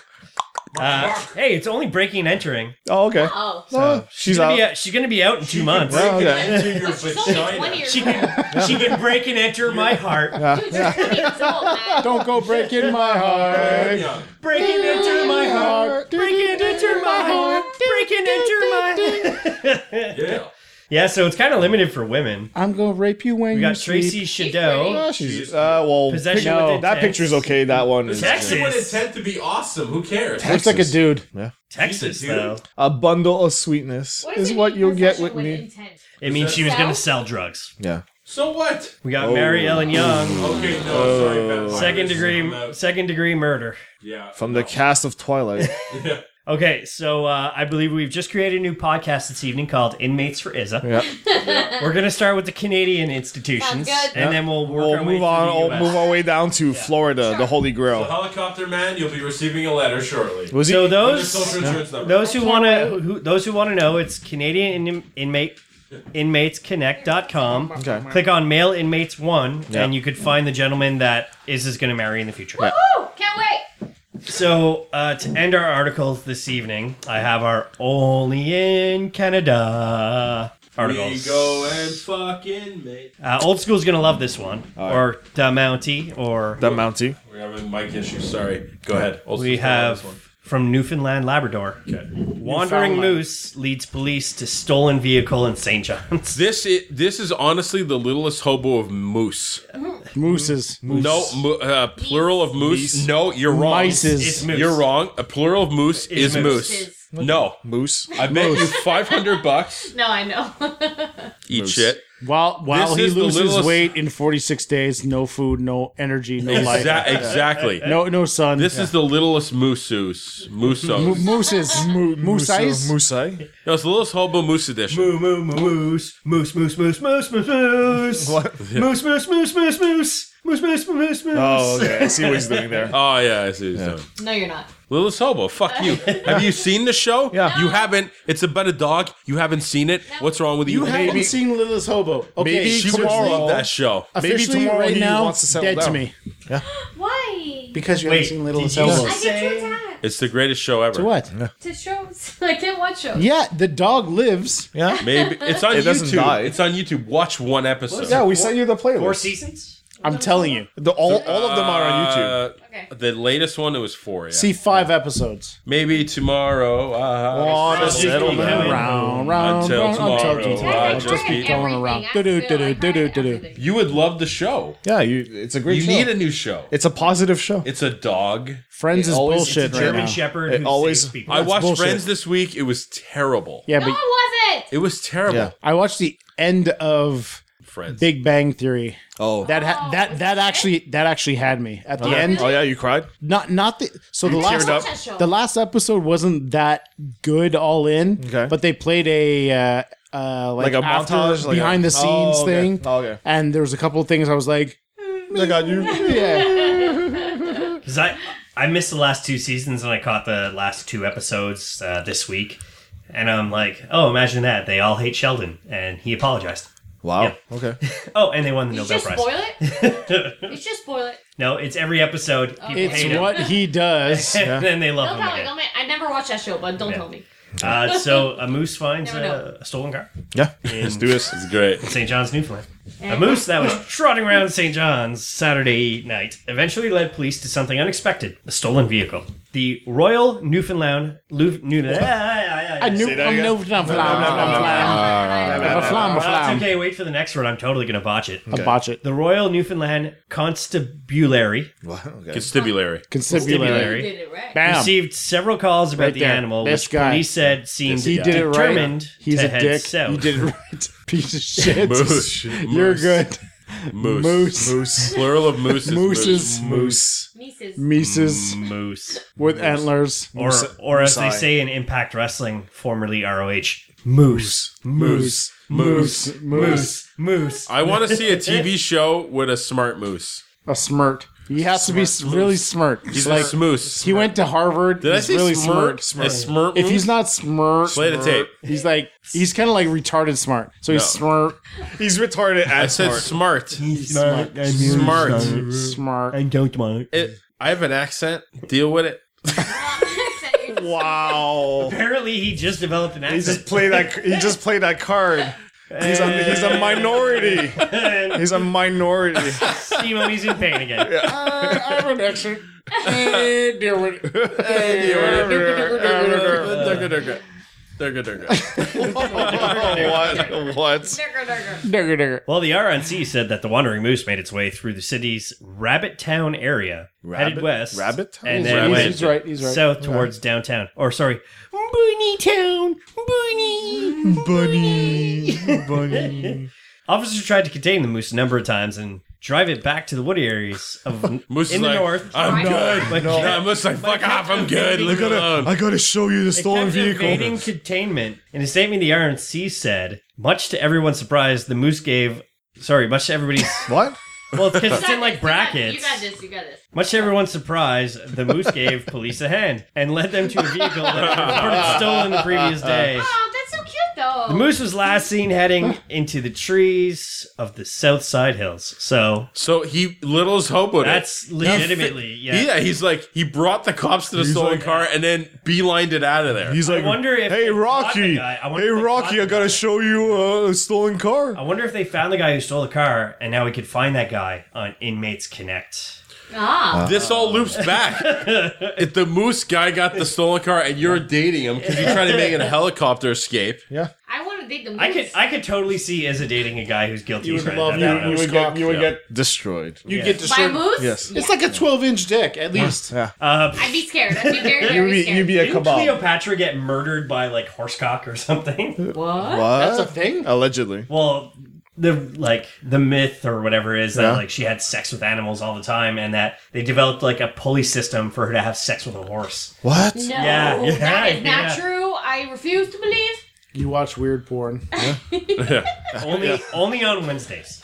Speaker 1: Uh, hey, it's only breaking and entering.
Speaker 4: Oh, okay.
Speaker 10: Oh.
Speaker 4: Oh, she's
Speaker 1: She's gonna,
Speaker 4: out.
Speaker 1: be out, she's gonna be out in two months.
Speaker 4: Well, okay.
Speaker 6: Into your
Speaker 10: She's only 20
Speaker 6: vagina.
Speaker 10: years
Speaker 1: She
Speaker 10: old.
Speaker 1: can, she can break and enter my heart.
Speaker 10: Dude, she's 20 years old, man.
Speaker 7: Don't go breaking my heart.
Speaker 6: Very young.
Speaker 1: Break and enter my heart. Break and enter my heart. Break and enter my
Speaker 6: Yeah.
Speaker 1: Yeah, so it's kind of limited for women.
Speaker 7: I'm gonna rape you when
Speaker 1: We got
Speaker 7: you sleep.
Speaker 1: Tracy Shadow.
Speaker 4: Uh, she's, uh, well,
Speaker 1: Possession
Speaker 4: pic-
Speaker 1: with
Speaker 4: no,
Speaker 1: intent.
Speaker 4: that picture's okay. That one is
Speaker 1: Texas.
Speaker 6: She would intend to be awesome. Who cares?
Speaker 7: Looks like a dude.
Speaker 1: Texas,
Speaker 6: She's a dude.
Speaker 1: though.
Speaker 4: a bundle of sweetness
Speaker 10: What does
Speaker 4: is
Speaker 10: it
Speaker 4: what
Speaker 10: mean,
Speaker 4: you'll get
Speaker 10: possession
Speaker 4: with me.
Speaker 10: intent?
Speaker 1: It means she was
Speaker 10: Sell?
Speaker 1: going to sell drugs.
Speaker 4: Yeah.
Speaker 6: So what?
Speaker 1: We got Mary Ellen Young.
Speaker 6: Okay, no, sorry, Fat Fingers.
Speaker 1: Second
Speaker 6: I'm
Speaker 1: degree,
Speaker 6: out.
Speaker 1: second degree murder.
Speaker 6: Yeah.
Speaker 4: From the cast of Twilight.
Speaker 1: Okay, so uh, I believe we've just created a new podcast this evening called Inmates for Izza.
Speaker 4: yeah.
Speaker 1: We're gonna start with the Canadian institutions,
Speaker 10: Sounds good.
Speaker 1: and then we'll work
Speaker 4: We'll
Speaker 1: our way
Speaker 4: move on.
Speaker 1: through the
Speaker 4: We'll
Speaker 1: US.
Speaker 4: move our way down to Florida, the Holy
Speaker 6: The
Speaker 4: Grail.
Speaker 6: helicopter man, you'll be receiving a letter shortly.
Speaker 1: So
Speaker 4: Was he?
Speaker 6: With your
Speaker 1: those
Speaker 6: social insurance number.
Speaker 1: those who want to who, those who want to know, it's Canadian in, inmate inmatesconnect.com.
Speaker 4: Okay.
Speaker 1: Click on male inmates one,
Speaker 4: Yeah.
Speaker 1: and you could find the gentleman that is is going to marry in the future.
Speaker 10: Woo! Can't wait.
Speaker 1: So uh, to end our articles this evening, I have our only in Canada
Speaker 6: we
Speaker 1: articles.
Speaker 6: go and fucking mate.
Speaker 1: Uh, old school's gonna love this one,
Speaker 4: Oh,
Speaker 1: or the Mountie, or
Speaker 4: The Mountie.
Speaker 6: We're having mic issues. Sorry. Go ahead. Also,
Speaker 1: we have from Newfoundland Labrador.
Speaker 6: Okay.
Speaker 1: Wandering
Speaker 7: Newfoundland.
Speaker 1: moose leads police to stolen vehicle in St. John's.
Speaker 6: This is, this is honestly the littlest hobo of moose.
Speaker 7: Mooses. Moose.
Speaker 6: No, mo- uh, plural of moose. No, you're wrong.
Speaker 7: Mices.
Speaker 1: It's moose.
Speaker 6: You're wrong. A plural of moose is,
Speaker 1: Is moose.
Speaker 6: moose. No,
Speaker 4: Moose.
Speaker 6: I bet you 500 bucks.
Speaker 10: No, I know.
Speaker 6: Eat shit.
Speaker 7: While while
Speaker 6: This
Speaker 7: he
Speaker 6: is the
Speaker 7: loses
Speaker 6: littlest-
Speaker 7: weight in 46 days, no food, no energy, no life,
Speaker 6: Exa- exactly.
Speaker 7: no no sun.
Speaker 6: This is the littlest moosoos.
Speaker 7: Mo-
Speaker 6: Moosos.
Speaker 7: mooses. Mo- moose eyes.
Speaker 4: Moose eyes.
Speaker 6: No, it's the littlest hobo moose edition.
Speaker 1: Moo moo moo moose moose moose moose moose moose moose
Speaker 4: What?
Speaker 1: moose moose moose moose moose moose moose moose moose.
Speaker 4: Oh, okay. I see what he's doing there.
Speaker 6: Oh yeah, I see. what he's doing.
Speaker 10: no, you're not.
Speaker 6: Littlest Hobo, fuck you. Have you seen the show?
Speaker 4: Yeah.
Speaker 6: You haven't. It's about a dog. You haven't seen it. What's wrong with you?
Speaker 7: You haven't seen Littlest Hobo. Okay,
Speaker 4: Maybe
Speaker 6: She would
Speaker 7: seriously.
Speaker 6: love that show.
Speaker 4: Maybe
Speaker 7: Officially,
Speaker 4: tomorrow
Speaker 7: right
Speaker 4: he
Speaker 7: now,
Speaker 4: wants to settle
Speaker 7: dead to
Speaker 4: down.
Speaker 7: me
Speaker 10: Why?
Speaker 7: because you
Speaker 1: Wait,
Speaker 7: haven't seen Littlest
Speaker 1: did you
Speaker 7: Hobo.
Speaker 10: I get too attached
Speaker 6: It's the greatest show ever.
Speaker 7: To what?
Speaker 10: to shows. I can't watch shows.
Speaker 7: Yeah, the dog lives.
Speaker 4: Yeah.
Speaker 6: Maybe it's on
Speaker 4: It doesn't
Speaker 6: YouTube.
Speaker 4: die.
Speaker 6: It's on YouTube. Watch one episode.
Speaker 4: Yeah, we sent you the playlist.
Speaker 1: Four seasons.
Speaker 7: I'm telling you,
Speaker 4: The, all, all of them are on YouTube.
Speaker 6: Uh,
Speaker 10: Okay.
Speaker 6: the latest one it was four. Yeah.
Speaker 7: see five episodes.
Speaker 6: Maybe tomorrow. Uh,
Speaker 4: on a
Speaker 1: Just keep
Speaker 4: settlement.
Speaker 1: going.
Speaker 7: Round, round,
Speaker 6: Until
Speaker 7: round,
Speaker 6: tomorrow,
Speaker 10: I
Speaker 6: I'll
Speaker 10: tried
Speaker 6: just keep
Speaker 7: going
Speaker 10: everything.
Speaker 7: around.
Speaker 10: I
Speaker 7: Do-do,
Speaker 10: still-
Speaker 7: do-do,
Speaker 10: I tried
Speaker 7: do-do, do-do.
Speaker 10: everything.
Speaker 6: you would love the show.
Speaker 4: Yeah, you, it's a great
Speaker 6: You
Speaker 4: show.
Speaker 6: need a new show.
Speaker 4: it's a positive show.
Speaker 6: It's a dog.
Speaker 7: Friends
Speaker 4: It
Speaker 7: is
Speaker 4: always-
Speaker 7: bullshit
Speaker 4: it's a
Speaker 7: right
Speaker 1: German
Speaker 7: now.
Speaker 1: Shepherd
Speaker 4: It
Speaker 1: who
Speaker 4: always-
Speaker 1: saves people.
Speaker 6: I watched
Speaker 4: bullshit.
Speaker 6: Friends this week. It was terrible.
Speaker 7: Yeah,
Speaker 10: No,
Speaker 7: but
Speaker 10: it wasn't.
Speaker 6: It was terrible.
Speaker 4: Yeah.
Speaker 7: I watched the end of
Speaker 6: Friends.
Speaker 7: Big Bang Theory.
Speaker 4: oh.
Speaker 7: That ha-
Speaker 10: Oh,
Speaker 7: that
Speaker 10: was
Speaker 7: that
Speaker 10: it
Speaker 7: actually that actually had me at the end.
Speaker 4: oh, yeah, you cried?
Speaker 7: Not not the so the last
Speaker 4: up.
Speaker 10: That show.
Speaker 7: the last episode wasn't that good all in.
Speaker 4: Okay.
Speaker 7: But they played a uh, uh, like,
Speaker 4: Like a
Speaker 7: after-
Speaker 4: montage, like
Speaker 7: behind
Speaker 4: a-
Speaker 7: the scenes
Speaker 4: Oh, okay.
Speaker 7: thing.
Speaker 4: Oh, okay.
Speaker 7: And there was a couple of things I was like,
Speaker 4: I got you.
Speaker 7: yeah,
Speaker 1: 'Cause I I missed the last two seasons and I caught the last two episodes uh, this week, and I'm like, oh, imagine that they all hate Sheldon and he apologized.
Speaker 4: Wow.
Speaker 1: Yeah.
Speaker 4: Okay.
Speaker 1: Oh, and they won the
Speaker 10: Did you
Speaker 1: Nobel
Speaker 10: just
Speaker 1: Prize.
Speaker 10: spoil it? Did you just spoil it?
Speaker 1: No, it's every episode. People
Speaker 7: it's
Speaker 1: hate him.
Speaker 7: what he does.
Speaker 1: and then they love
Speaker 10: Don't
Speaker 1: him
Speaker 10: tell me.
Speaker 1: again.
Speaker 10: Don't make, I never watched that show, but don't tell me.
Speaker 1: Uh, so a moose finds
Speaker 10: Never
Speaker 1: a, a stolen car.
Speaker 4: Yeah. Let's do this.
Speaker 6: It's great.
Speaker 1: St. John's, Newfoundland. A moose that was trotting around St. John's Saturday night eventually led police to something unexpected a stolen vehicle. The Royal Newfoundland. Lu- New- Ah,
Speaker 7: I knew
Speaker 4: that
Speaker 7: I'm
Speaker 4: again. Uh,
Speaker 7: no flam flam flam flam
Speaker 10: I
Speaker 7: flam
Speaker 1: That's
Speaker 7: flam.
Speaker 1: okay, wait for the next word. I'm totally going to botch it.
Speaker 4: uh,
Speaker 7: I botch it.
Speaker 1: The Royal Newfoundland Constabulary
Speaker 4: Wow, okay.
Speaker 6: Constabulary.
Speaker 7: Constabulary.
Speaker 10: did it right.
Speaker 7: Bam.
Speaker 1: received several calls about
Speaker 7: Right
Speaker 1: the
Speaker 7: there.
Speaker 1: animal,
Speaker 7: This
Speaker 1: which
Speaker 7: guy.
Speaker 1: police said seemed
Speaker 7: he did it
Speaker 1: determined
Speaker 7: right. He's
Speaker 1: to
Speaker 7: a
Speaker 1: head
Speaker 7: dick.
Speaker 1: south.
Speaker 7: You did it right. Piece of shit.
Speaker 6: Moose.
Speaker 7: You're
Speaker 6: Moose.
Speaker 7: good.
Speaker 6: Moose.
Speaker 7: Moose.
Speaker 4: Moose.
Speaker 6: Plural of moose. is
Speaker 7: Mooses.
Speaker 4: Moose.
Speaker 10: Nieces.
Speaker 7: Mises
Speaker 1: Moose.
Speaker 7: with antlers.
Speaker 1: or or as they
Speaker 4: Moose-eye.
Speaker 1: say in Impact Wrestling, formerly ROH, moose,
Speaker 4: Moose. Moose.
Speaker 1: moose, moose.
Speaker 6: I want to see a TV show with a smart moose.
Speaker 7: A smirt. He has to be really smirt.
Speaker 6: He's
Speaker 7: like
Speaker 6: a smoose.
Speaker 7: he went to Harvard.
Speaker 6: Did I
Speaker 7: he's
Speaker 6: say
Speaker 7: really
Speaker 6: smirt?
Speaker 7: smart.
Speaker 6: A smirt.
Speaker 7: If he's not smart,
Speaker 6: play the tape,
Speaker 7: he's like he's kind of like retarded smart. So he's smart,
Speaker 4: He's retarded
Speaker 6: I
Speaker 4: at
Speaker 6: said
Speaker 4: smart.
Speaker 6: smart.
Speaker 1: smart.
Speaker 6: Smart.
Speaker 7: smart.
Speaker 1: don't mind.
Speaker 6: It- I have an accent. Deal with it.
Speaker 4: Wow.
Speaker 1: Apparently, he just developed an
Speaker 4: He
Speaker 1: accent.
Speaker 4: just played that. He just played that card. He's a, he's a minority.
Speaker 1: and
Speaker 4: He's a minority.
Speaker 1: Steemo, he's in pain again.
Speaker 7: I have an accent. Eh, dear one.
Speaker 4: what? What?
Speaker 10: Durga, durga.
Speaker 7: Digger, digger.
Speaker 1: Well, the RNC said that the wandering moose made its way through the city's Rabbit Town area, headed
Speaker 4: Rabbit-
Speaker 1: west,
Speaker 4: Rabbit Town?
Speaker 1: and
Speaker 7: He's
Speaker 1: then
Speaker 7: right,
Speaker 1: went
Speaker 7: he's right, he's right.
Speaker 1: south towards downtown. Or sorry, Bunny Town, Bunny,
Speaker 4: Bunny. Bunny.
Speaker 1: Officers tried to contain the moose a number of times and drive it back to the woody areas of
Speaker 6: Moose
Speaker 1: in
Speaker 6: is
Speaker 1: the
Speaker 6: like,
Speaker 1: north.
Speaker 6: I'm
Speaker 1: But
Speaker 6: good.
Speaker 1: can't-
Speaker 6: No, Moose is like,
Speaker 1: but
Speaker 6: fuck off, I'm
Speaker 1: kept
Speaker 6: good.
Speaker 1: evading-
Speaker 6: Leave me alone.
Speaker 4: I gotta show you the
Speaker 1: it
Speaker 4: stolen
Speaker 1: kept
Speaker 4: vehicle.
Speaker 1: evading containment. In a statement, the RNC said, much to everyone's surprise, the moose gave. Sorry, much to everybody's.
Speaker 4: What?
Speaker 1: well, because it's in
Speaker 10: You
Speaker 1: like
Speaker 10: got this,
Speaker 1: brackets.
Speaker 10: You got this. You got this.
Speaker 1: Much to everyone's surprise, the moose gave police a hand and led them to a vehicle that had been stolen the previous day.
Speaker 10: Oh, that's so cute though.
Speaker 1: The moose was last seen heading into the trees of the South Side Hills. So
Speaker 6: So he little's hobo.
Speaker 1: that's legitimately, yeah.
Speaker 6: Yeah, he's like he brought the cops to the
Speaker 4: He's
Speaker 6: stolen
Speaker 4: like-
Speaker 6: car and then beelined it out of there.
Speaker 4: He's
Speaker 1: I
Speaker 4: like,
Speaker 1: wonder if
Speaker 4: hey
Speaker 1: they caught the
Speaker 4: Rocky,
Speaker 1: guy. I wonder
Speaker 4: hey
Speaker 1: if they
Speaker 4: Rocky,
Speaker 1: caught
Speaker 4: I gotta
Speaker 1: the guy.
Speaker 4: show you uh, a stolen car.
Speaker 1: I wonder if they found the guy who stole the car, and now we could find that guy on Inmates Connect.
Speaker 10: ah,
Speaker 6: this all loops back. if the moose guy got the stolen car and you're dating him because you're trying to make a helicopter escape.
Speaker 10: I want to date the moose.
Speaker 1: I could, I could totally see as a dating a guy who's guilty.
Speaker 7: You would
Speaker 1: right
Speaker 7: love
Speaker 1: at
Speaker 7: you.
Speaker 1: that
Speaker 7: You
Speaker 1: moment.
Speaker 7: would get. You would
Speaker 6: Yeah.
Speaker 7: get.
Speaker 4: Destroyed.
Speaker 6: You get
Speaker 10: by
Speaker 6: destroyed.
Speaker 10: moose.
Speaker 4: Yes.
Speaker 10: Yeah.
Speaker 7: It's like a twelve-inch dick, at least.
Speaker 4: Yeah.
Speaker 1: Uh,
Speaker 10: I'd be scared. I'd be very, very
Speaker 7: You'd be,
Speaker 10: scared.
Speaker 7: you'd be a
Speaker 1: didn't
Speaker 7: kebab.
Speaker 1: Cleopatra get murdered by like horsecock or something?
Speaker 10: what?
Speaker 4: What?
Speaker 7: That's a thing.
Speaker 4: Allegedly.
Speaker 1: well, the like the myth or whatever is that
Speaker 4: Yeah.
Speaker 1: like she had sex with animals all the time, and that they developed like a pulley system for her to have sex with a horse.
Speaker 4: What?
Speaker 10: No,
Speaker 1: Yeah, yeah,
Speaker 10: that is not
Speaker 1: yeah.
Speaker 10: true. I refuse to believe.
Speaker 7: You watch weird porn.
Speaker 1: Only, only on Wednesdays.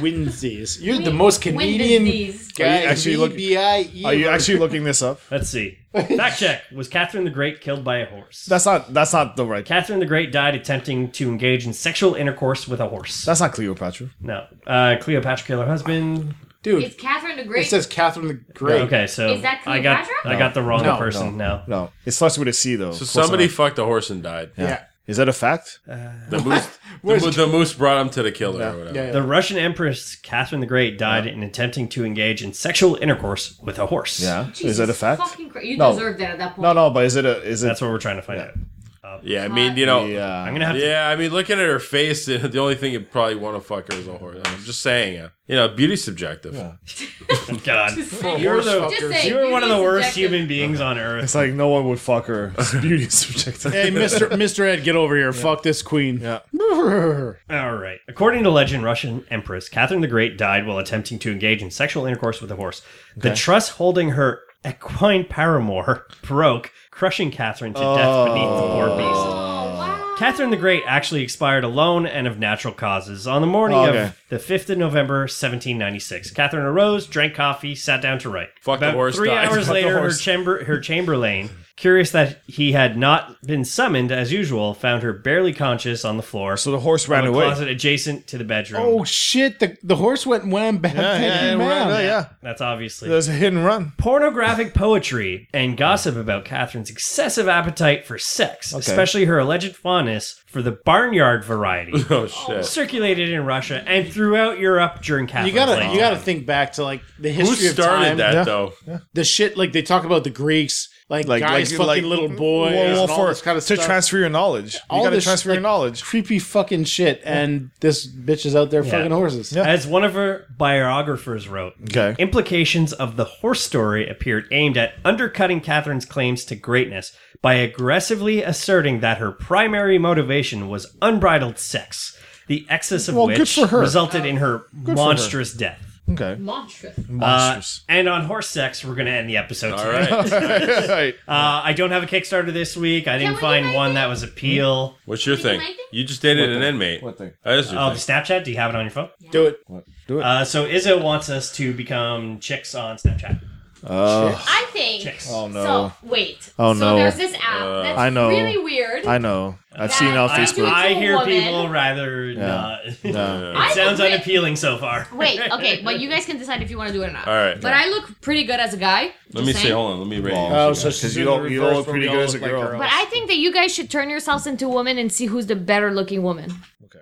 Speaker 7: Wednesdays. You're the most Canadian
Speaker 10: disease.
Speaker 7: guy.
Speaker 4: Are you actually look-
Speaker 7: VBIE.
Speaker 4: Are you actually looking this up?
Speaker 1: Let's see. Fact check: Was Catherine the Great killed by a horse?
Speaker 4: That's not. That's not the right.
Speaker 1: Catherine the Great died attempting to engage in sexual intercourse with a horse.
Speaker 4: That's not Cleopatra.
Speaker 1: no, uh, Cleopatra killed her husband.
Speaker 10: It's
Speaker 7: dude?
Speaker 10: Catherine the Great.
Speaker 7: It says Catherine the Great.
Speaker 1: Okay, so
Speaker 10: Is that
Speaker 1: I got
Speaker 10: Cleopatra?
Speaker 1: I got the wrong
Speaker 7: No,
Speaker 1: person. No,
Speaker 4: No, it starts with a C though.
Speaker 6: So
Speaker 4: Close
Speaker 6: somebody
Speaker 4: enough.
Speaker 6: fucked a horse and died.
Speaker 7: Yeah.
Speaker 4: Is that a fact?
Speaker 6: The moose, the,
Speaker 7: Where's-
Speaker 6: mo- the moose brought him to the killer or whatever.
Speaker 7: Yeah. yeah.
Speaker 1: the Russian Empress Catherine the Great died in attempting to engage in sexual intercourse with a horse.
Speaker 4: Yeah.
Speaker 10: Jesus
Speaker 4: is that a fact?
Speaker 10: Fucking Christ. You
Speaker 4: No.
Speaker 10: deserve that at that point.
Speaker 4: No, no. But is it a? Is it?
Speaker 1: that's what we're trying to find out.
Speaker 6: Yeah, I mean, you know, yeah.
Speaker 4: yeah.
Speaker 1: I'm gonna have to.
Speaker 6: I mean, looking at her face, the only thing you probably want to fuck her is a horse. I'm just saying, uh, you know, beauty's subjective.
Speaker 1: God, you're
Speaker 10: Just
Speaker 1: the
Speaker 10: say
Speaker 1: you're one of the
Speaker 10: beauty's
Speaker 1: worst
Speaker 10: subjective.
Speaker 1: human beings on earth.
Speaker 4: It's like no one would fuck her. It's Beauty is subjective.
Speaker 7: Hey, Mister Mister Ed, get over here. Fuck this queen.
Speaker 4: Yeah.
Speaker 1: All right. According to legend, Russian Empress Catherine the Great died while attempting to engage in sexual intercourse with a horse. The truss holding her equine paramour broke, crushing Catherine to death beneath the poor beast.
Speaker 10: Oh, wow.
Speaker 1: Catherine the Great actually expired alone and of natural causes. On the morning
Speaker 4: Okay.
Speaker 1: of the 5th of November, 1796, Catherine arose, drank coffee, sat down to write.
Speaker 6: Fuck the
Speaker 1: About
Speaker 6: horse,
Speaker 1: Three
Speaker 6: died.
Speaker 1: hours
Speaker 6: Fuck the
Speaker 1: later, her,
Speaker 6: horse.
Speaker 1: chamber, her chamberlain, curious that he had not been summoned as usual, found her barely conscious on the floor
Speaker 4: So the horse ran
Speaker 1: a
Speaker 4: away.
Speaker 1: closet adjacent to the bedroom.
Speaker 7: Oh shit! The the horse went wham bam
Speaker 4: Yeah,
Speaker 7: bam
Speaker 4: yeah,
Speaker 7: bam.
Speaker 4: yeah, yeah, yeah.
Speaker 1: That's obviously
Speaker 4: There's a hit and run.
Speaker 1: pornographic poetry and gossip about Catherine's excessive appetite for sex, especially her alleged fondness for the barnyard variety,
Speaker 6: Oh shit!
Speaker 1: circulated in Russia and throughout Europe during
Speaker 7: You
Speaker 1: Catherine's
Speaker 7: gotta
Speaker 1: reign.
Speaker 7: you gotta think back to like the
Speaker 6: Who
Speaker 7: history of time.
Speaker 6: started that
Speaker 4: Yeah.
Speaker 6: though?
Speaker 7: The shit like they talk about the Greeks, like,
Speaker 4: Like
Speaker 7: guys
Speaker 4: like,
Speaker 7: fucking
Speaker 4: like,
Speaker 7: little boys
Speaker 4: Well, well,
Speaker 7: and all
Speaker 4: for-
Speaker 7: this kind of
Speaker 4: to
Speaker 7: stuff.
Speaker 4: transfer your knowledge.
Speaker 7: All
Speaker 4: you gotta
Speaker 7: this,
Speaker 4: transfer your
Speaker 7: like,
Speaker 4: knowledge.
Speaker 7: creepy fucking shit, and this bitch is out there fucking horses.
Speaker 4: Yeah.
Speaker 1: As one of her biographers wrote,
Speaker 4: Okay.
Speaker 1: implications of the horse story appeared aimed at undercutting Catherine's claims to greatness by aggressively asserting that her primary motivation was unbridled sex, the excess of
Speaker 4: Well, good
Speaker 1: which
Speaker 4: for her.
Speaker 1: resulted in her
Speaker 4: her.
Speaker 1: monstrous death.
Speaker 4: Okay.
Speaker 10: Monstrous.
Speaker 1: Uh,
Speaker 4: Monstrous.
Speaker 1: and on horse sex, we're going to end the episode
Speaker 6: All
Speaker 1: today.
Speaker 6: right.
Speaker 4: Right.
Speaker 1: Uh, I don't have a Kickstarter this week. I didn't
Speaker 10: we
Speaker 1: find
Speaker 10: make
Speaker 1: one
Speaker 10: it?
Speaker 1: that was appeal.
Speaker 6: What's your thing?
Speaker 10: Anything?
Speaker 6: You just dated an inmate. What
Speaker 4: thing?
Speaker 6: That's your
Speaker 1: Oh, the
Speaker 6: thing.
Speaker 1: Snapchat? Do you have it on your phone?
Speaker 7: Do it.
Speaker 1: Uh, so Izzo wants us to become chicks on Snapchat.
Speaker 10: I think.
Speaker 1: Chicks.
Speaker 4: Oh
Speaker 10: So
Speaker 4: no.
Speaker 10: wait.
Speaker 4: Oh,
Speaker 10: so
Speaker 4: no.
Speaker 10: there's this app that's
Speaker 4: I know.
Speaker 10: really weird.
Speaker 4: I know. I've seen it on
Speaker 10: I-
Speaker 4: Facebook.
Speaker 1: I hear
Speaker 10: Woman.
Speaker 1: people rather not.
Speaker 4: No.
Speaker 10: I
Speaker 1: it sounds
Speaker 10: look re-
Speaker 1: unappealing so far.
Speaker 10: Wait. Okay. Well, you guys can decide if you want to do it or not.
Speaker 6: All right.
Speaker 10: But I look pretty good as a guy.
Speaker 6: Let
Speaker 10: just
Speaker 6: me
Speaker 10: saying.
Speaker 6: see. Hold on. Let me rate. you.
Speaker 7: Oh, so
Speaker 4: Because
Speaker 7: she's
Speaker 4: you
Speaker 7: doing
Speaker 4: don't-
Speaker 7: the
Speaker 4: you don't
Speaker 7: reverse
Speaker 4: look
Speaker 7: when
Speaker 4: pretty
Speaker 7: we
Speaker 4: good
Speaker 7: all
Speaker 4: as a
Speaker 7: look like
Speaker 4: girl.
Speaker 7: girls.
Speaker 10: But I think that you guys should turn yourselves into women and see who's the better looking woman.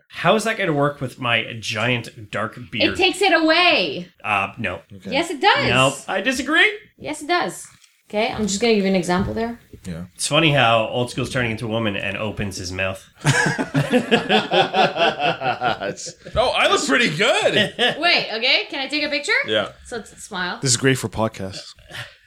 Speaker 1: How is that going to work with my giant dark beard?
Speaker 10: It takes it away.
Speaker 1: uh, no.
Speaker 10: Yes, it does.
Speaker 1: No, I disagree.
Speaker 10: Yes, it does. Okay, I'm just gonna give you an example there.
Speaker 1: It's funny how old school's turning into a woman and opens his mouth.
Speaker 6: Oh, I look pretty good.
Speaker 10: Wait. Okay. Can I take a picture?
Speaker 6: yeah.
Speaker 10: So it's a smile.
Speaker 4: This is great for podcasts.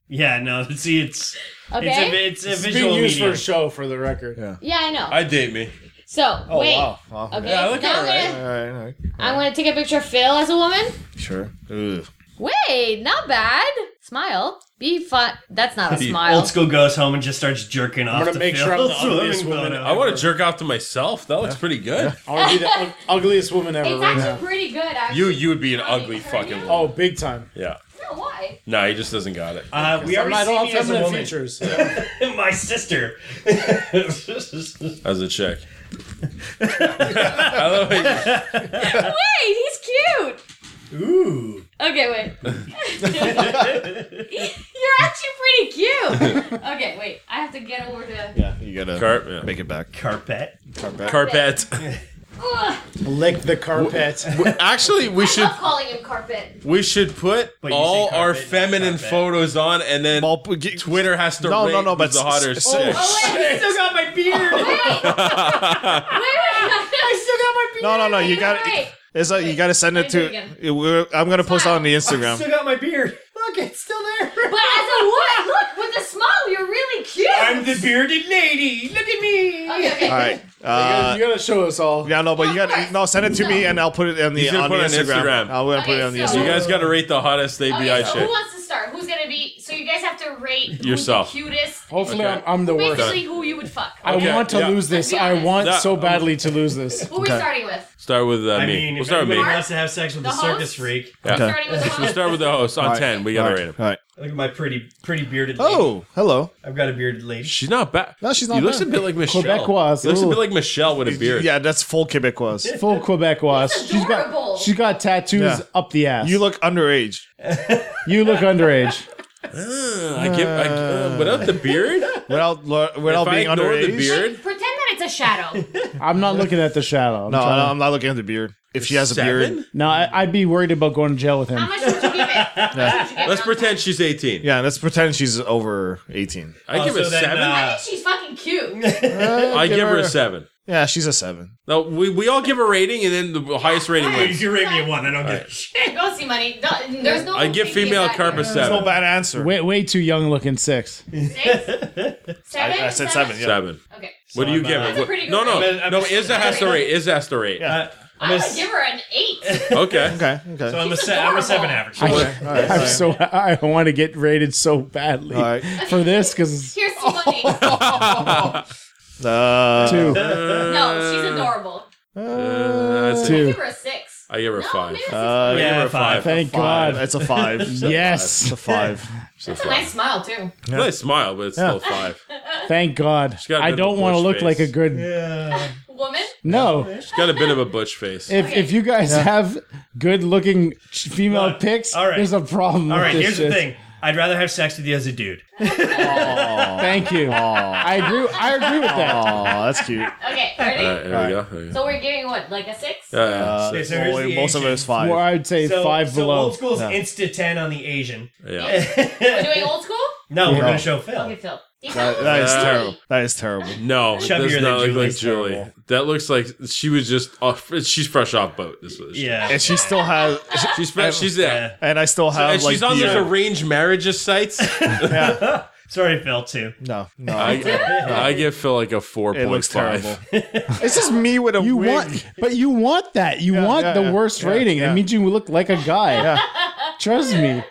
Speaker 1: Yeah, no, see, it's
Speaker 10: Okay.
Speaker 1: it's a, it's a
Speaker 7: It's
Speaker 1: visual
Speaker 7: being used
Speaker 1: medium.
Speaker 7: for a show, for the record.
Speaker 10: yeah, I know.
Speaker 6: I date me.
Speaker 10: So
Speaker 4: Oh,
Speaker 10: wait.
Speaker 4: wow. Wow.
Speaker 10: Okay.
Speaker 4: Yeah,
Speaker 10: so
Speaker 4: okay,
Speaker 10: now I'm
Speaker 4: alright,
Speaker 10: gonna,
Speaker 4: alright, alright.
Speaker 10: I'm gonna take a picture of Phil as a woman.
Speaker 4: Sure. Ugh.
Speaker 10: Wait, not bad. Smile. Be fun. That's not a
Speaker 1: The
Speaker 10: smile.
Speaker 1: Old school goes home and just starts jerking off.
Speaker 7: gonna
Speaker 1: to
Speaker 7: make
Speaker 1: Phil.
Speaker 7: sure I'm the
Speaker 1: That's what
Speaker 7: ugliest
Speaker 1: I'm
Speaker 7: woman
Speaker 1: gonna-
Speaker 6: I want to jerk off to myself. That looks pretty good.
Speaker 7: I want to be the ug- ugliest woman ever
Speaker 10: It's
Speaker 7: right
Speaker 10: actually
Speaker 7: now.
Speaker 10: pretty good. Actually.
Speaker 6: You you would be an ugly fucking.
Speaker 7: Oh, big time.
Speaker 6: Yeah.
Speaker 10: No, why?
Speaker 6: No, he just doesn't got it.
Speaker 1: Uh, we
Speaker 7: I'm
Speaker 1: already
Speaker 7: not
Speaker 1: see
Speaker 7: all
Speaker 1: me as a
Speaker 7: feminine
Speaker 1: woman.
Speaker 7: features.
Speaker 1: My sister.
Speaker 6: As a chick. I love it.
Speaker 10: Wait, he's cute.
Speaker 1: Ooh.
Speaker 10: Okay, wait. You're actually pretty cute. Okay, wait. I have to get over to.
Speaker 4: Yeah, you gotta
Speaker 6: Carp, yeah.
Speaker 4: make it back.
Speaker 1: Carpet.
Speaker 6: Carpet.
Speaker 10: Ugh,
Speaker 7: Lick the carpet.
Speaker 6: Actually, we
Speaker 10: I
Speaker 6: should
Speaker 10: love calling him carpet.
Speaker 6: we should put
Speaker 1: But you
Speaker 6: all
Speaker 1: say
Speaker 6: our
Speaker 1: carpet,
Speaker 6: feminine
Speaker 1: carpet.
Speaker 6: photos on, and then
Speaker 4: Well, p- g-
Speaker 6: Twitter has to
Speaker 4: No,
Speaker 6: rate
Speaker 4: no, no, but
Speaker 6: who's the hotter
Speaker 4: s-
Speaker 6: six.
Speaker 10: Oh wait,
Speaker 1: still got my beard.
Speaker 10: wait, wait.
Speaker 1: I still got my beard.
Speaker 4: No, no, no. You
Speaker 10: Wait,
Speaker 4: got
Speaker 10: wait.
Speaker 4: It's like you got to send it
Speaker 10: Wait, do it
Speaker 4: to.
Speaker 10: again.
Speaker 4: it- we're- I'm gonna post it on the
Speaker 1: I still
Speaker 4: Instagram.
Speaker 1: got my beard. Look, it's still there.
Speaker 10: But as a woman, look with a smile, you're really cute.
Speaker 1: I'm the bearded lady. Look at me.
Speaker 10: Okay, okay.
Speaker 4: All right. Uh,
Speaker 7: you gotta show us all.
Speaker 4: yeah, no, but you got no. Send it to me, and I'll put it on the
Speaker 6: You should
Speaker 4: on the
Speaker 6: put it on
Speaker 4: Instagram.
Speaker 6: Instagram.
Speaker 4: I'm gonna put it on the
Speaker 10: Okay, so-
Speaker 6: You
Speaker 4: Instagram.
Speaker 6: guys got to rate the hottest ABI
Speaker 10: Okay, so who
Speaker 6: chick.
Speaker 10: wants to start? Who's gonna be? So you guys have to rate
Speaker 6: Yourself.
Speaker 10: who's the cutest.
Speaker 7: Hopefully,
Speaker 6: Okay.
Speaker 7: I'm, I'm the worst.
Speaker 10: Basically, who you would fuck.
Speaker 7: I
Speaker 6: Okay,
Speaker 7: want to
Speaker 6: yeah.
Speaker 7: lose this.
Speaker 10: Let's be
Speaker 7: I want
Speaker 6: honest.
Speaker 7: so
Speaker 6: That-
Speaker 7: badly to lose this.
Speaker 10: Who are we starting with?
Speaker 6: Start with uh,
Speaker 1: I
Speaker 6: me.
Speaker 1: mean,
Speaker 6: we'll
Speaker 1: if
Speaker 6: start with me.
Speaker 1: anybody wants to have sex with
Speaker 10: The
Speaker 1: a circus
Speaker 10: host?
Speaker 1: freak,
Speaker 6: Yeah.
Speaker 4: Okay.
Speaker 10: Starting with
Speaker 6: We'll
Speaker 10: the
Speaker 6: start with the host on
Speaker 4: All right.
Speaker 6: ten. We gotta
Speaker 4: All right.
Speaker 6: rate him.
Speaker 4: All right.
Speaker 1: look at my pretty, pretty bearded lady.
Speaker 4: Oh, hello.
Speaker 1: I've got a bearded lady.
Speaker 6: She's not bad.
Speaker 4: No, she's not
Speaker 6: He looks a
Speaker 4: bad.
Speaker 6: bit like Michelle.
Speaker 7: Quebecois,
Speaker 6: He looks a
Speaker 7: ooh.
Speaker 6: bit like Michelle with a beard.
Speaker 4: Yeah, that's full Quebecois.
Speaker 7: Full Quebecois. She's
Speaker 10: adorable.
Speaker 7: got she's got tattoos
Speaker 4: Yeah.
Speaker 7: up the ass.
Speaker 4: You look underage.
Speaker 7: you look underage.
Speaker 6: Uh, I give. I, uh, without the beard,
Speaker 4: Without lo- without
Speaker 6: if I
Speaker 4: being
Speaker 6: ignore
Speaker 4: underage.
Speaker 6: the beard,
Speaker 10: Pretend that it's a shadow.
Speaker 7: I'm not looking at the shadow. I'm
Speaker 4: No,
Speaker 7: trying-
Speaker 4: I'm not looking at the beard. If she has a beard,
Speaker 6: seven.
Speaker 7: no, I, I'd be worried about going to jail with him.
Speaker 10: How much would you give it? How much would you give
Speaker 6: Let's
Speaker 10: it?
Speaker 6: pretend she's eighteen.
Speaker 4: yeah, let's pretend she's over 18.
Speaker 6: I give
Speaker 1: Oh,
Speaker 6: a
Speaker 1: so then,
Speaker 6: seven.
Speaker 10: I
Speaker 1: uh,
Speaker 10: think she's fucking cute.
Speaker 6: I give her a seven.
Speaker 4: Yeah, she's a seven.
Speaker 6: No, we, we all give a rating, and then the highest rating
Speaker 1: Wait,
Speaker 6: wins.
Speaker 1: you rate me a one. I don't get shit.
Speaker 10: Go see money. Don't- There's no.
Speaker 6: I give
Speaker 10: thinking
Speaker 6: female
Speaker 10: about
Speaker 6: carp a
Speaker 10: it.
Speaker 4: No
Speaker 6: seven.
Speaker 4: bad answer.
Speaker 7: way, way too young looking six.
Speaker 10: Six? Seven?
Speaker 4: I said seven. Yeah.
Speaker 6: Seven.
Speaker 10: Okay.
Speaker 6: What do you
Speaker 1: I'm,
Speaker 6: give
Speaker 1: uh,
Speaker 6: her?
Speaker 1: That's
Speaker 10: a pretty good
Speaker 6: no, no,
Speaker 1: rating. I'm-
Speaker 6: no.
Speaker 1: I'm-
Speaker 6: Izza has to rate. Izza has to rate.
Speaker 4: Yeah.
Speaker 1: Uh,
Speaker 10: I
Speaker 1: I'm,
Speaker 10: would give
Speaker 1: a,
Speaker 10: her an eight.
Speaker 6: Okay.
Speaker 4: Okay. Okay.
Speaker 1: so I'm, a
Speaker 10: She's
Speaker 1: se- I'm a
Speaker 10: adorable.
Speaker 1: seven average.
Speaker 7: I'm so I want to get rated so badly
Speaker 4: All right.
Speaker 7: for this because
Speaker 10: Here's some money.
Speaker 4: Uh,
Speaker 7: two.
Speaker 10: No, she's adorable.
Speaker 6: Uh, that's it.
Speaker 10: I
Speaker 7: Two.
Speaker 10: give her a six. Oh,
Speaker 6: I give her a
Speaker 10: No,
Speaker 6: five.
Speaker 10: maybe it's a-
Speaker 4: Uh,
Speaker 6: I give her
Speaker 1: Yeah,
Speaker 6: a five.
Speaker 1: five.
Speaker 7: Thank
Speaker 4: five.
Speaker 7: God.
Speaker 4: It's a five. It's
Speaker 7: Yes.
Speaker 4: a five.
Speaker 10: That's a nice smile too.
Speaker 6: Nice smile, but it's
Speaker 4: Yeah.
Speaker 6: still a five.
Speaker 7: Thank God.
Speaker 6: got a
Speaker 7: I
Speaker 6: bit of
Speaker 7: don't
Speaker 6: a
Speaker 7: want to
Speaker 6: bush
Speaker 7: look
Speaker 6: face.
Speaker 7: like a good.
Speaker 10: Woman.
Speaker 7: No.
Speaker 6: She's got a bit of a butch face.
Speaker 7: If, if you guys have good looking female
Speaker 1: Look,
Speaker 7: pics,
Speaker 1: all right.
Speaker 7: there's a problem.
Speaker 1: All
Speaker 7: with
Speaker 1: right,
Speaker 7: this
Speaker 1: here's
Speaker 7: shit.
Speaker 1: the thing. I'd rather have sex with you as a dude.
Speaker 7: Thank you. I agree. I agree with that.
Speaker 4: Oh, that's cute.
Speaker 10: Okay,
Speaker 6: All
Speaker 10: ready?
Speaker 6: right, here Uh, we go. Here we go.
Speaker 10: So we're giving what, like a six?
Speaker 6: Yeah, yeah,
Speaker 4: Uh,
Speaker 6: six.
Speaker 1: so here's
Speaker 4: well,
Speaker 1: the
Speaker 4: most of it is
Speaker 1: Asian.
Speaker 4: five.
Speaker 7: Or I would say
Speaker 1: so,
Speaker 7: five
Speaker 1: so
Speaker 7: below.
Speaker 1: Old school's
Speaker 4: Yeah.
Speaker 1: insta ten on the Asian.
Speaker 6: yeah.
Speaker 10: We're doing old school?
Speaker 1: No, we're
Speaker 4: No.
Speaker 1: gonna show Phil.
Speaker 10: Okay, Phil. He's
Speaker 4: That- that is
Speaker 6: Uh,
Speaker 4: terrible. That is terrible.
Speaker 6: No, it
Speaker 1: Chubbier
Speaker 6: does
Speaker 1: than
Speaker 6: not look like
Speaker 1: Julie's
Speaker 6: Julie.
Speaker 1: terrible.
Speaker 6: That looks like she was just off. She's fresh off boat. This was.
Speaker 1: Yeah.
Speaker 4: And she still has.
Speaker 6: She's fresh. She's there.
Speaker 1: Yeah.
Speaker 4: And I still have
Speaker 6: And
Speaker 4: like. uh,
Speaker 6: she's on those
Speaker 4: beard.
Speaker 6: arranged marriages sites.
Speaker 1: Sorry, Phil too.
Speaker 4: No, no.
Speaker 6: I, I give Phil like a four
Speaker 4: it
Speaker 6: point
Speaker 4: looks terrible.
Speaker 6: five.
Speaker 4: it's just me with a
Speaker 7: You
Speaker 4: wig.
Speaker 7: want, but you want that. You want
Speaker 4: yeah,
Speaker 7: the
Speaker 4: yeah,
Speaker 7: worst
Speaker 4: yeah,
Speaker 7: rating.
Speaker 4: yeah.
Speaker 7: That means you look like a guy. Trust me.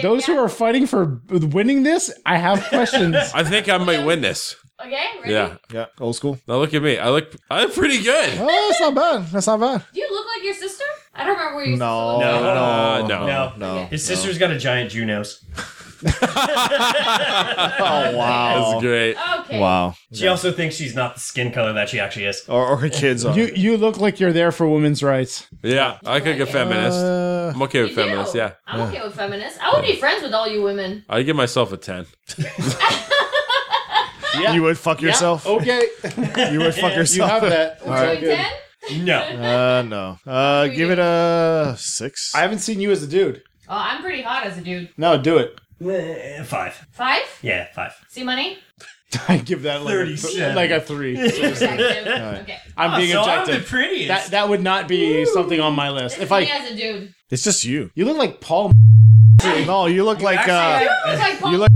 Speaker 7: Those who
Speaker 10: yeah.
Speaker 7: are fighting for winning this, I have questions.
Speaker 6: I think I might win this.
Speaker 10: Okay, ready?
Speaker 6: Yeah.
Speaker 4: Yeah, old school.
Speaker 6: Now look at me. I look. I look pretty good.
Speaker 4: Oh, that's not bad. That's not bad.
Speaker 10: Do you look like your sister? I don't remember where your
Speaker 4: No,
Speaker 10: sister
Speaker 1: No.
Speaker 4: no,
Speaker 6: Uh, no.
Speaker 1: No. His sister's got a giant Jew nose.
Speaker 4: Oh wow,
Speaker 6: That's great.
Speaker 10: was. Okay.
Speaker 4: wow.
Speaker 1: She also thinks she's not the skin color that she actually is.
Speaker 4: Or, or her kids are.
Speaker 7: You you look like you're there for women's rights.
Speaker 6: Yeah. I could get feminist.
Speaker 4: Uh,
Speaker 6: I'm okay
Speaker 10: You
Speaker 6: with feminist.
Speaker 10: do.
Speaker 6: Yeah.
Speaker 10: I'm okay with feminists. I would be friends with all you women.
Speaker 6: I give myself a ten.
Speaker 4: You would fuck yourself.
Speaker 7: Okay,
Speaker 4: You would fuck
Speaker 7: Oh, you
Speaker 4: yourself.
Speaker 7: have that.
Speaker 10: Doing ten?
Speaker 1: No.
Speaker 4: Uh, no. Uh, give it a six.
Speaker 7: I haven't seen you as a dude.
Speaker 10: Oh, I'm pretty hot as a dude.
Speaker 7: No, do it.
Speaker 1: Eh, Five.
Speaker 10: Five?
Speaker 1: Yeah, five.
Speaker 10: See money?
Speaker 7: I give that like a, th-
Speaker 1: 37.
Speaker 7: like a three.
Speaker 10: Objective. Okay.
Speaker 7: I'm being
Speaker 1: Ah, so I'm the
Speaker 7: objective.
Speaker 1: prettiest.
Speaker 7: that that would not be something on my list. If
Speaker 10: If me
Speaker 7: I
Speaker 10: as a dude.
Speaker 4: it's just you.
Speaker 7: you look like Paul.
Speaker 4: No, you look like
Speaker 1: actually-
Speaker 4: uh,
Speaker 10: You look like Paul.
Speaker 4: you look-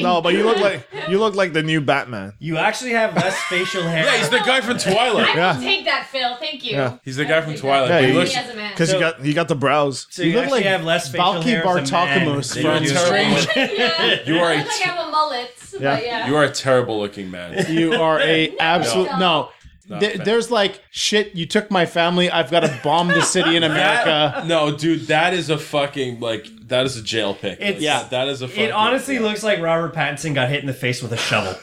Speaker 4: No, but you look like you look like the new Batman.
Speaker 1: You actually have less facial hair.
Speaker 6: Yeah, he's the guy from Twilight.
Speaker 10: I
Speaker 4: Yeah.
Speaker 10: will take that, Phil. Thank you.
Speaker 4: Yeah.
Speaker 6: He's the guy from Twilight.
Speaker 4: Yeah,
Speaker 6: but he
Speaker 4: you-
Speaker 6: looks
Speaker 10: He has a man.
Speaker 4: Because you got you got the brows.
Speaker 1: So you,
Speaker 7: look
Speaker 1: actually
Speaker 7: like
Speaker 1: have less facial
Speaker 7: Balky
Speaker 1: hair as a man
Speaker 7: Bartokamos
Speaker 1: than you
Speaker 7: from
Speaker 1: do as a
Speaker 6: Terry-
Speaker 1: woman.
Speaker 10: yeah.
Speaker 6: You are
Speaker 10: I
Speaker 6: a
Speaker 10: look like I have a mullet,
Speaker 4: Yeah.
Speaker 10: but yeah.
Speaker 6: you are a terrible looking man.
Speaker 7: You are a absolute no.
Speaker 6: Not
Speaker 7: There-
Speaker 6: bad.
Speaker 7: there's like shit. You took my family. I've got to bomb the city in America.
Speaker 6: no, dude, that is a fucking like that is a jail pick.
Speaker 1: It's-
Speaker 6: yeah, that is a. Fucking,
Speaker 1: It honestly
Speaker 6: yeah.
Speaker 1: looks like Robert Pattinson got hit in the face with a shovel.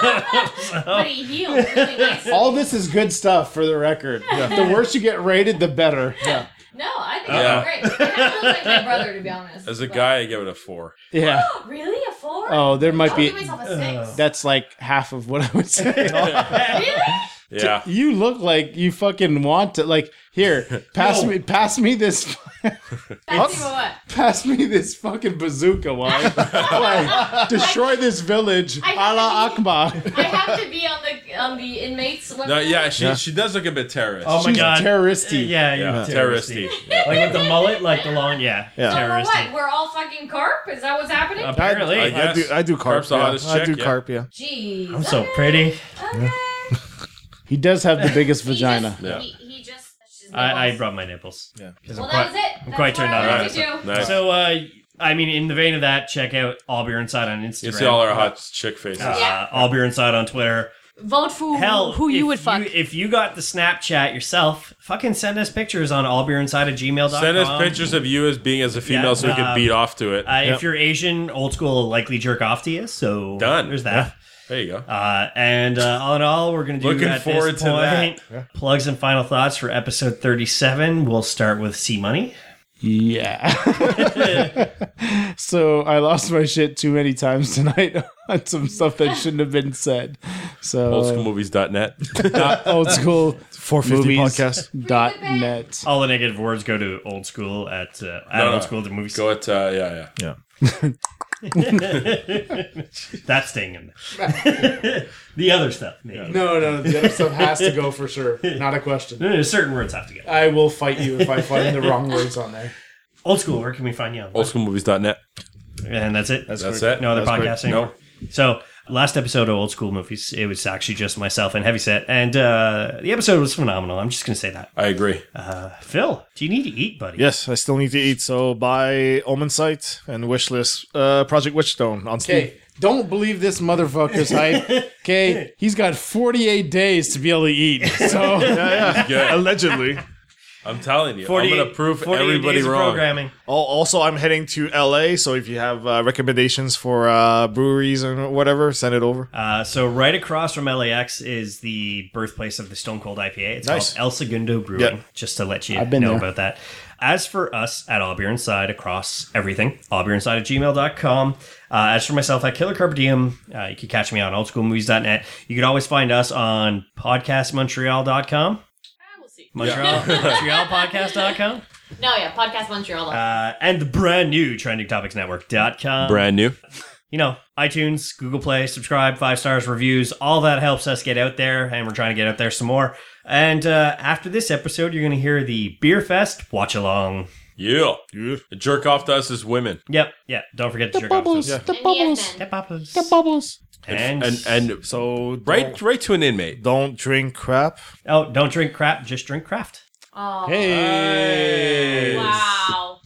Speaker 10: But he healed really nice.
Speaker 7: All this is good stuff for the record. The worse you get rated, the better. Yeah.
Speaker 10: No, I think
Speaker 6: Yeah.
Speaker 10: it's great. It kind of looks like my brother, to be honest.
Speaker 6: As a
Speaker 10: but-
Speaker 6: guy, I give it a four.
Speaker 7: Yeah.
Speaker 10: Oh, really? A four?
Speaker 7: Oh, there
Speaker 10: I'll
Speaker 7: might be.
Speaker 10: give myself a six.
Speaker 7: That's like half of what I would say.
Speaker 6: Yeah,
Speaker 7: you look like you fucking want to. Like here, pass me, pass me this,
Speaker 10: That's even what?
Speaker 7: pass me this fucking bazooka, wine. like destroy this village,
Speaker 10: I-
Speaker 7: a la Akbar.
Speaker 10: I have to be on the on the inmates. website?
Speaker 6: no, yeah, she she does look a bit terrorist.
Speaker 1: Oh my
Speaker 7: She's
Speaker 1: god.
Speaker 7: terroristy.
Speaker 1: Yeah, you're
Speaker 6: yeah,
Speaker 1: terroristy.
Speaker 6: terroristy.
Speaker 1: Like with the mullet, like the long, yeah.
Speaker 4: Yeah.
Speaker 10: So we're
Speaker 1: Terroristy.
Speaker 10: what? We're all fucking carp? Is that what's happening?
Speaker 1: Apparently.
Speaker 6: I
Speaker 4: I do
Speaker 6: Yes.
Speaker 4: I do carp.
Speaker 6: Carp's the
Speaker 4: yeah.
Speaker 6: hottest
Speaker 4: I do
Speaker 6: chick, yeah.
Speaker 4: carp. Yeah.
Speaker 10: Jeez.
Speaker 1: I'm so pretty.
Speaker 10: Okay.
Speaker 7: He does have the biggest
Speaker 10: He
Speaker 7: vagina.
Speaker 10: just-
Speaker 6: Yeah.
Speaker 10: He, he just. she's
Speaker 1: I, I
Speaker 10: nipples.
Speaker 1: brought my nipples.
Speaker 4: Yeah.
Speaker 1: 'Cause
Speaker 10: Well,
Speaker 1: I'm quite-
Speaker 10: that was it.
Speaker 1: I'm
Speaker 10: That's
Speaker 1: quite
Speaker 10: what
Speaker 1: turned
Speaker 10: I
Speaker 1: on.
Speaker 10: wanted to do.
Speaker 6: Nice.
Speaker 1: So, uh, I mean, in the vein of that, check out All Beer Inside on Instagram.
Speaker 6: you see all our hot chick faces.
Speaker 1: Uh,
Speaker 10: Yeah.
Speaker 1: All Beer Inside on Twitter.
Speaker 5: Vote for
Speaker 1: Hell,
Speaker 5: who you
Speaker 1: if
Speaker 5: would fuck.
Speaker 1: if you got the Snapchat yourself, fucking send us pictures on allbeerinside at gmail.com.
Speaker 6: Send us pictures of you as being as a female,
Speaker 1: Yeah,
Speaker 6: so we
Speaker 1: um,
Speaker 6: can beat off to it.
Speaker 1: Uh, If you're Asian, old school will likely jerk off to you. So
Speaker 6: Done.
Speaker 1: There's that.
Speaker 6: there you go.
Speaker 1: Uh, and uh, all in all, we're going to do
Speaker 6: Looking
Speaker 1: at
Speaker 6: forward
Speaker 1: this
Speaker 6: to that.
Speaker 1: point, plugs and final thoughts for episode 37. We'll start with C Money.
Speaker 7: Yeah. so I lost my shit too many times tonight on some stuff that shouldn't have been said. So uh,
Speaker 6: Oldschoolmovies.net.
Speaker 7: old school
Speaker 4: 450
Speaker 7: movies
Speaker 4: podcast.
Speaker 7: dot net.
Speaker 1: All the negative words go to old school at, uh, at
Speaker 6: No, no.
Speaker 1: old school the movie.
Speaker 6: go at uh, yeah yeah.
Speaker 1: That's staying in there. the other stuff, maybe.
Speaker 7: No, no, the other stuff has to go for sure. Not a question.
Speaker 1: No, no, certain words have to go.
Speaker 7: I will fight you if I find the wrong words on there.
Speaker 1: Old school, where can we find you? on?
Speaker 6: Oldschoolmovies.net.
Speaker 1: And that's it.
Speaker 6: That's it.
Speaker 1: No other
Speaker 6: That's great.
Speaker 1: podcast anymore. So last episode of Old School Movies, it was actually just myself and Heavyset, and uh, the episode was phenomenal. I'm just gonna say that.
Speaker 6: I agree.
Speaker 1: Phil, do you need to eat, buddy?
Speaker 4: Yes, I still need to eat. So buy Omen Sight and Wishlist uh, Project Witchstone on Steam.
Speaker 7: Okay, don't believe this motherfucker's hype. Okay, he's got 48 days to be able to eat. So
Speaker 6: Good.
Speaker 4: Allegedly.
Speaker 6: I'm telling you,
Speaker 1: 48
Speaker 6: I'm gonna prove
Speaker 1: 48
Speaker 6: everybody
Speaker 1: days of
Speaker 6: wrong.
Speaker 1: Programming.
Speaker 4: Al- Also, I'm heading to LA, so if you have uh, recommendations for uh, breweries and whatever, send it over.
Speaker 6: Ah.
Speaker 1: Uh, so right across from LAX is the birthplace of the Stone Cold IPA. It's
Speaker 4: Nice.
Speaker 1: called El Segundo Brewing.
Speaker 4: Yeah.
Speaker 1: Just to let you
Speaker 7: I've been
Speaker 1: know
Speaker 7: there.
Speaker 1: about that. As for us at All Beer Inside across everything, allbeerinside at gmail.com. Uh, as for myself at Killer Carpe Diem, uh, you can catch me on oldschoolmovies.net. You can always find us on podcastmontreal.com.
Speaker 10: Ah, we'll see.
Speaker 1: Montreal, MontrealPodcast.com.
Speaker 10: No, yeah, podcast Montreal.
Speaker 1: Uh, and the brand new trendingtopicsnetwork.com.
Speaker 6: Brand new.
Speaker 1: you know, iTunes, Google Play, subscribe, five stars, reviews, all that helps us get out there, and we're trying to get out there some more. And uh, after this episode, you're going to hear the Beer Fest watch along.
Speaker 6: Yeah. Jerk off to us as women.
Speaker 1: Yep, yeah. Don't forget to jerk off.
Speaker 7: bubbles,
Speaker 1: to-
Speaker 7: the
Speaker 10: And
Speaker 7: bubbles,
Speaker 10: ESN.
Speaker 1: bubbles.
Speaker 7: the bubbles.
Speaker 1: And,
Speaker 6: And and
Speaker 4: So
Speaker 6: right
Speaker 4: don't,
Speaker 6: right to an inmate.
Speaker 4: don't drink crap.
Speaker 1: oh, don't drink crap, just drink craft.
Speaker 10: Oh,
Speaker 4: Hey.
Speaker 10: wow.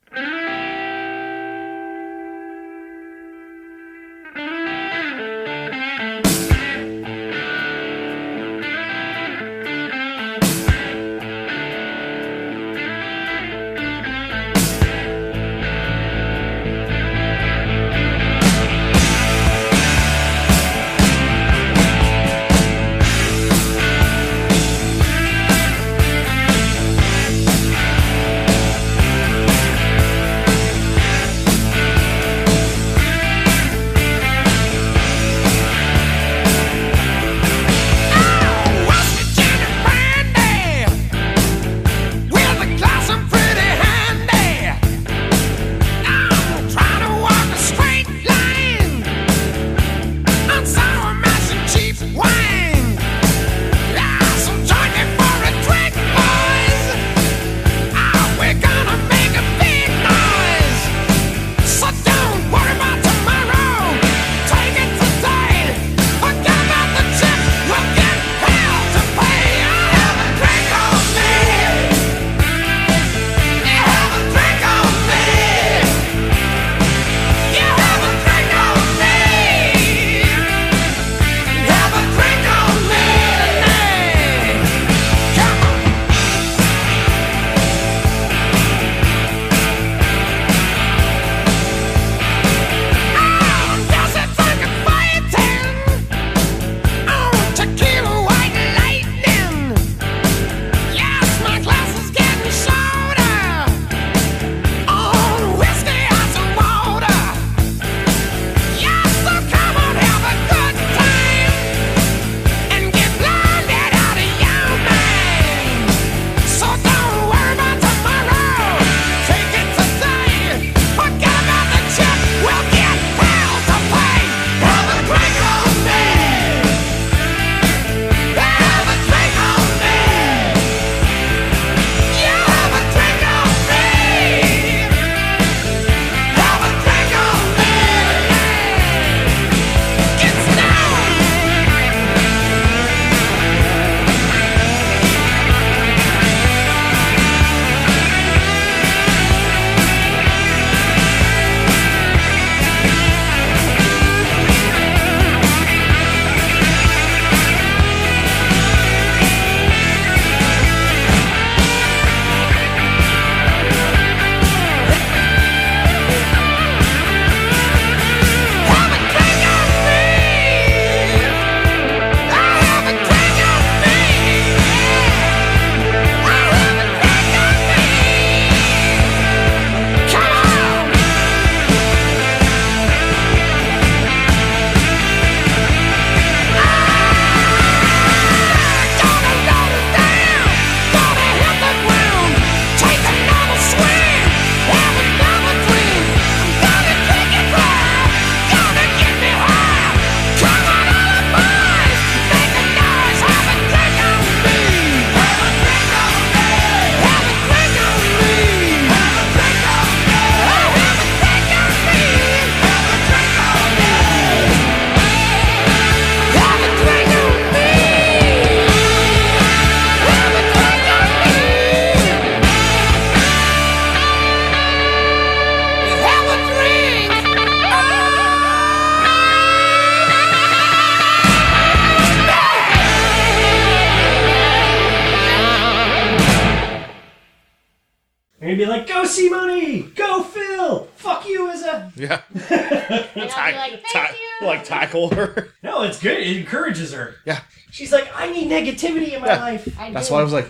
Speaker 1: You're gonna be like, go see money, go Phil, fuck you as a
Speaker 4: Yeah.
Speaker 10: And I'll be like, thank you.
Speaker 4: Like tackle her.
Speaker 1: no. It's good. It encourages her.
Speaker 4: Yeah.
Speaker 1: She's like, I need negativity in my
Speaker 4: Yeah.
Speaker 1: life.
Speaker 10: I
Speaker 4: That's
Speaker 10: do.
Speaker 4: why I was like,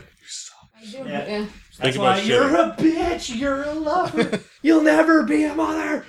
Speaker 10: I do.
Speaker 1: Yeah.
Speaker 10: Yeah.
Speaker 1: That's
Speaker 6: Think
Speaker 1: why
Speaker 6: about
Speaker 1: you're
Speaker 6: shitting.
Speaker 1: a bitch. You're a lover. You'll never be a mother.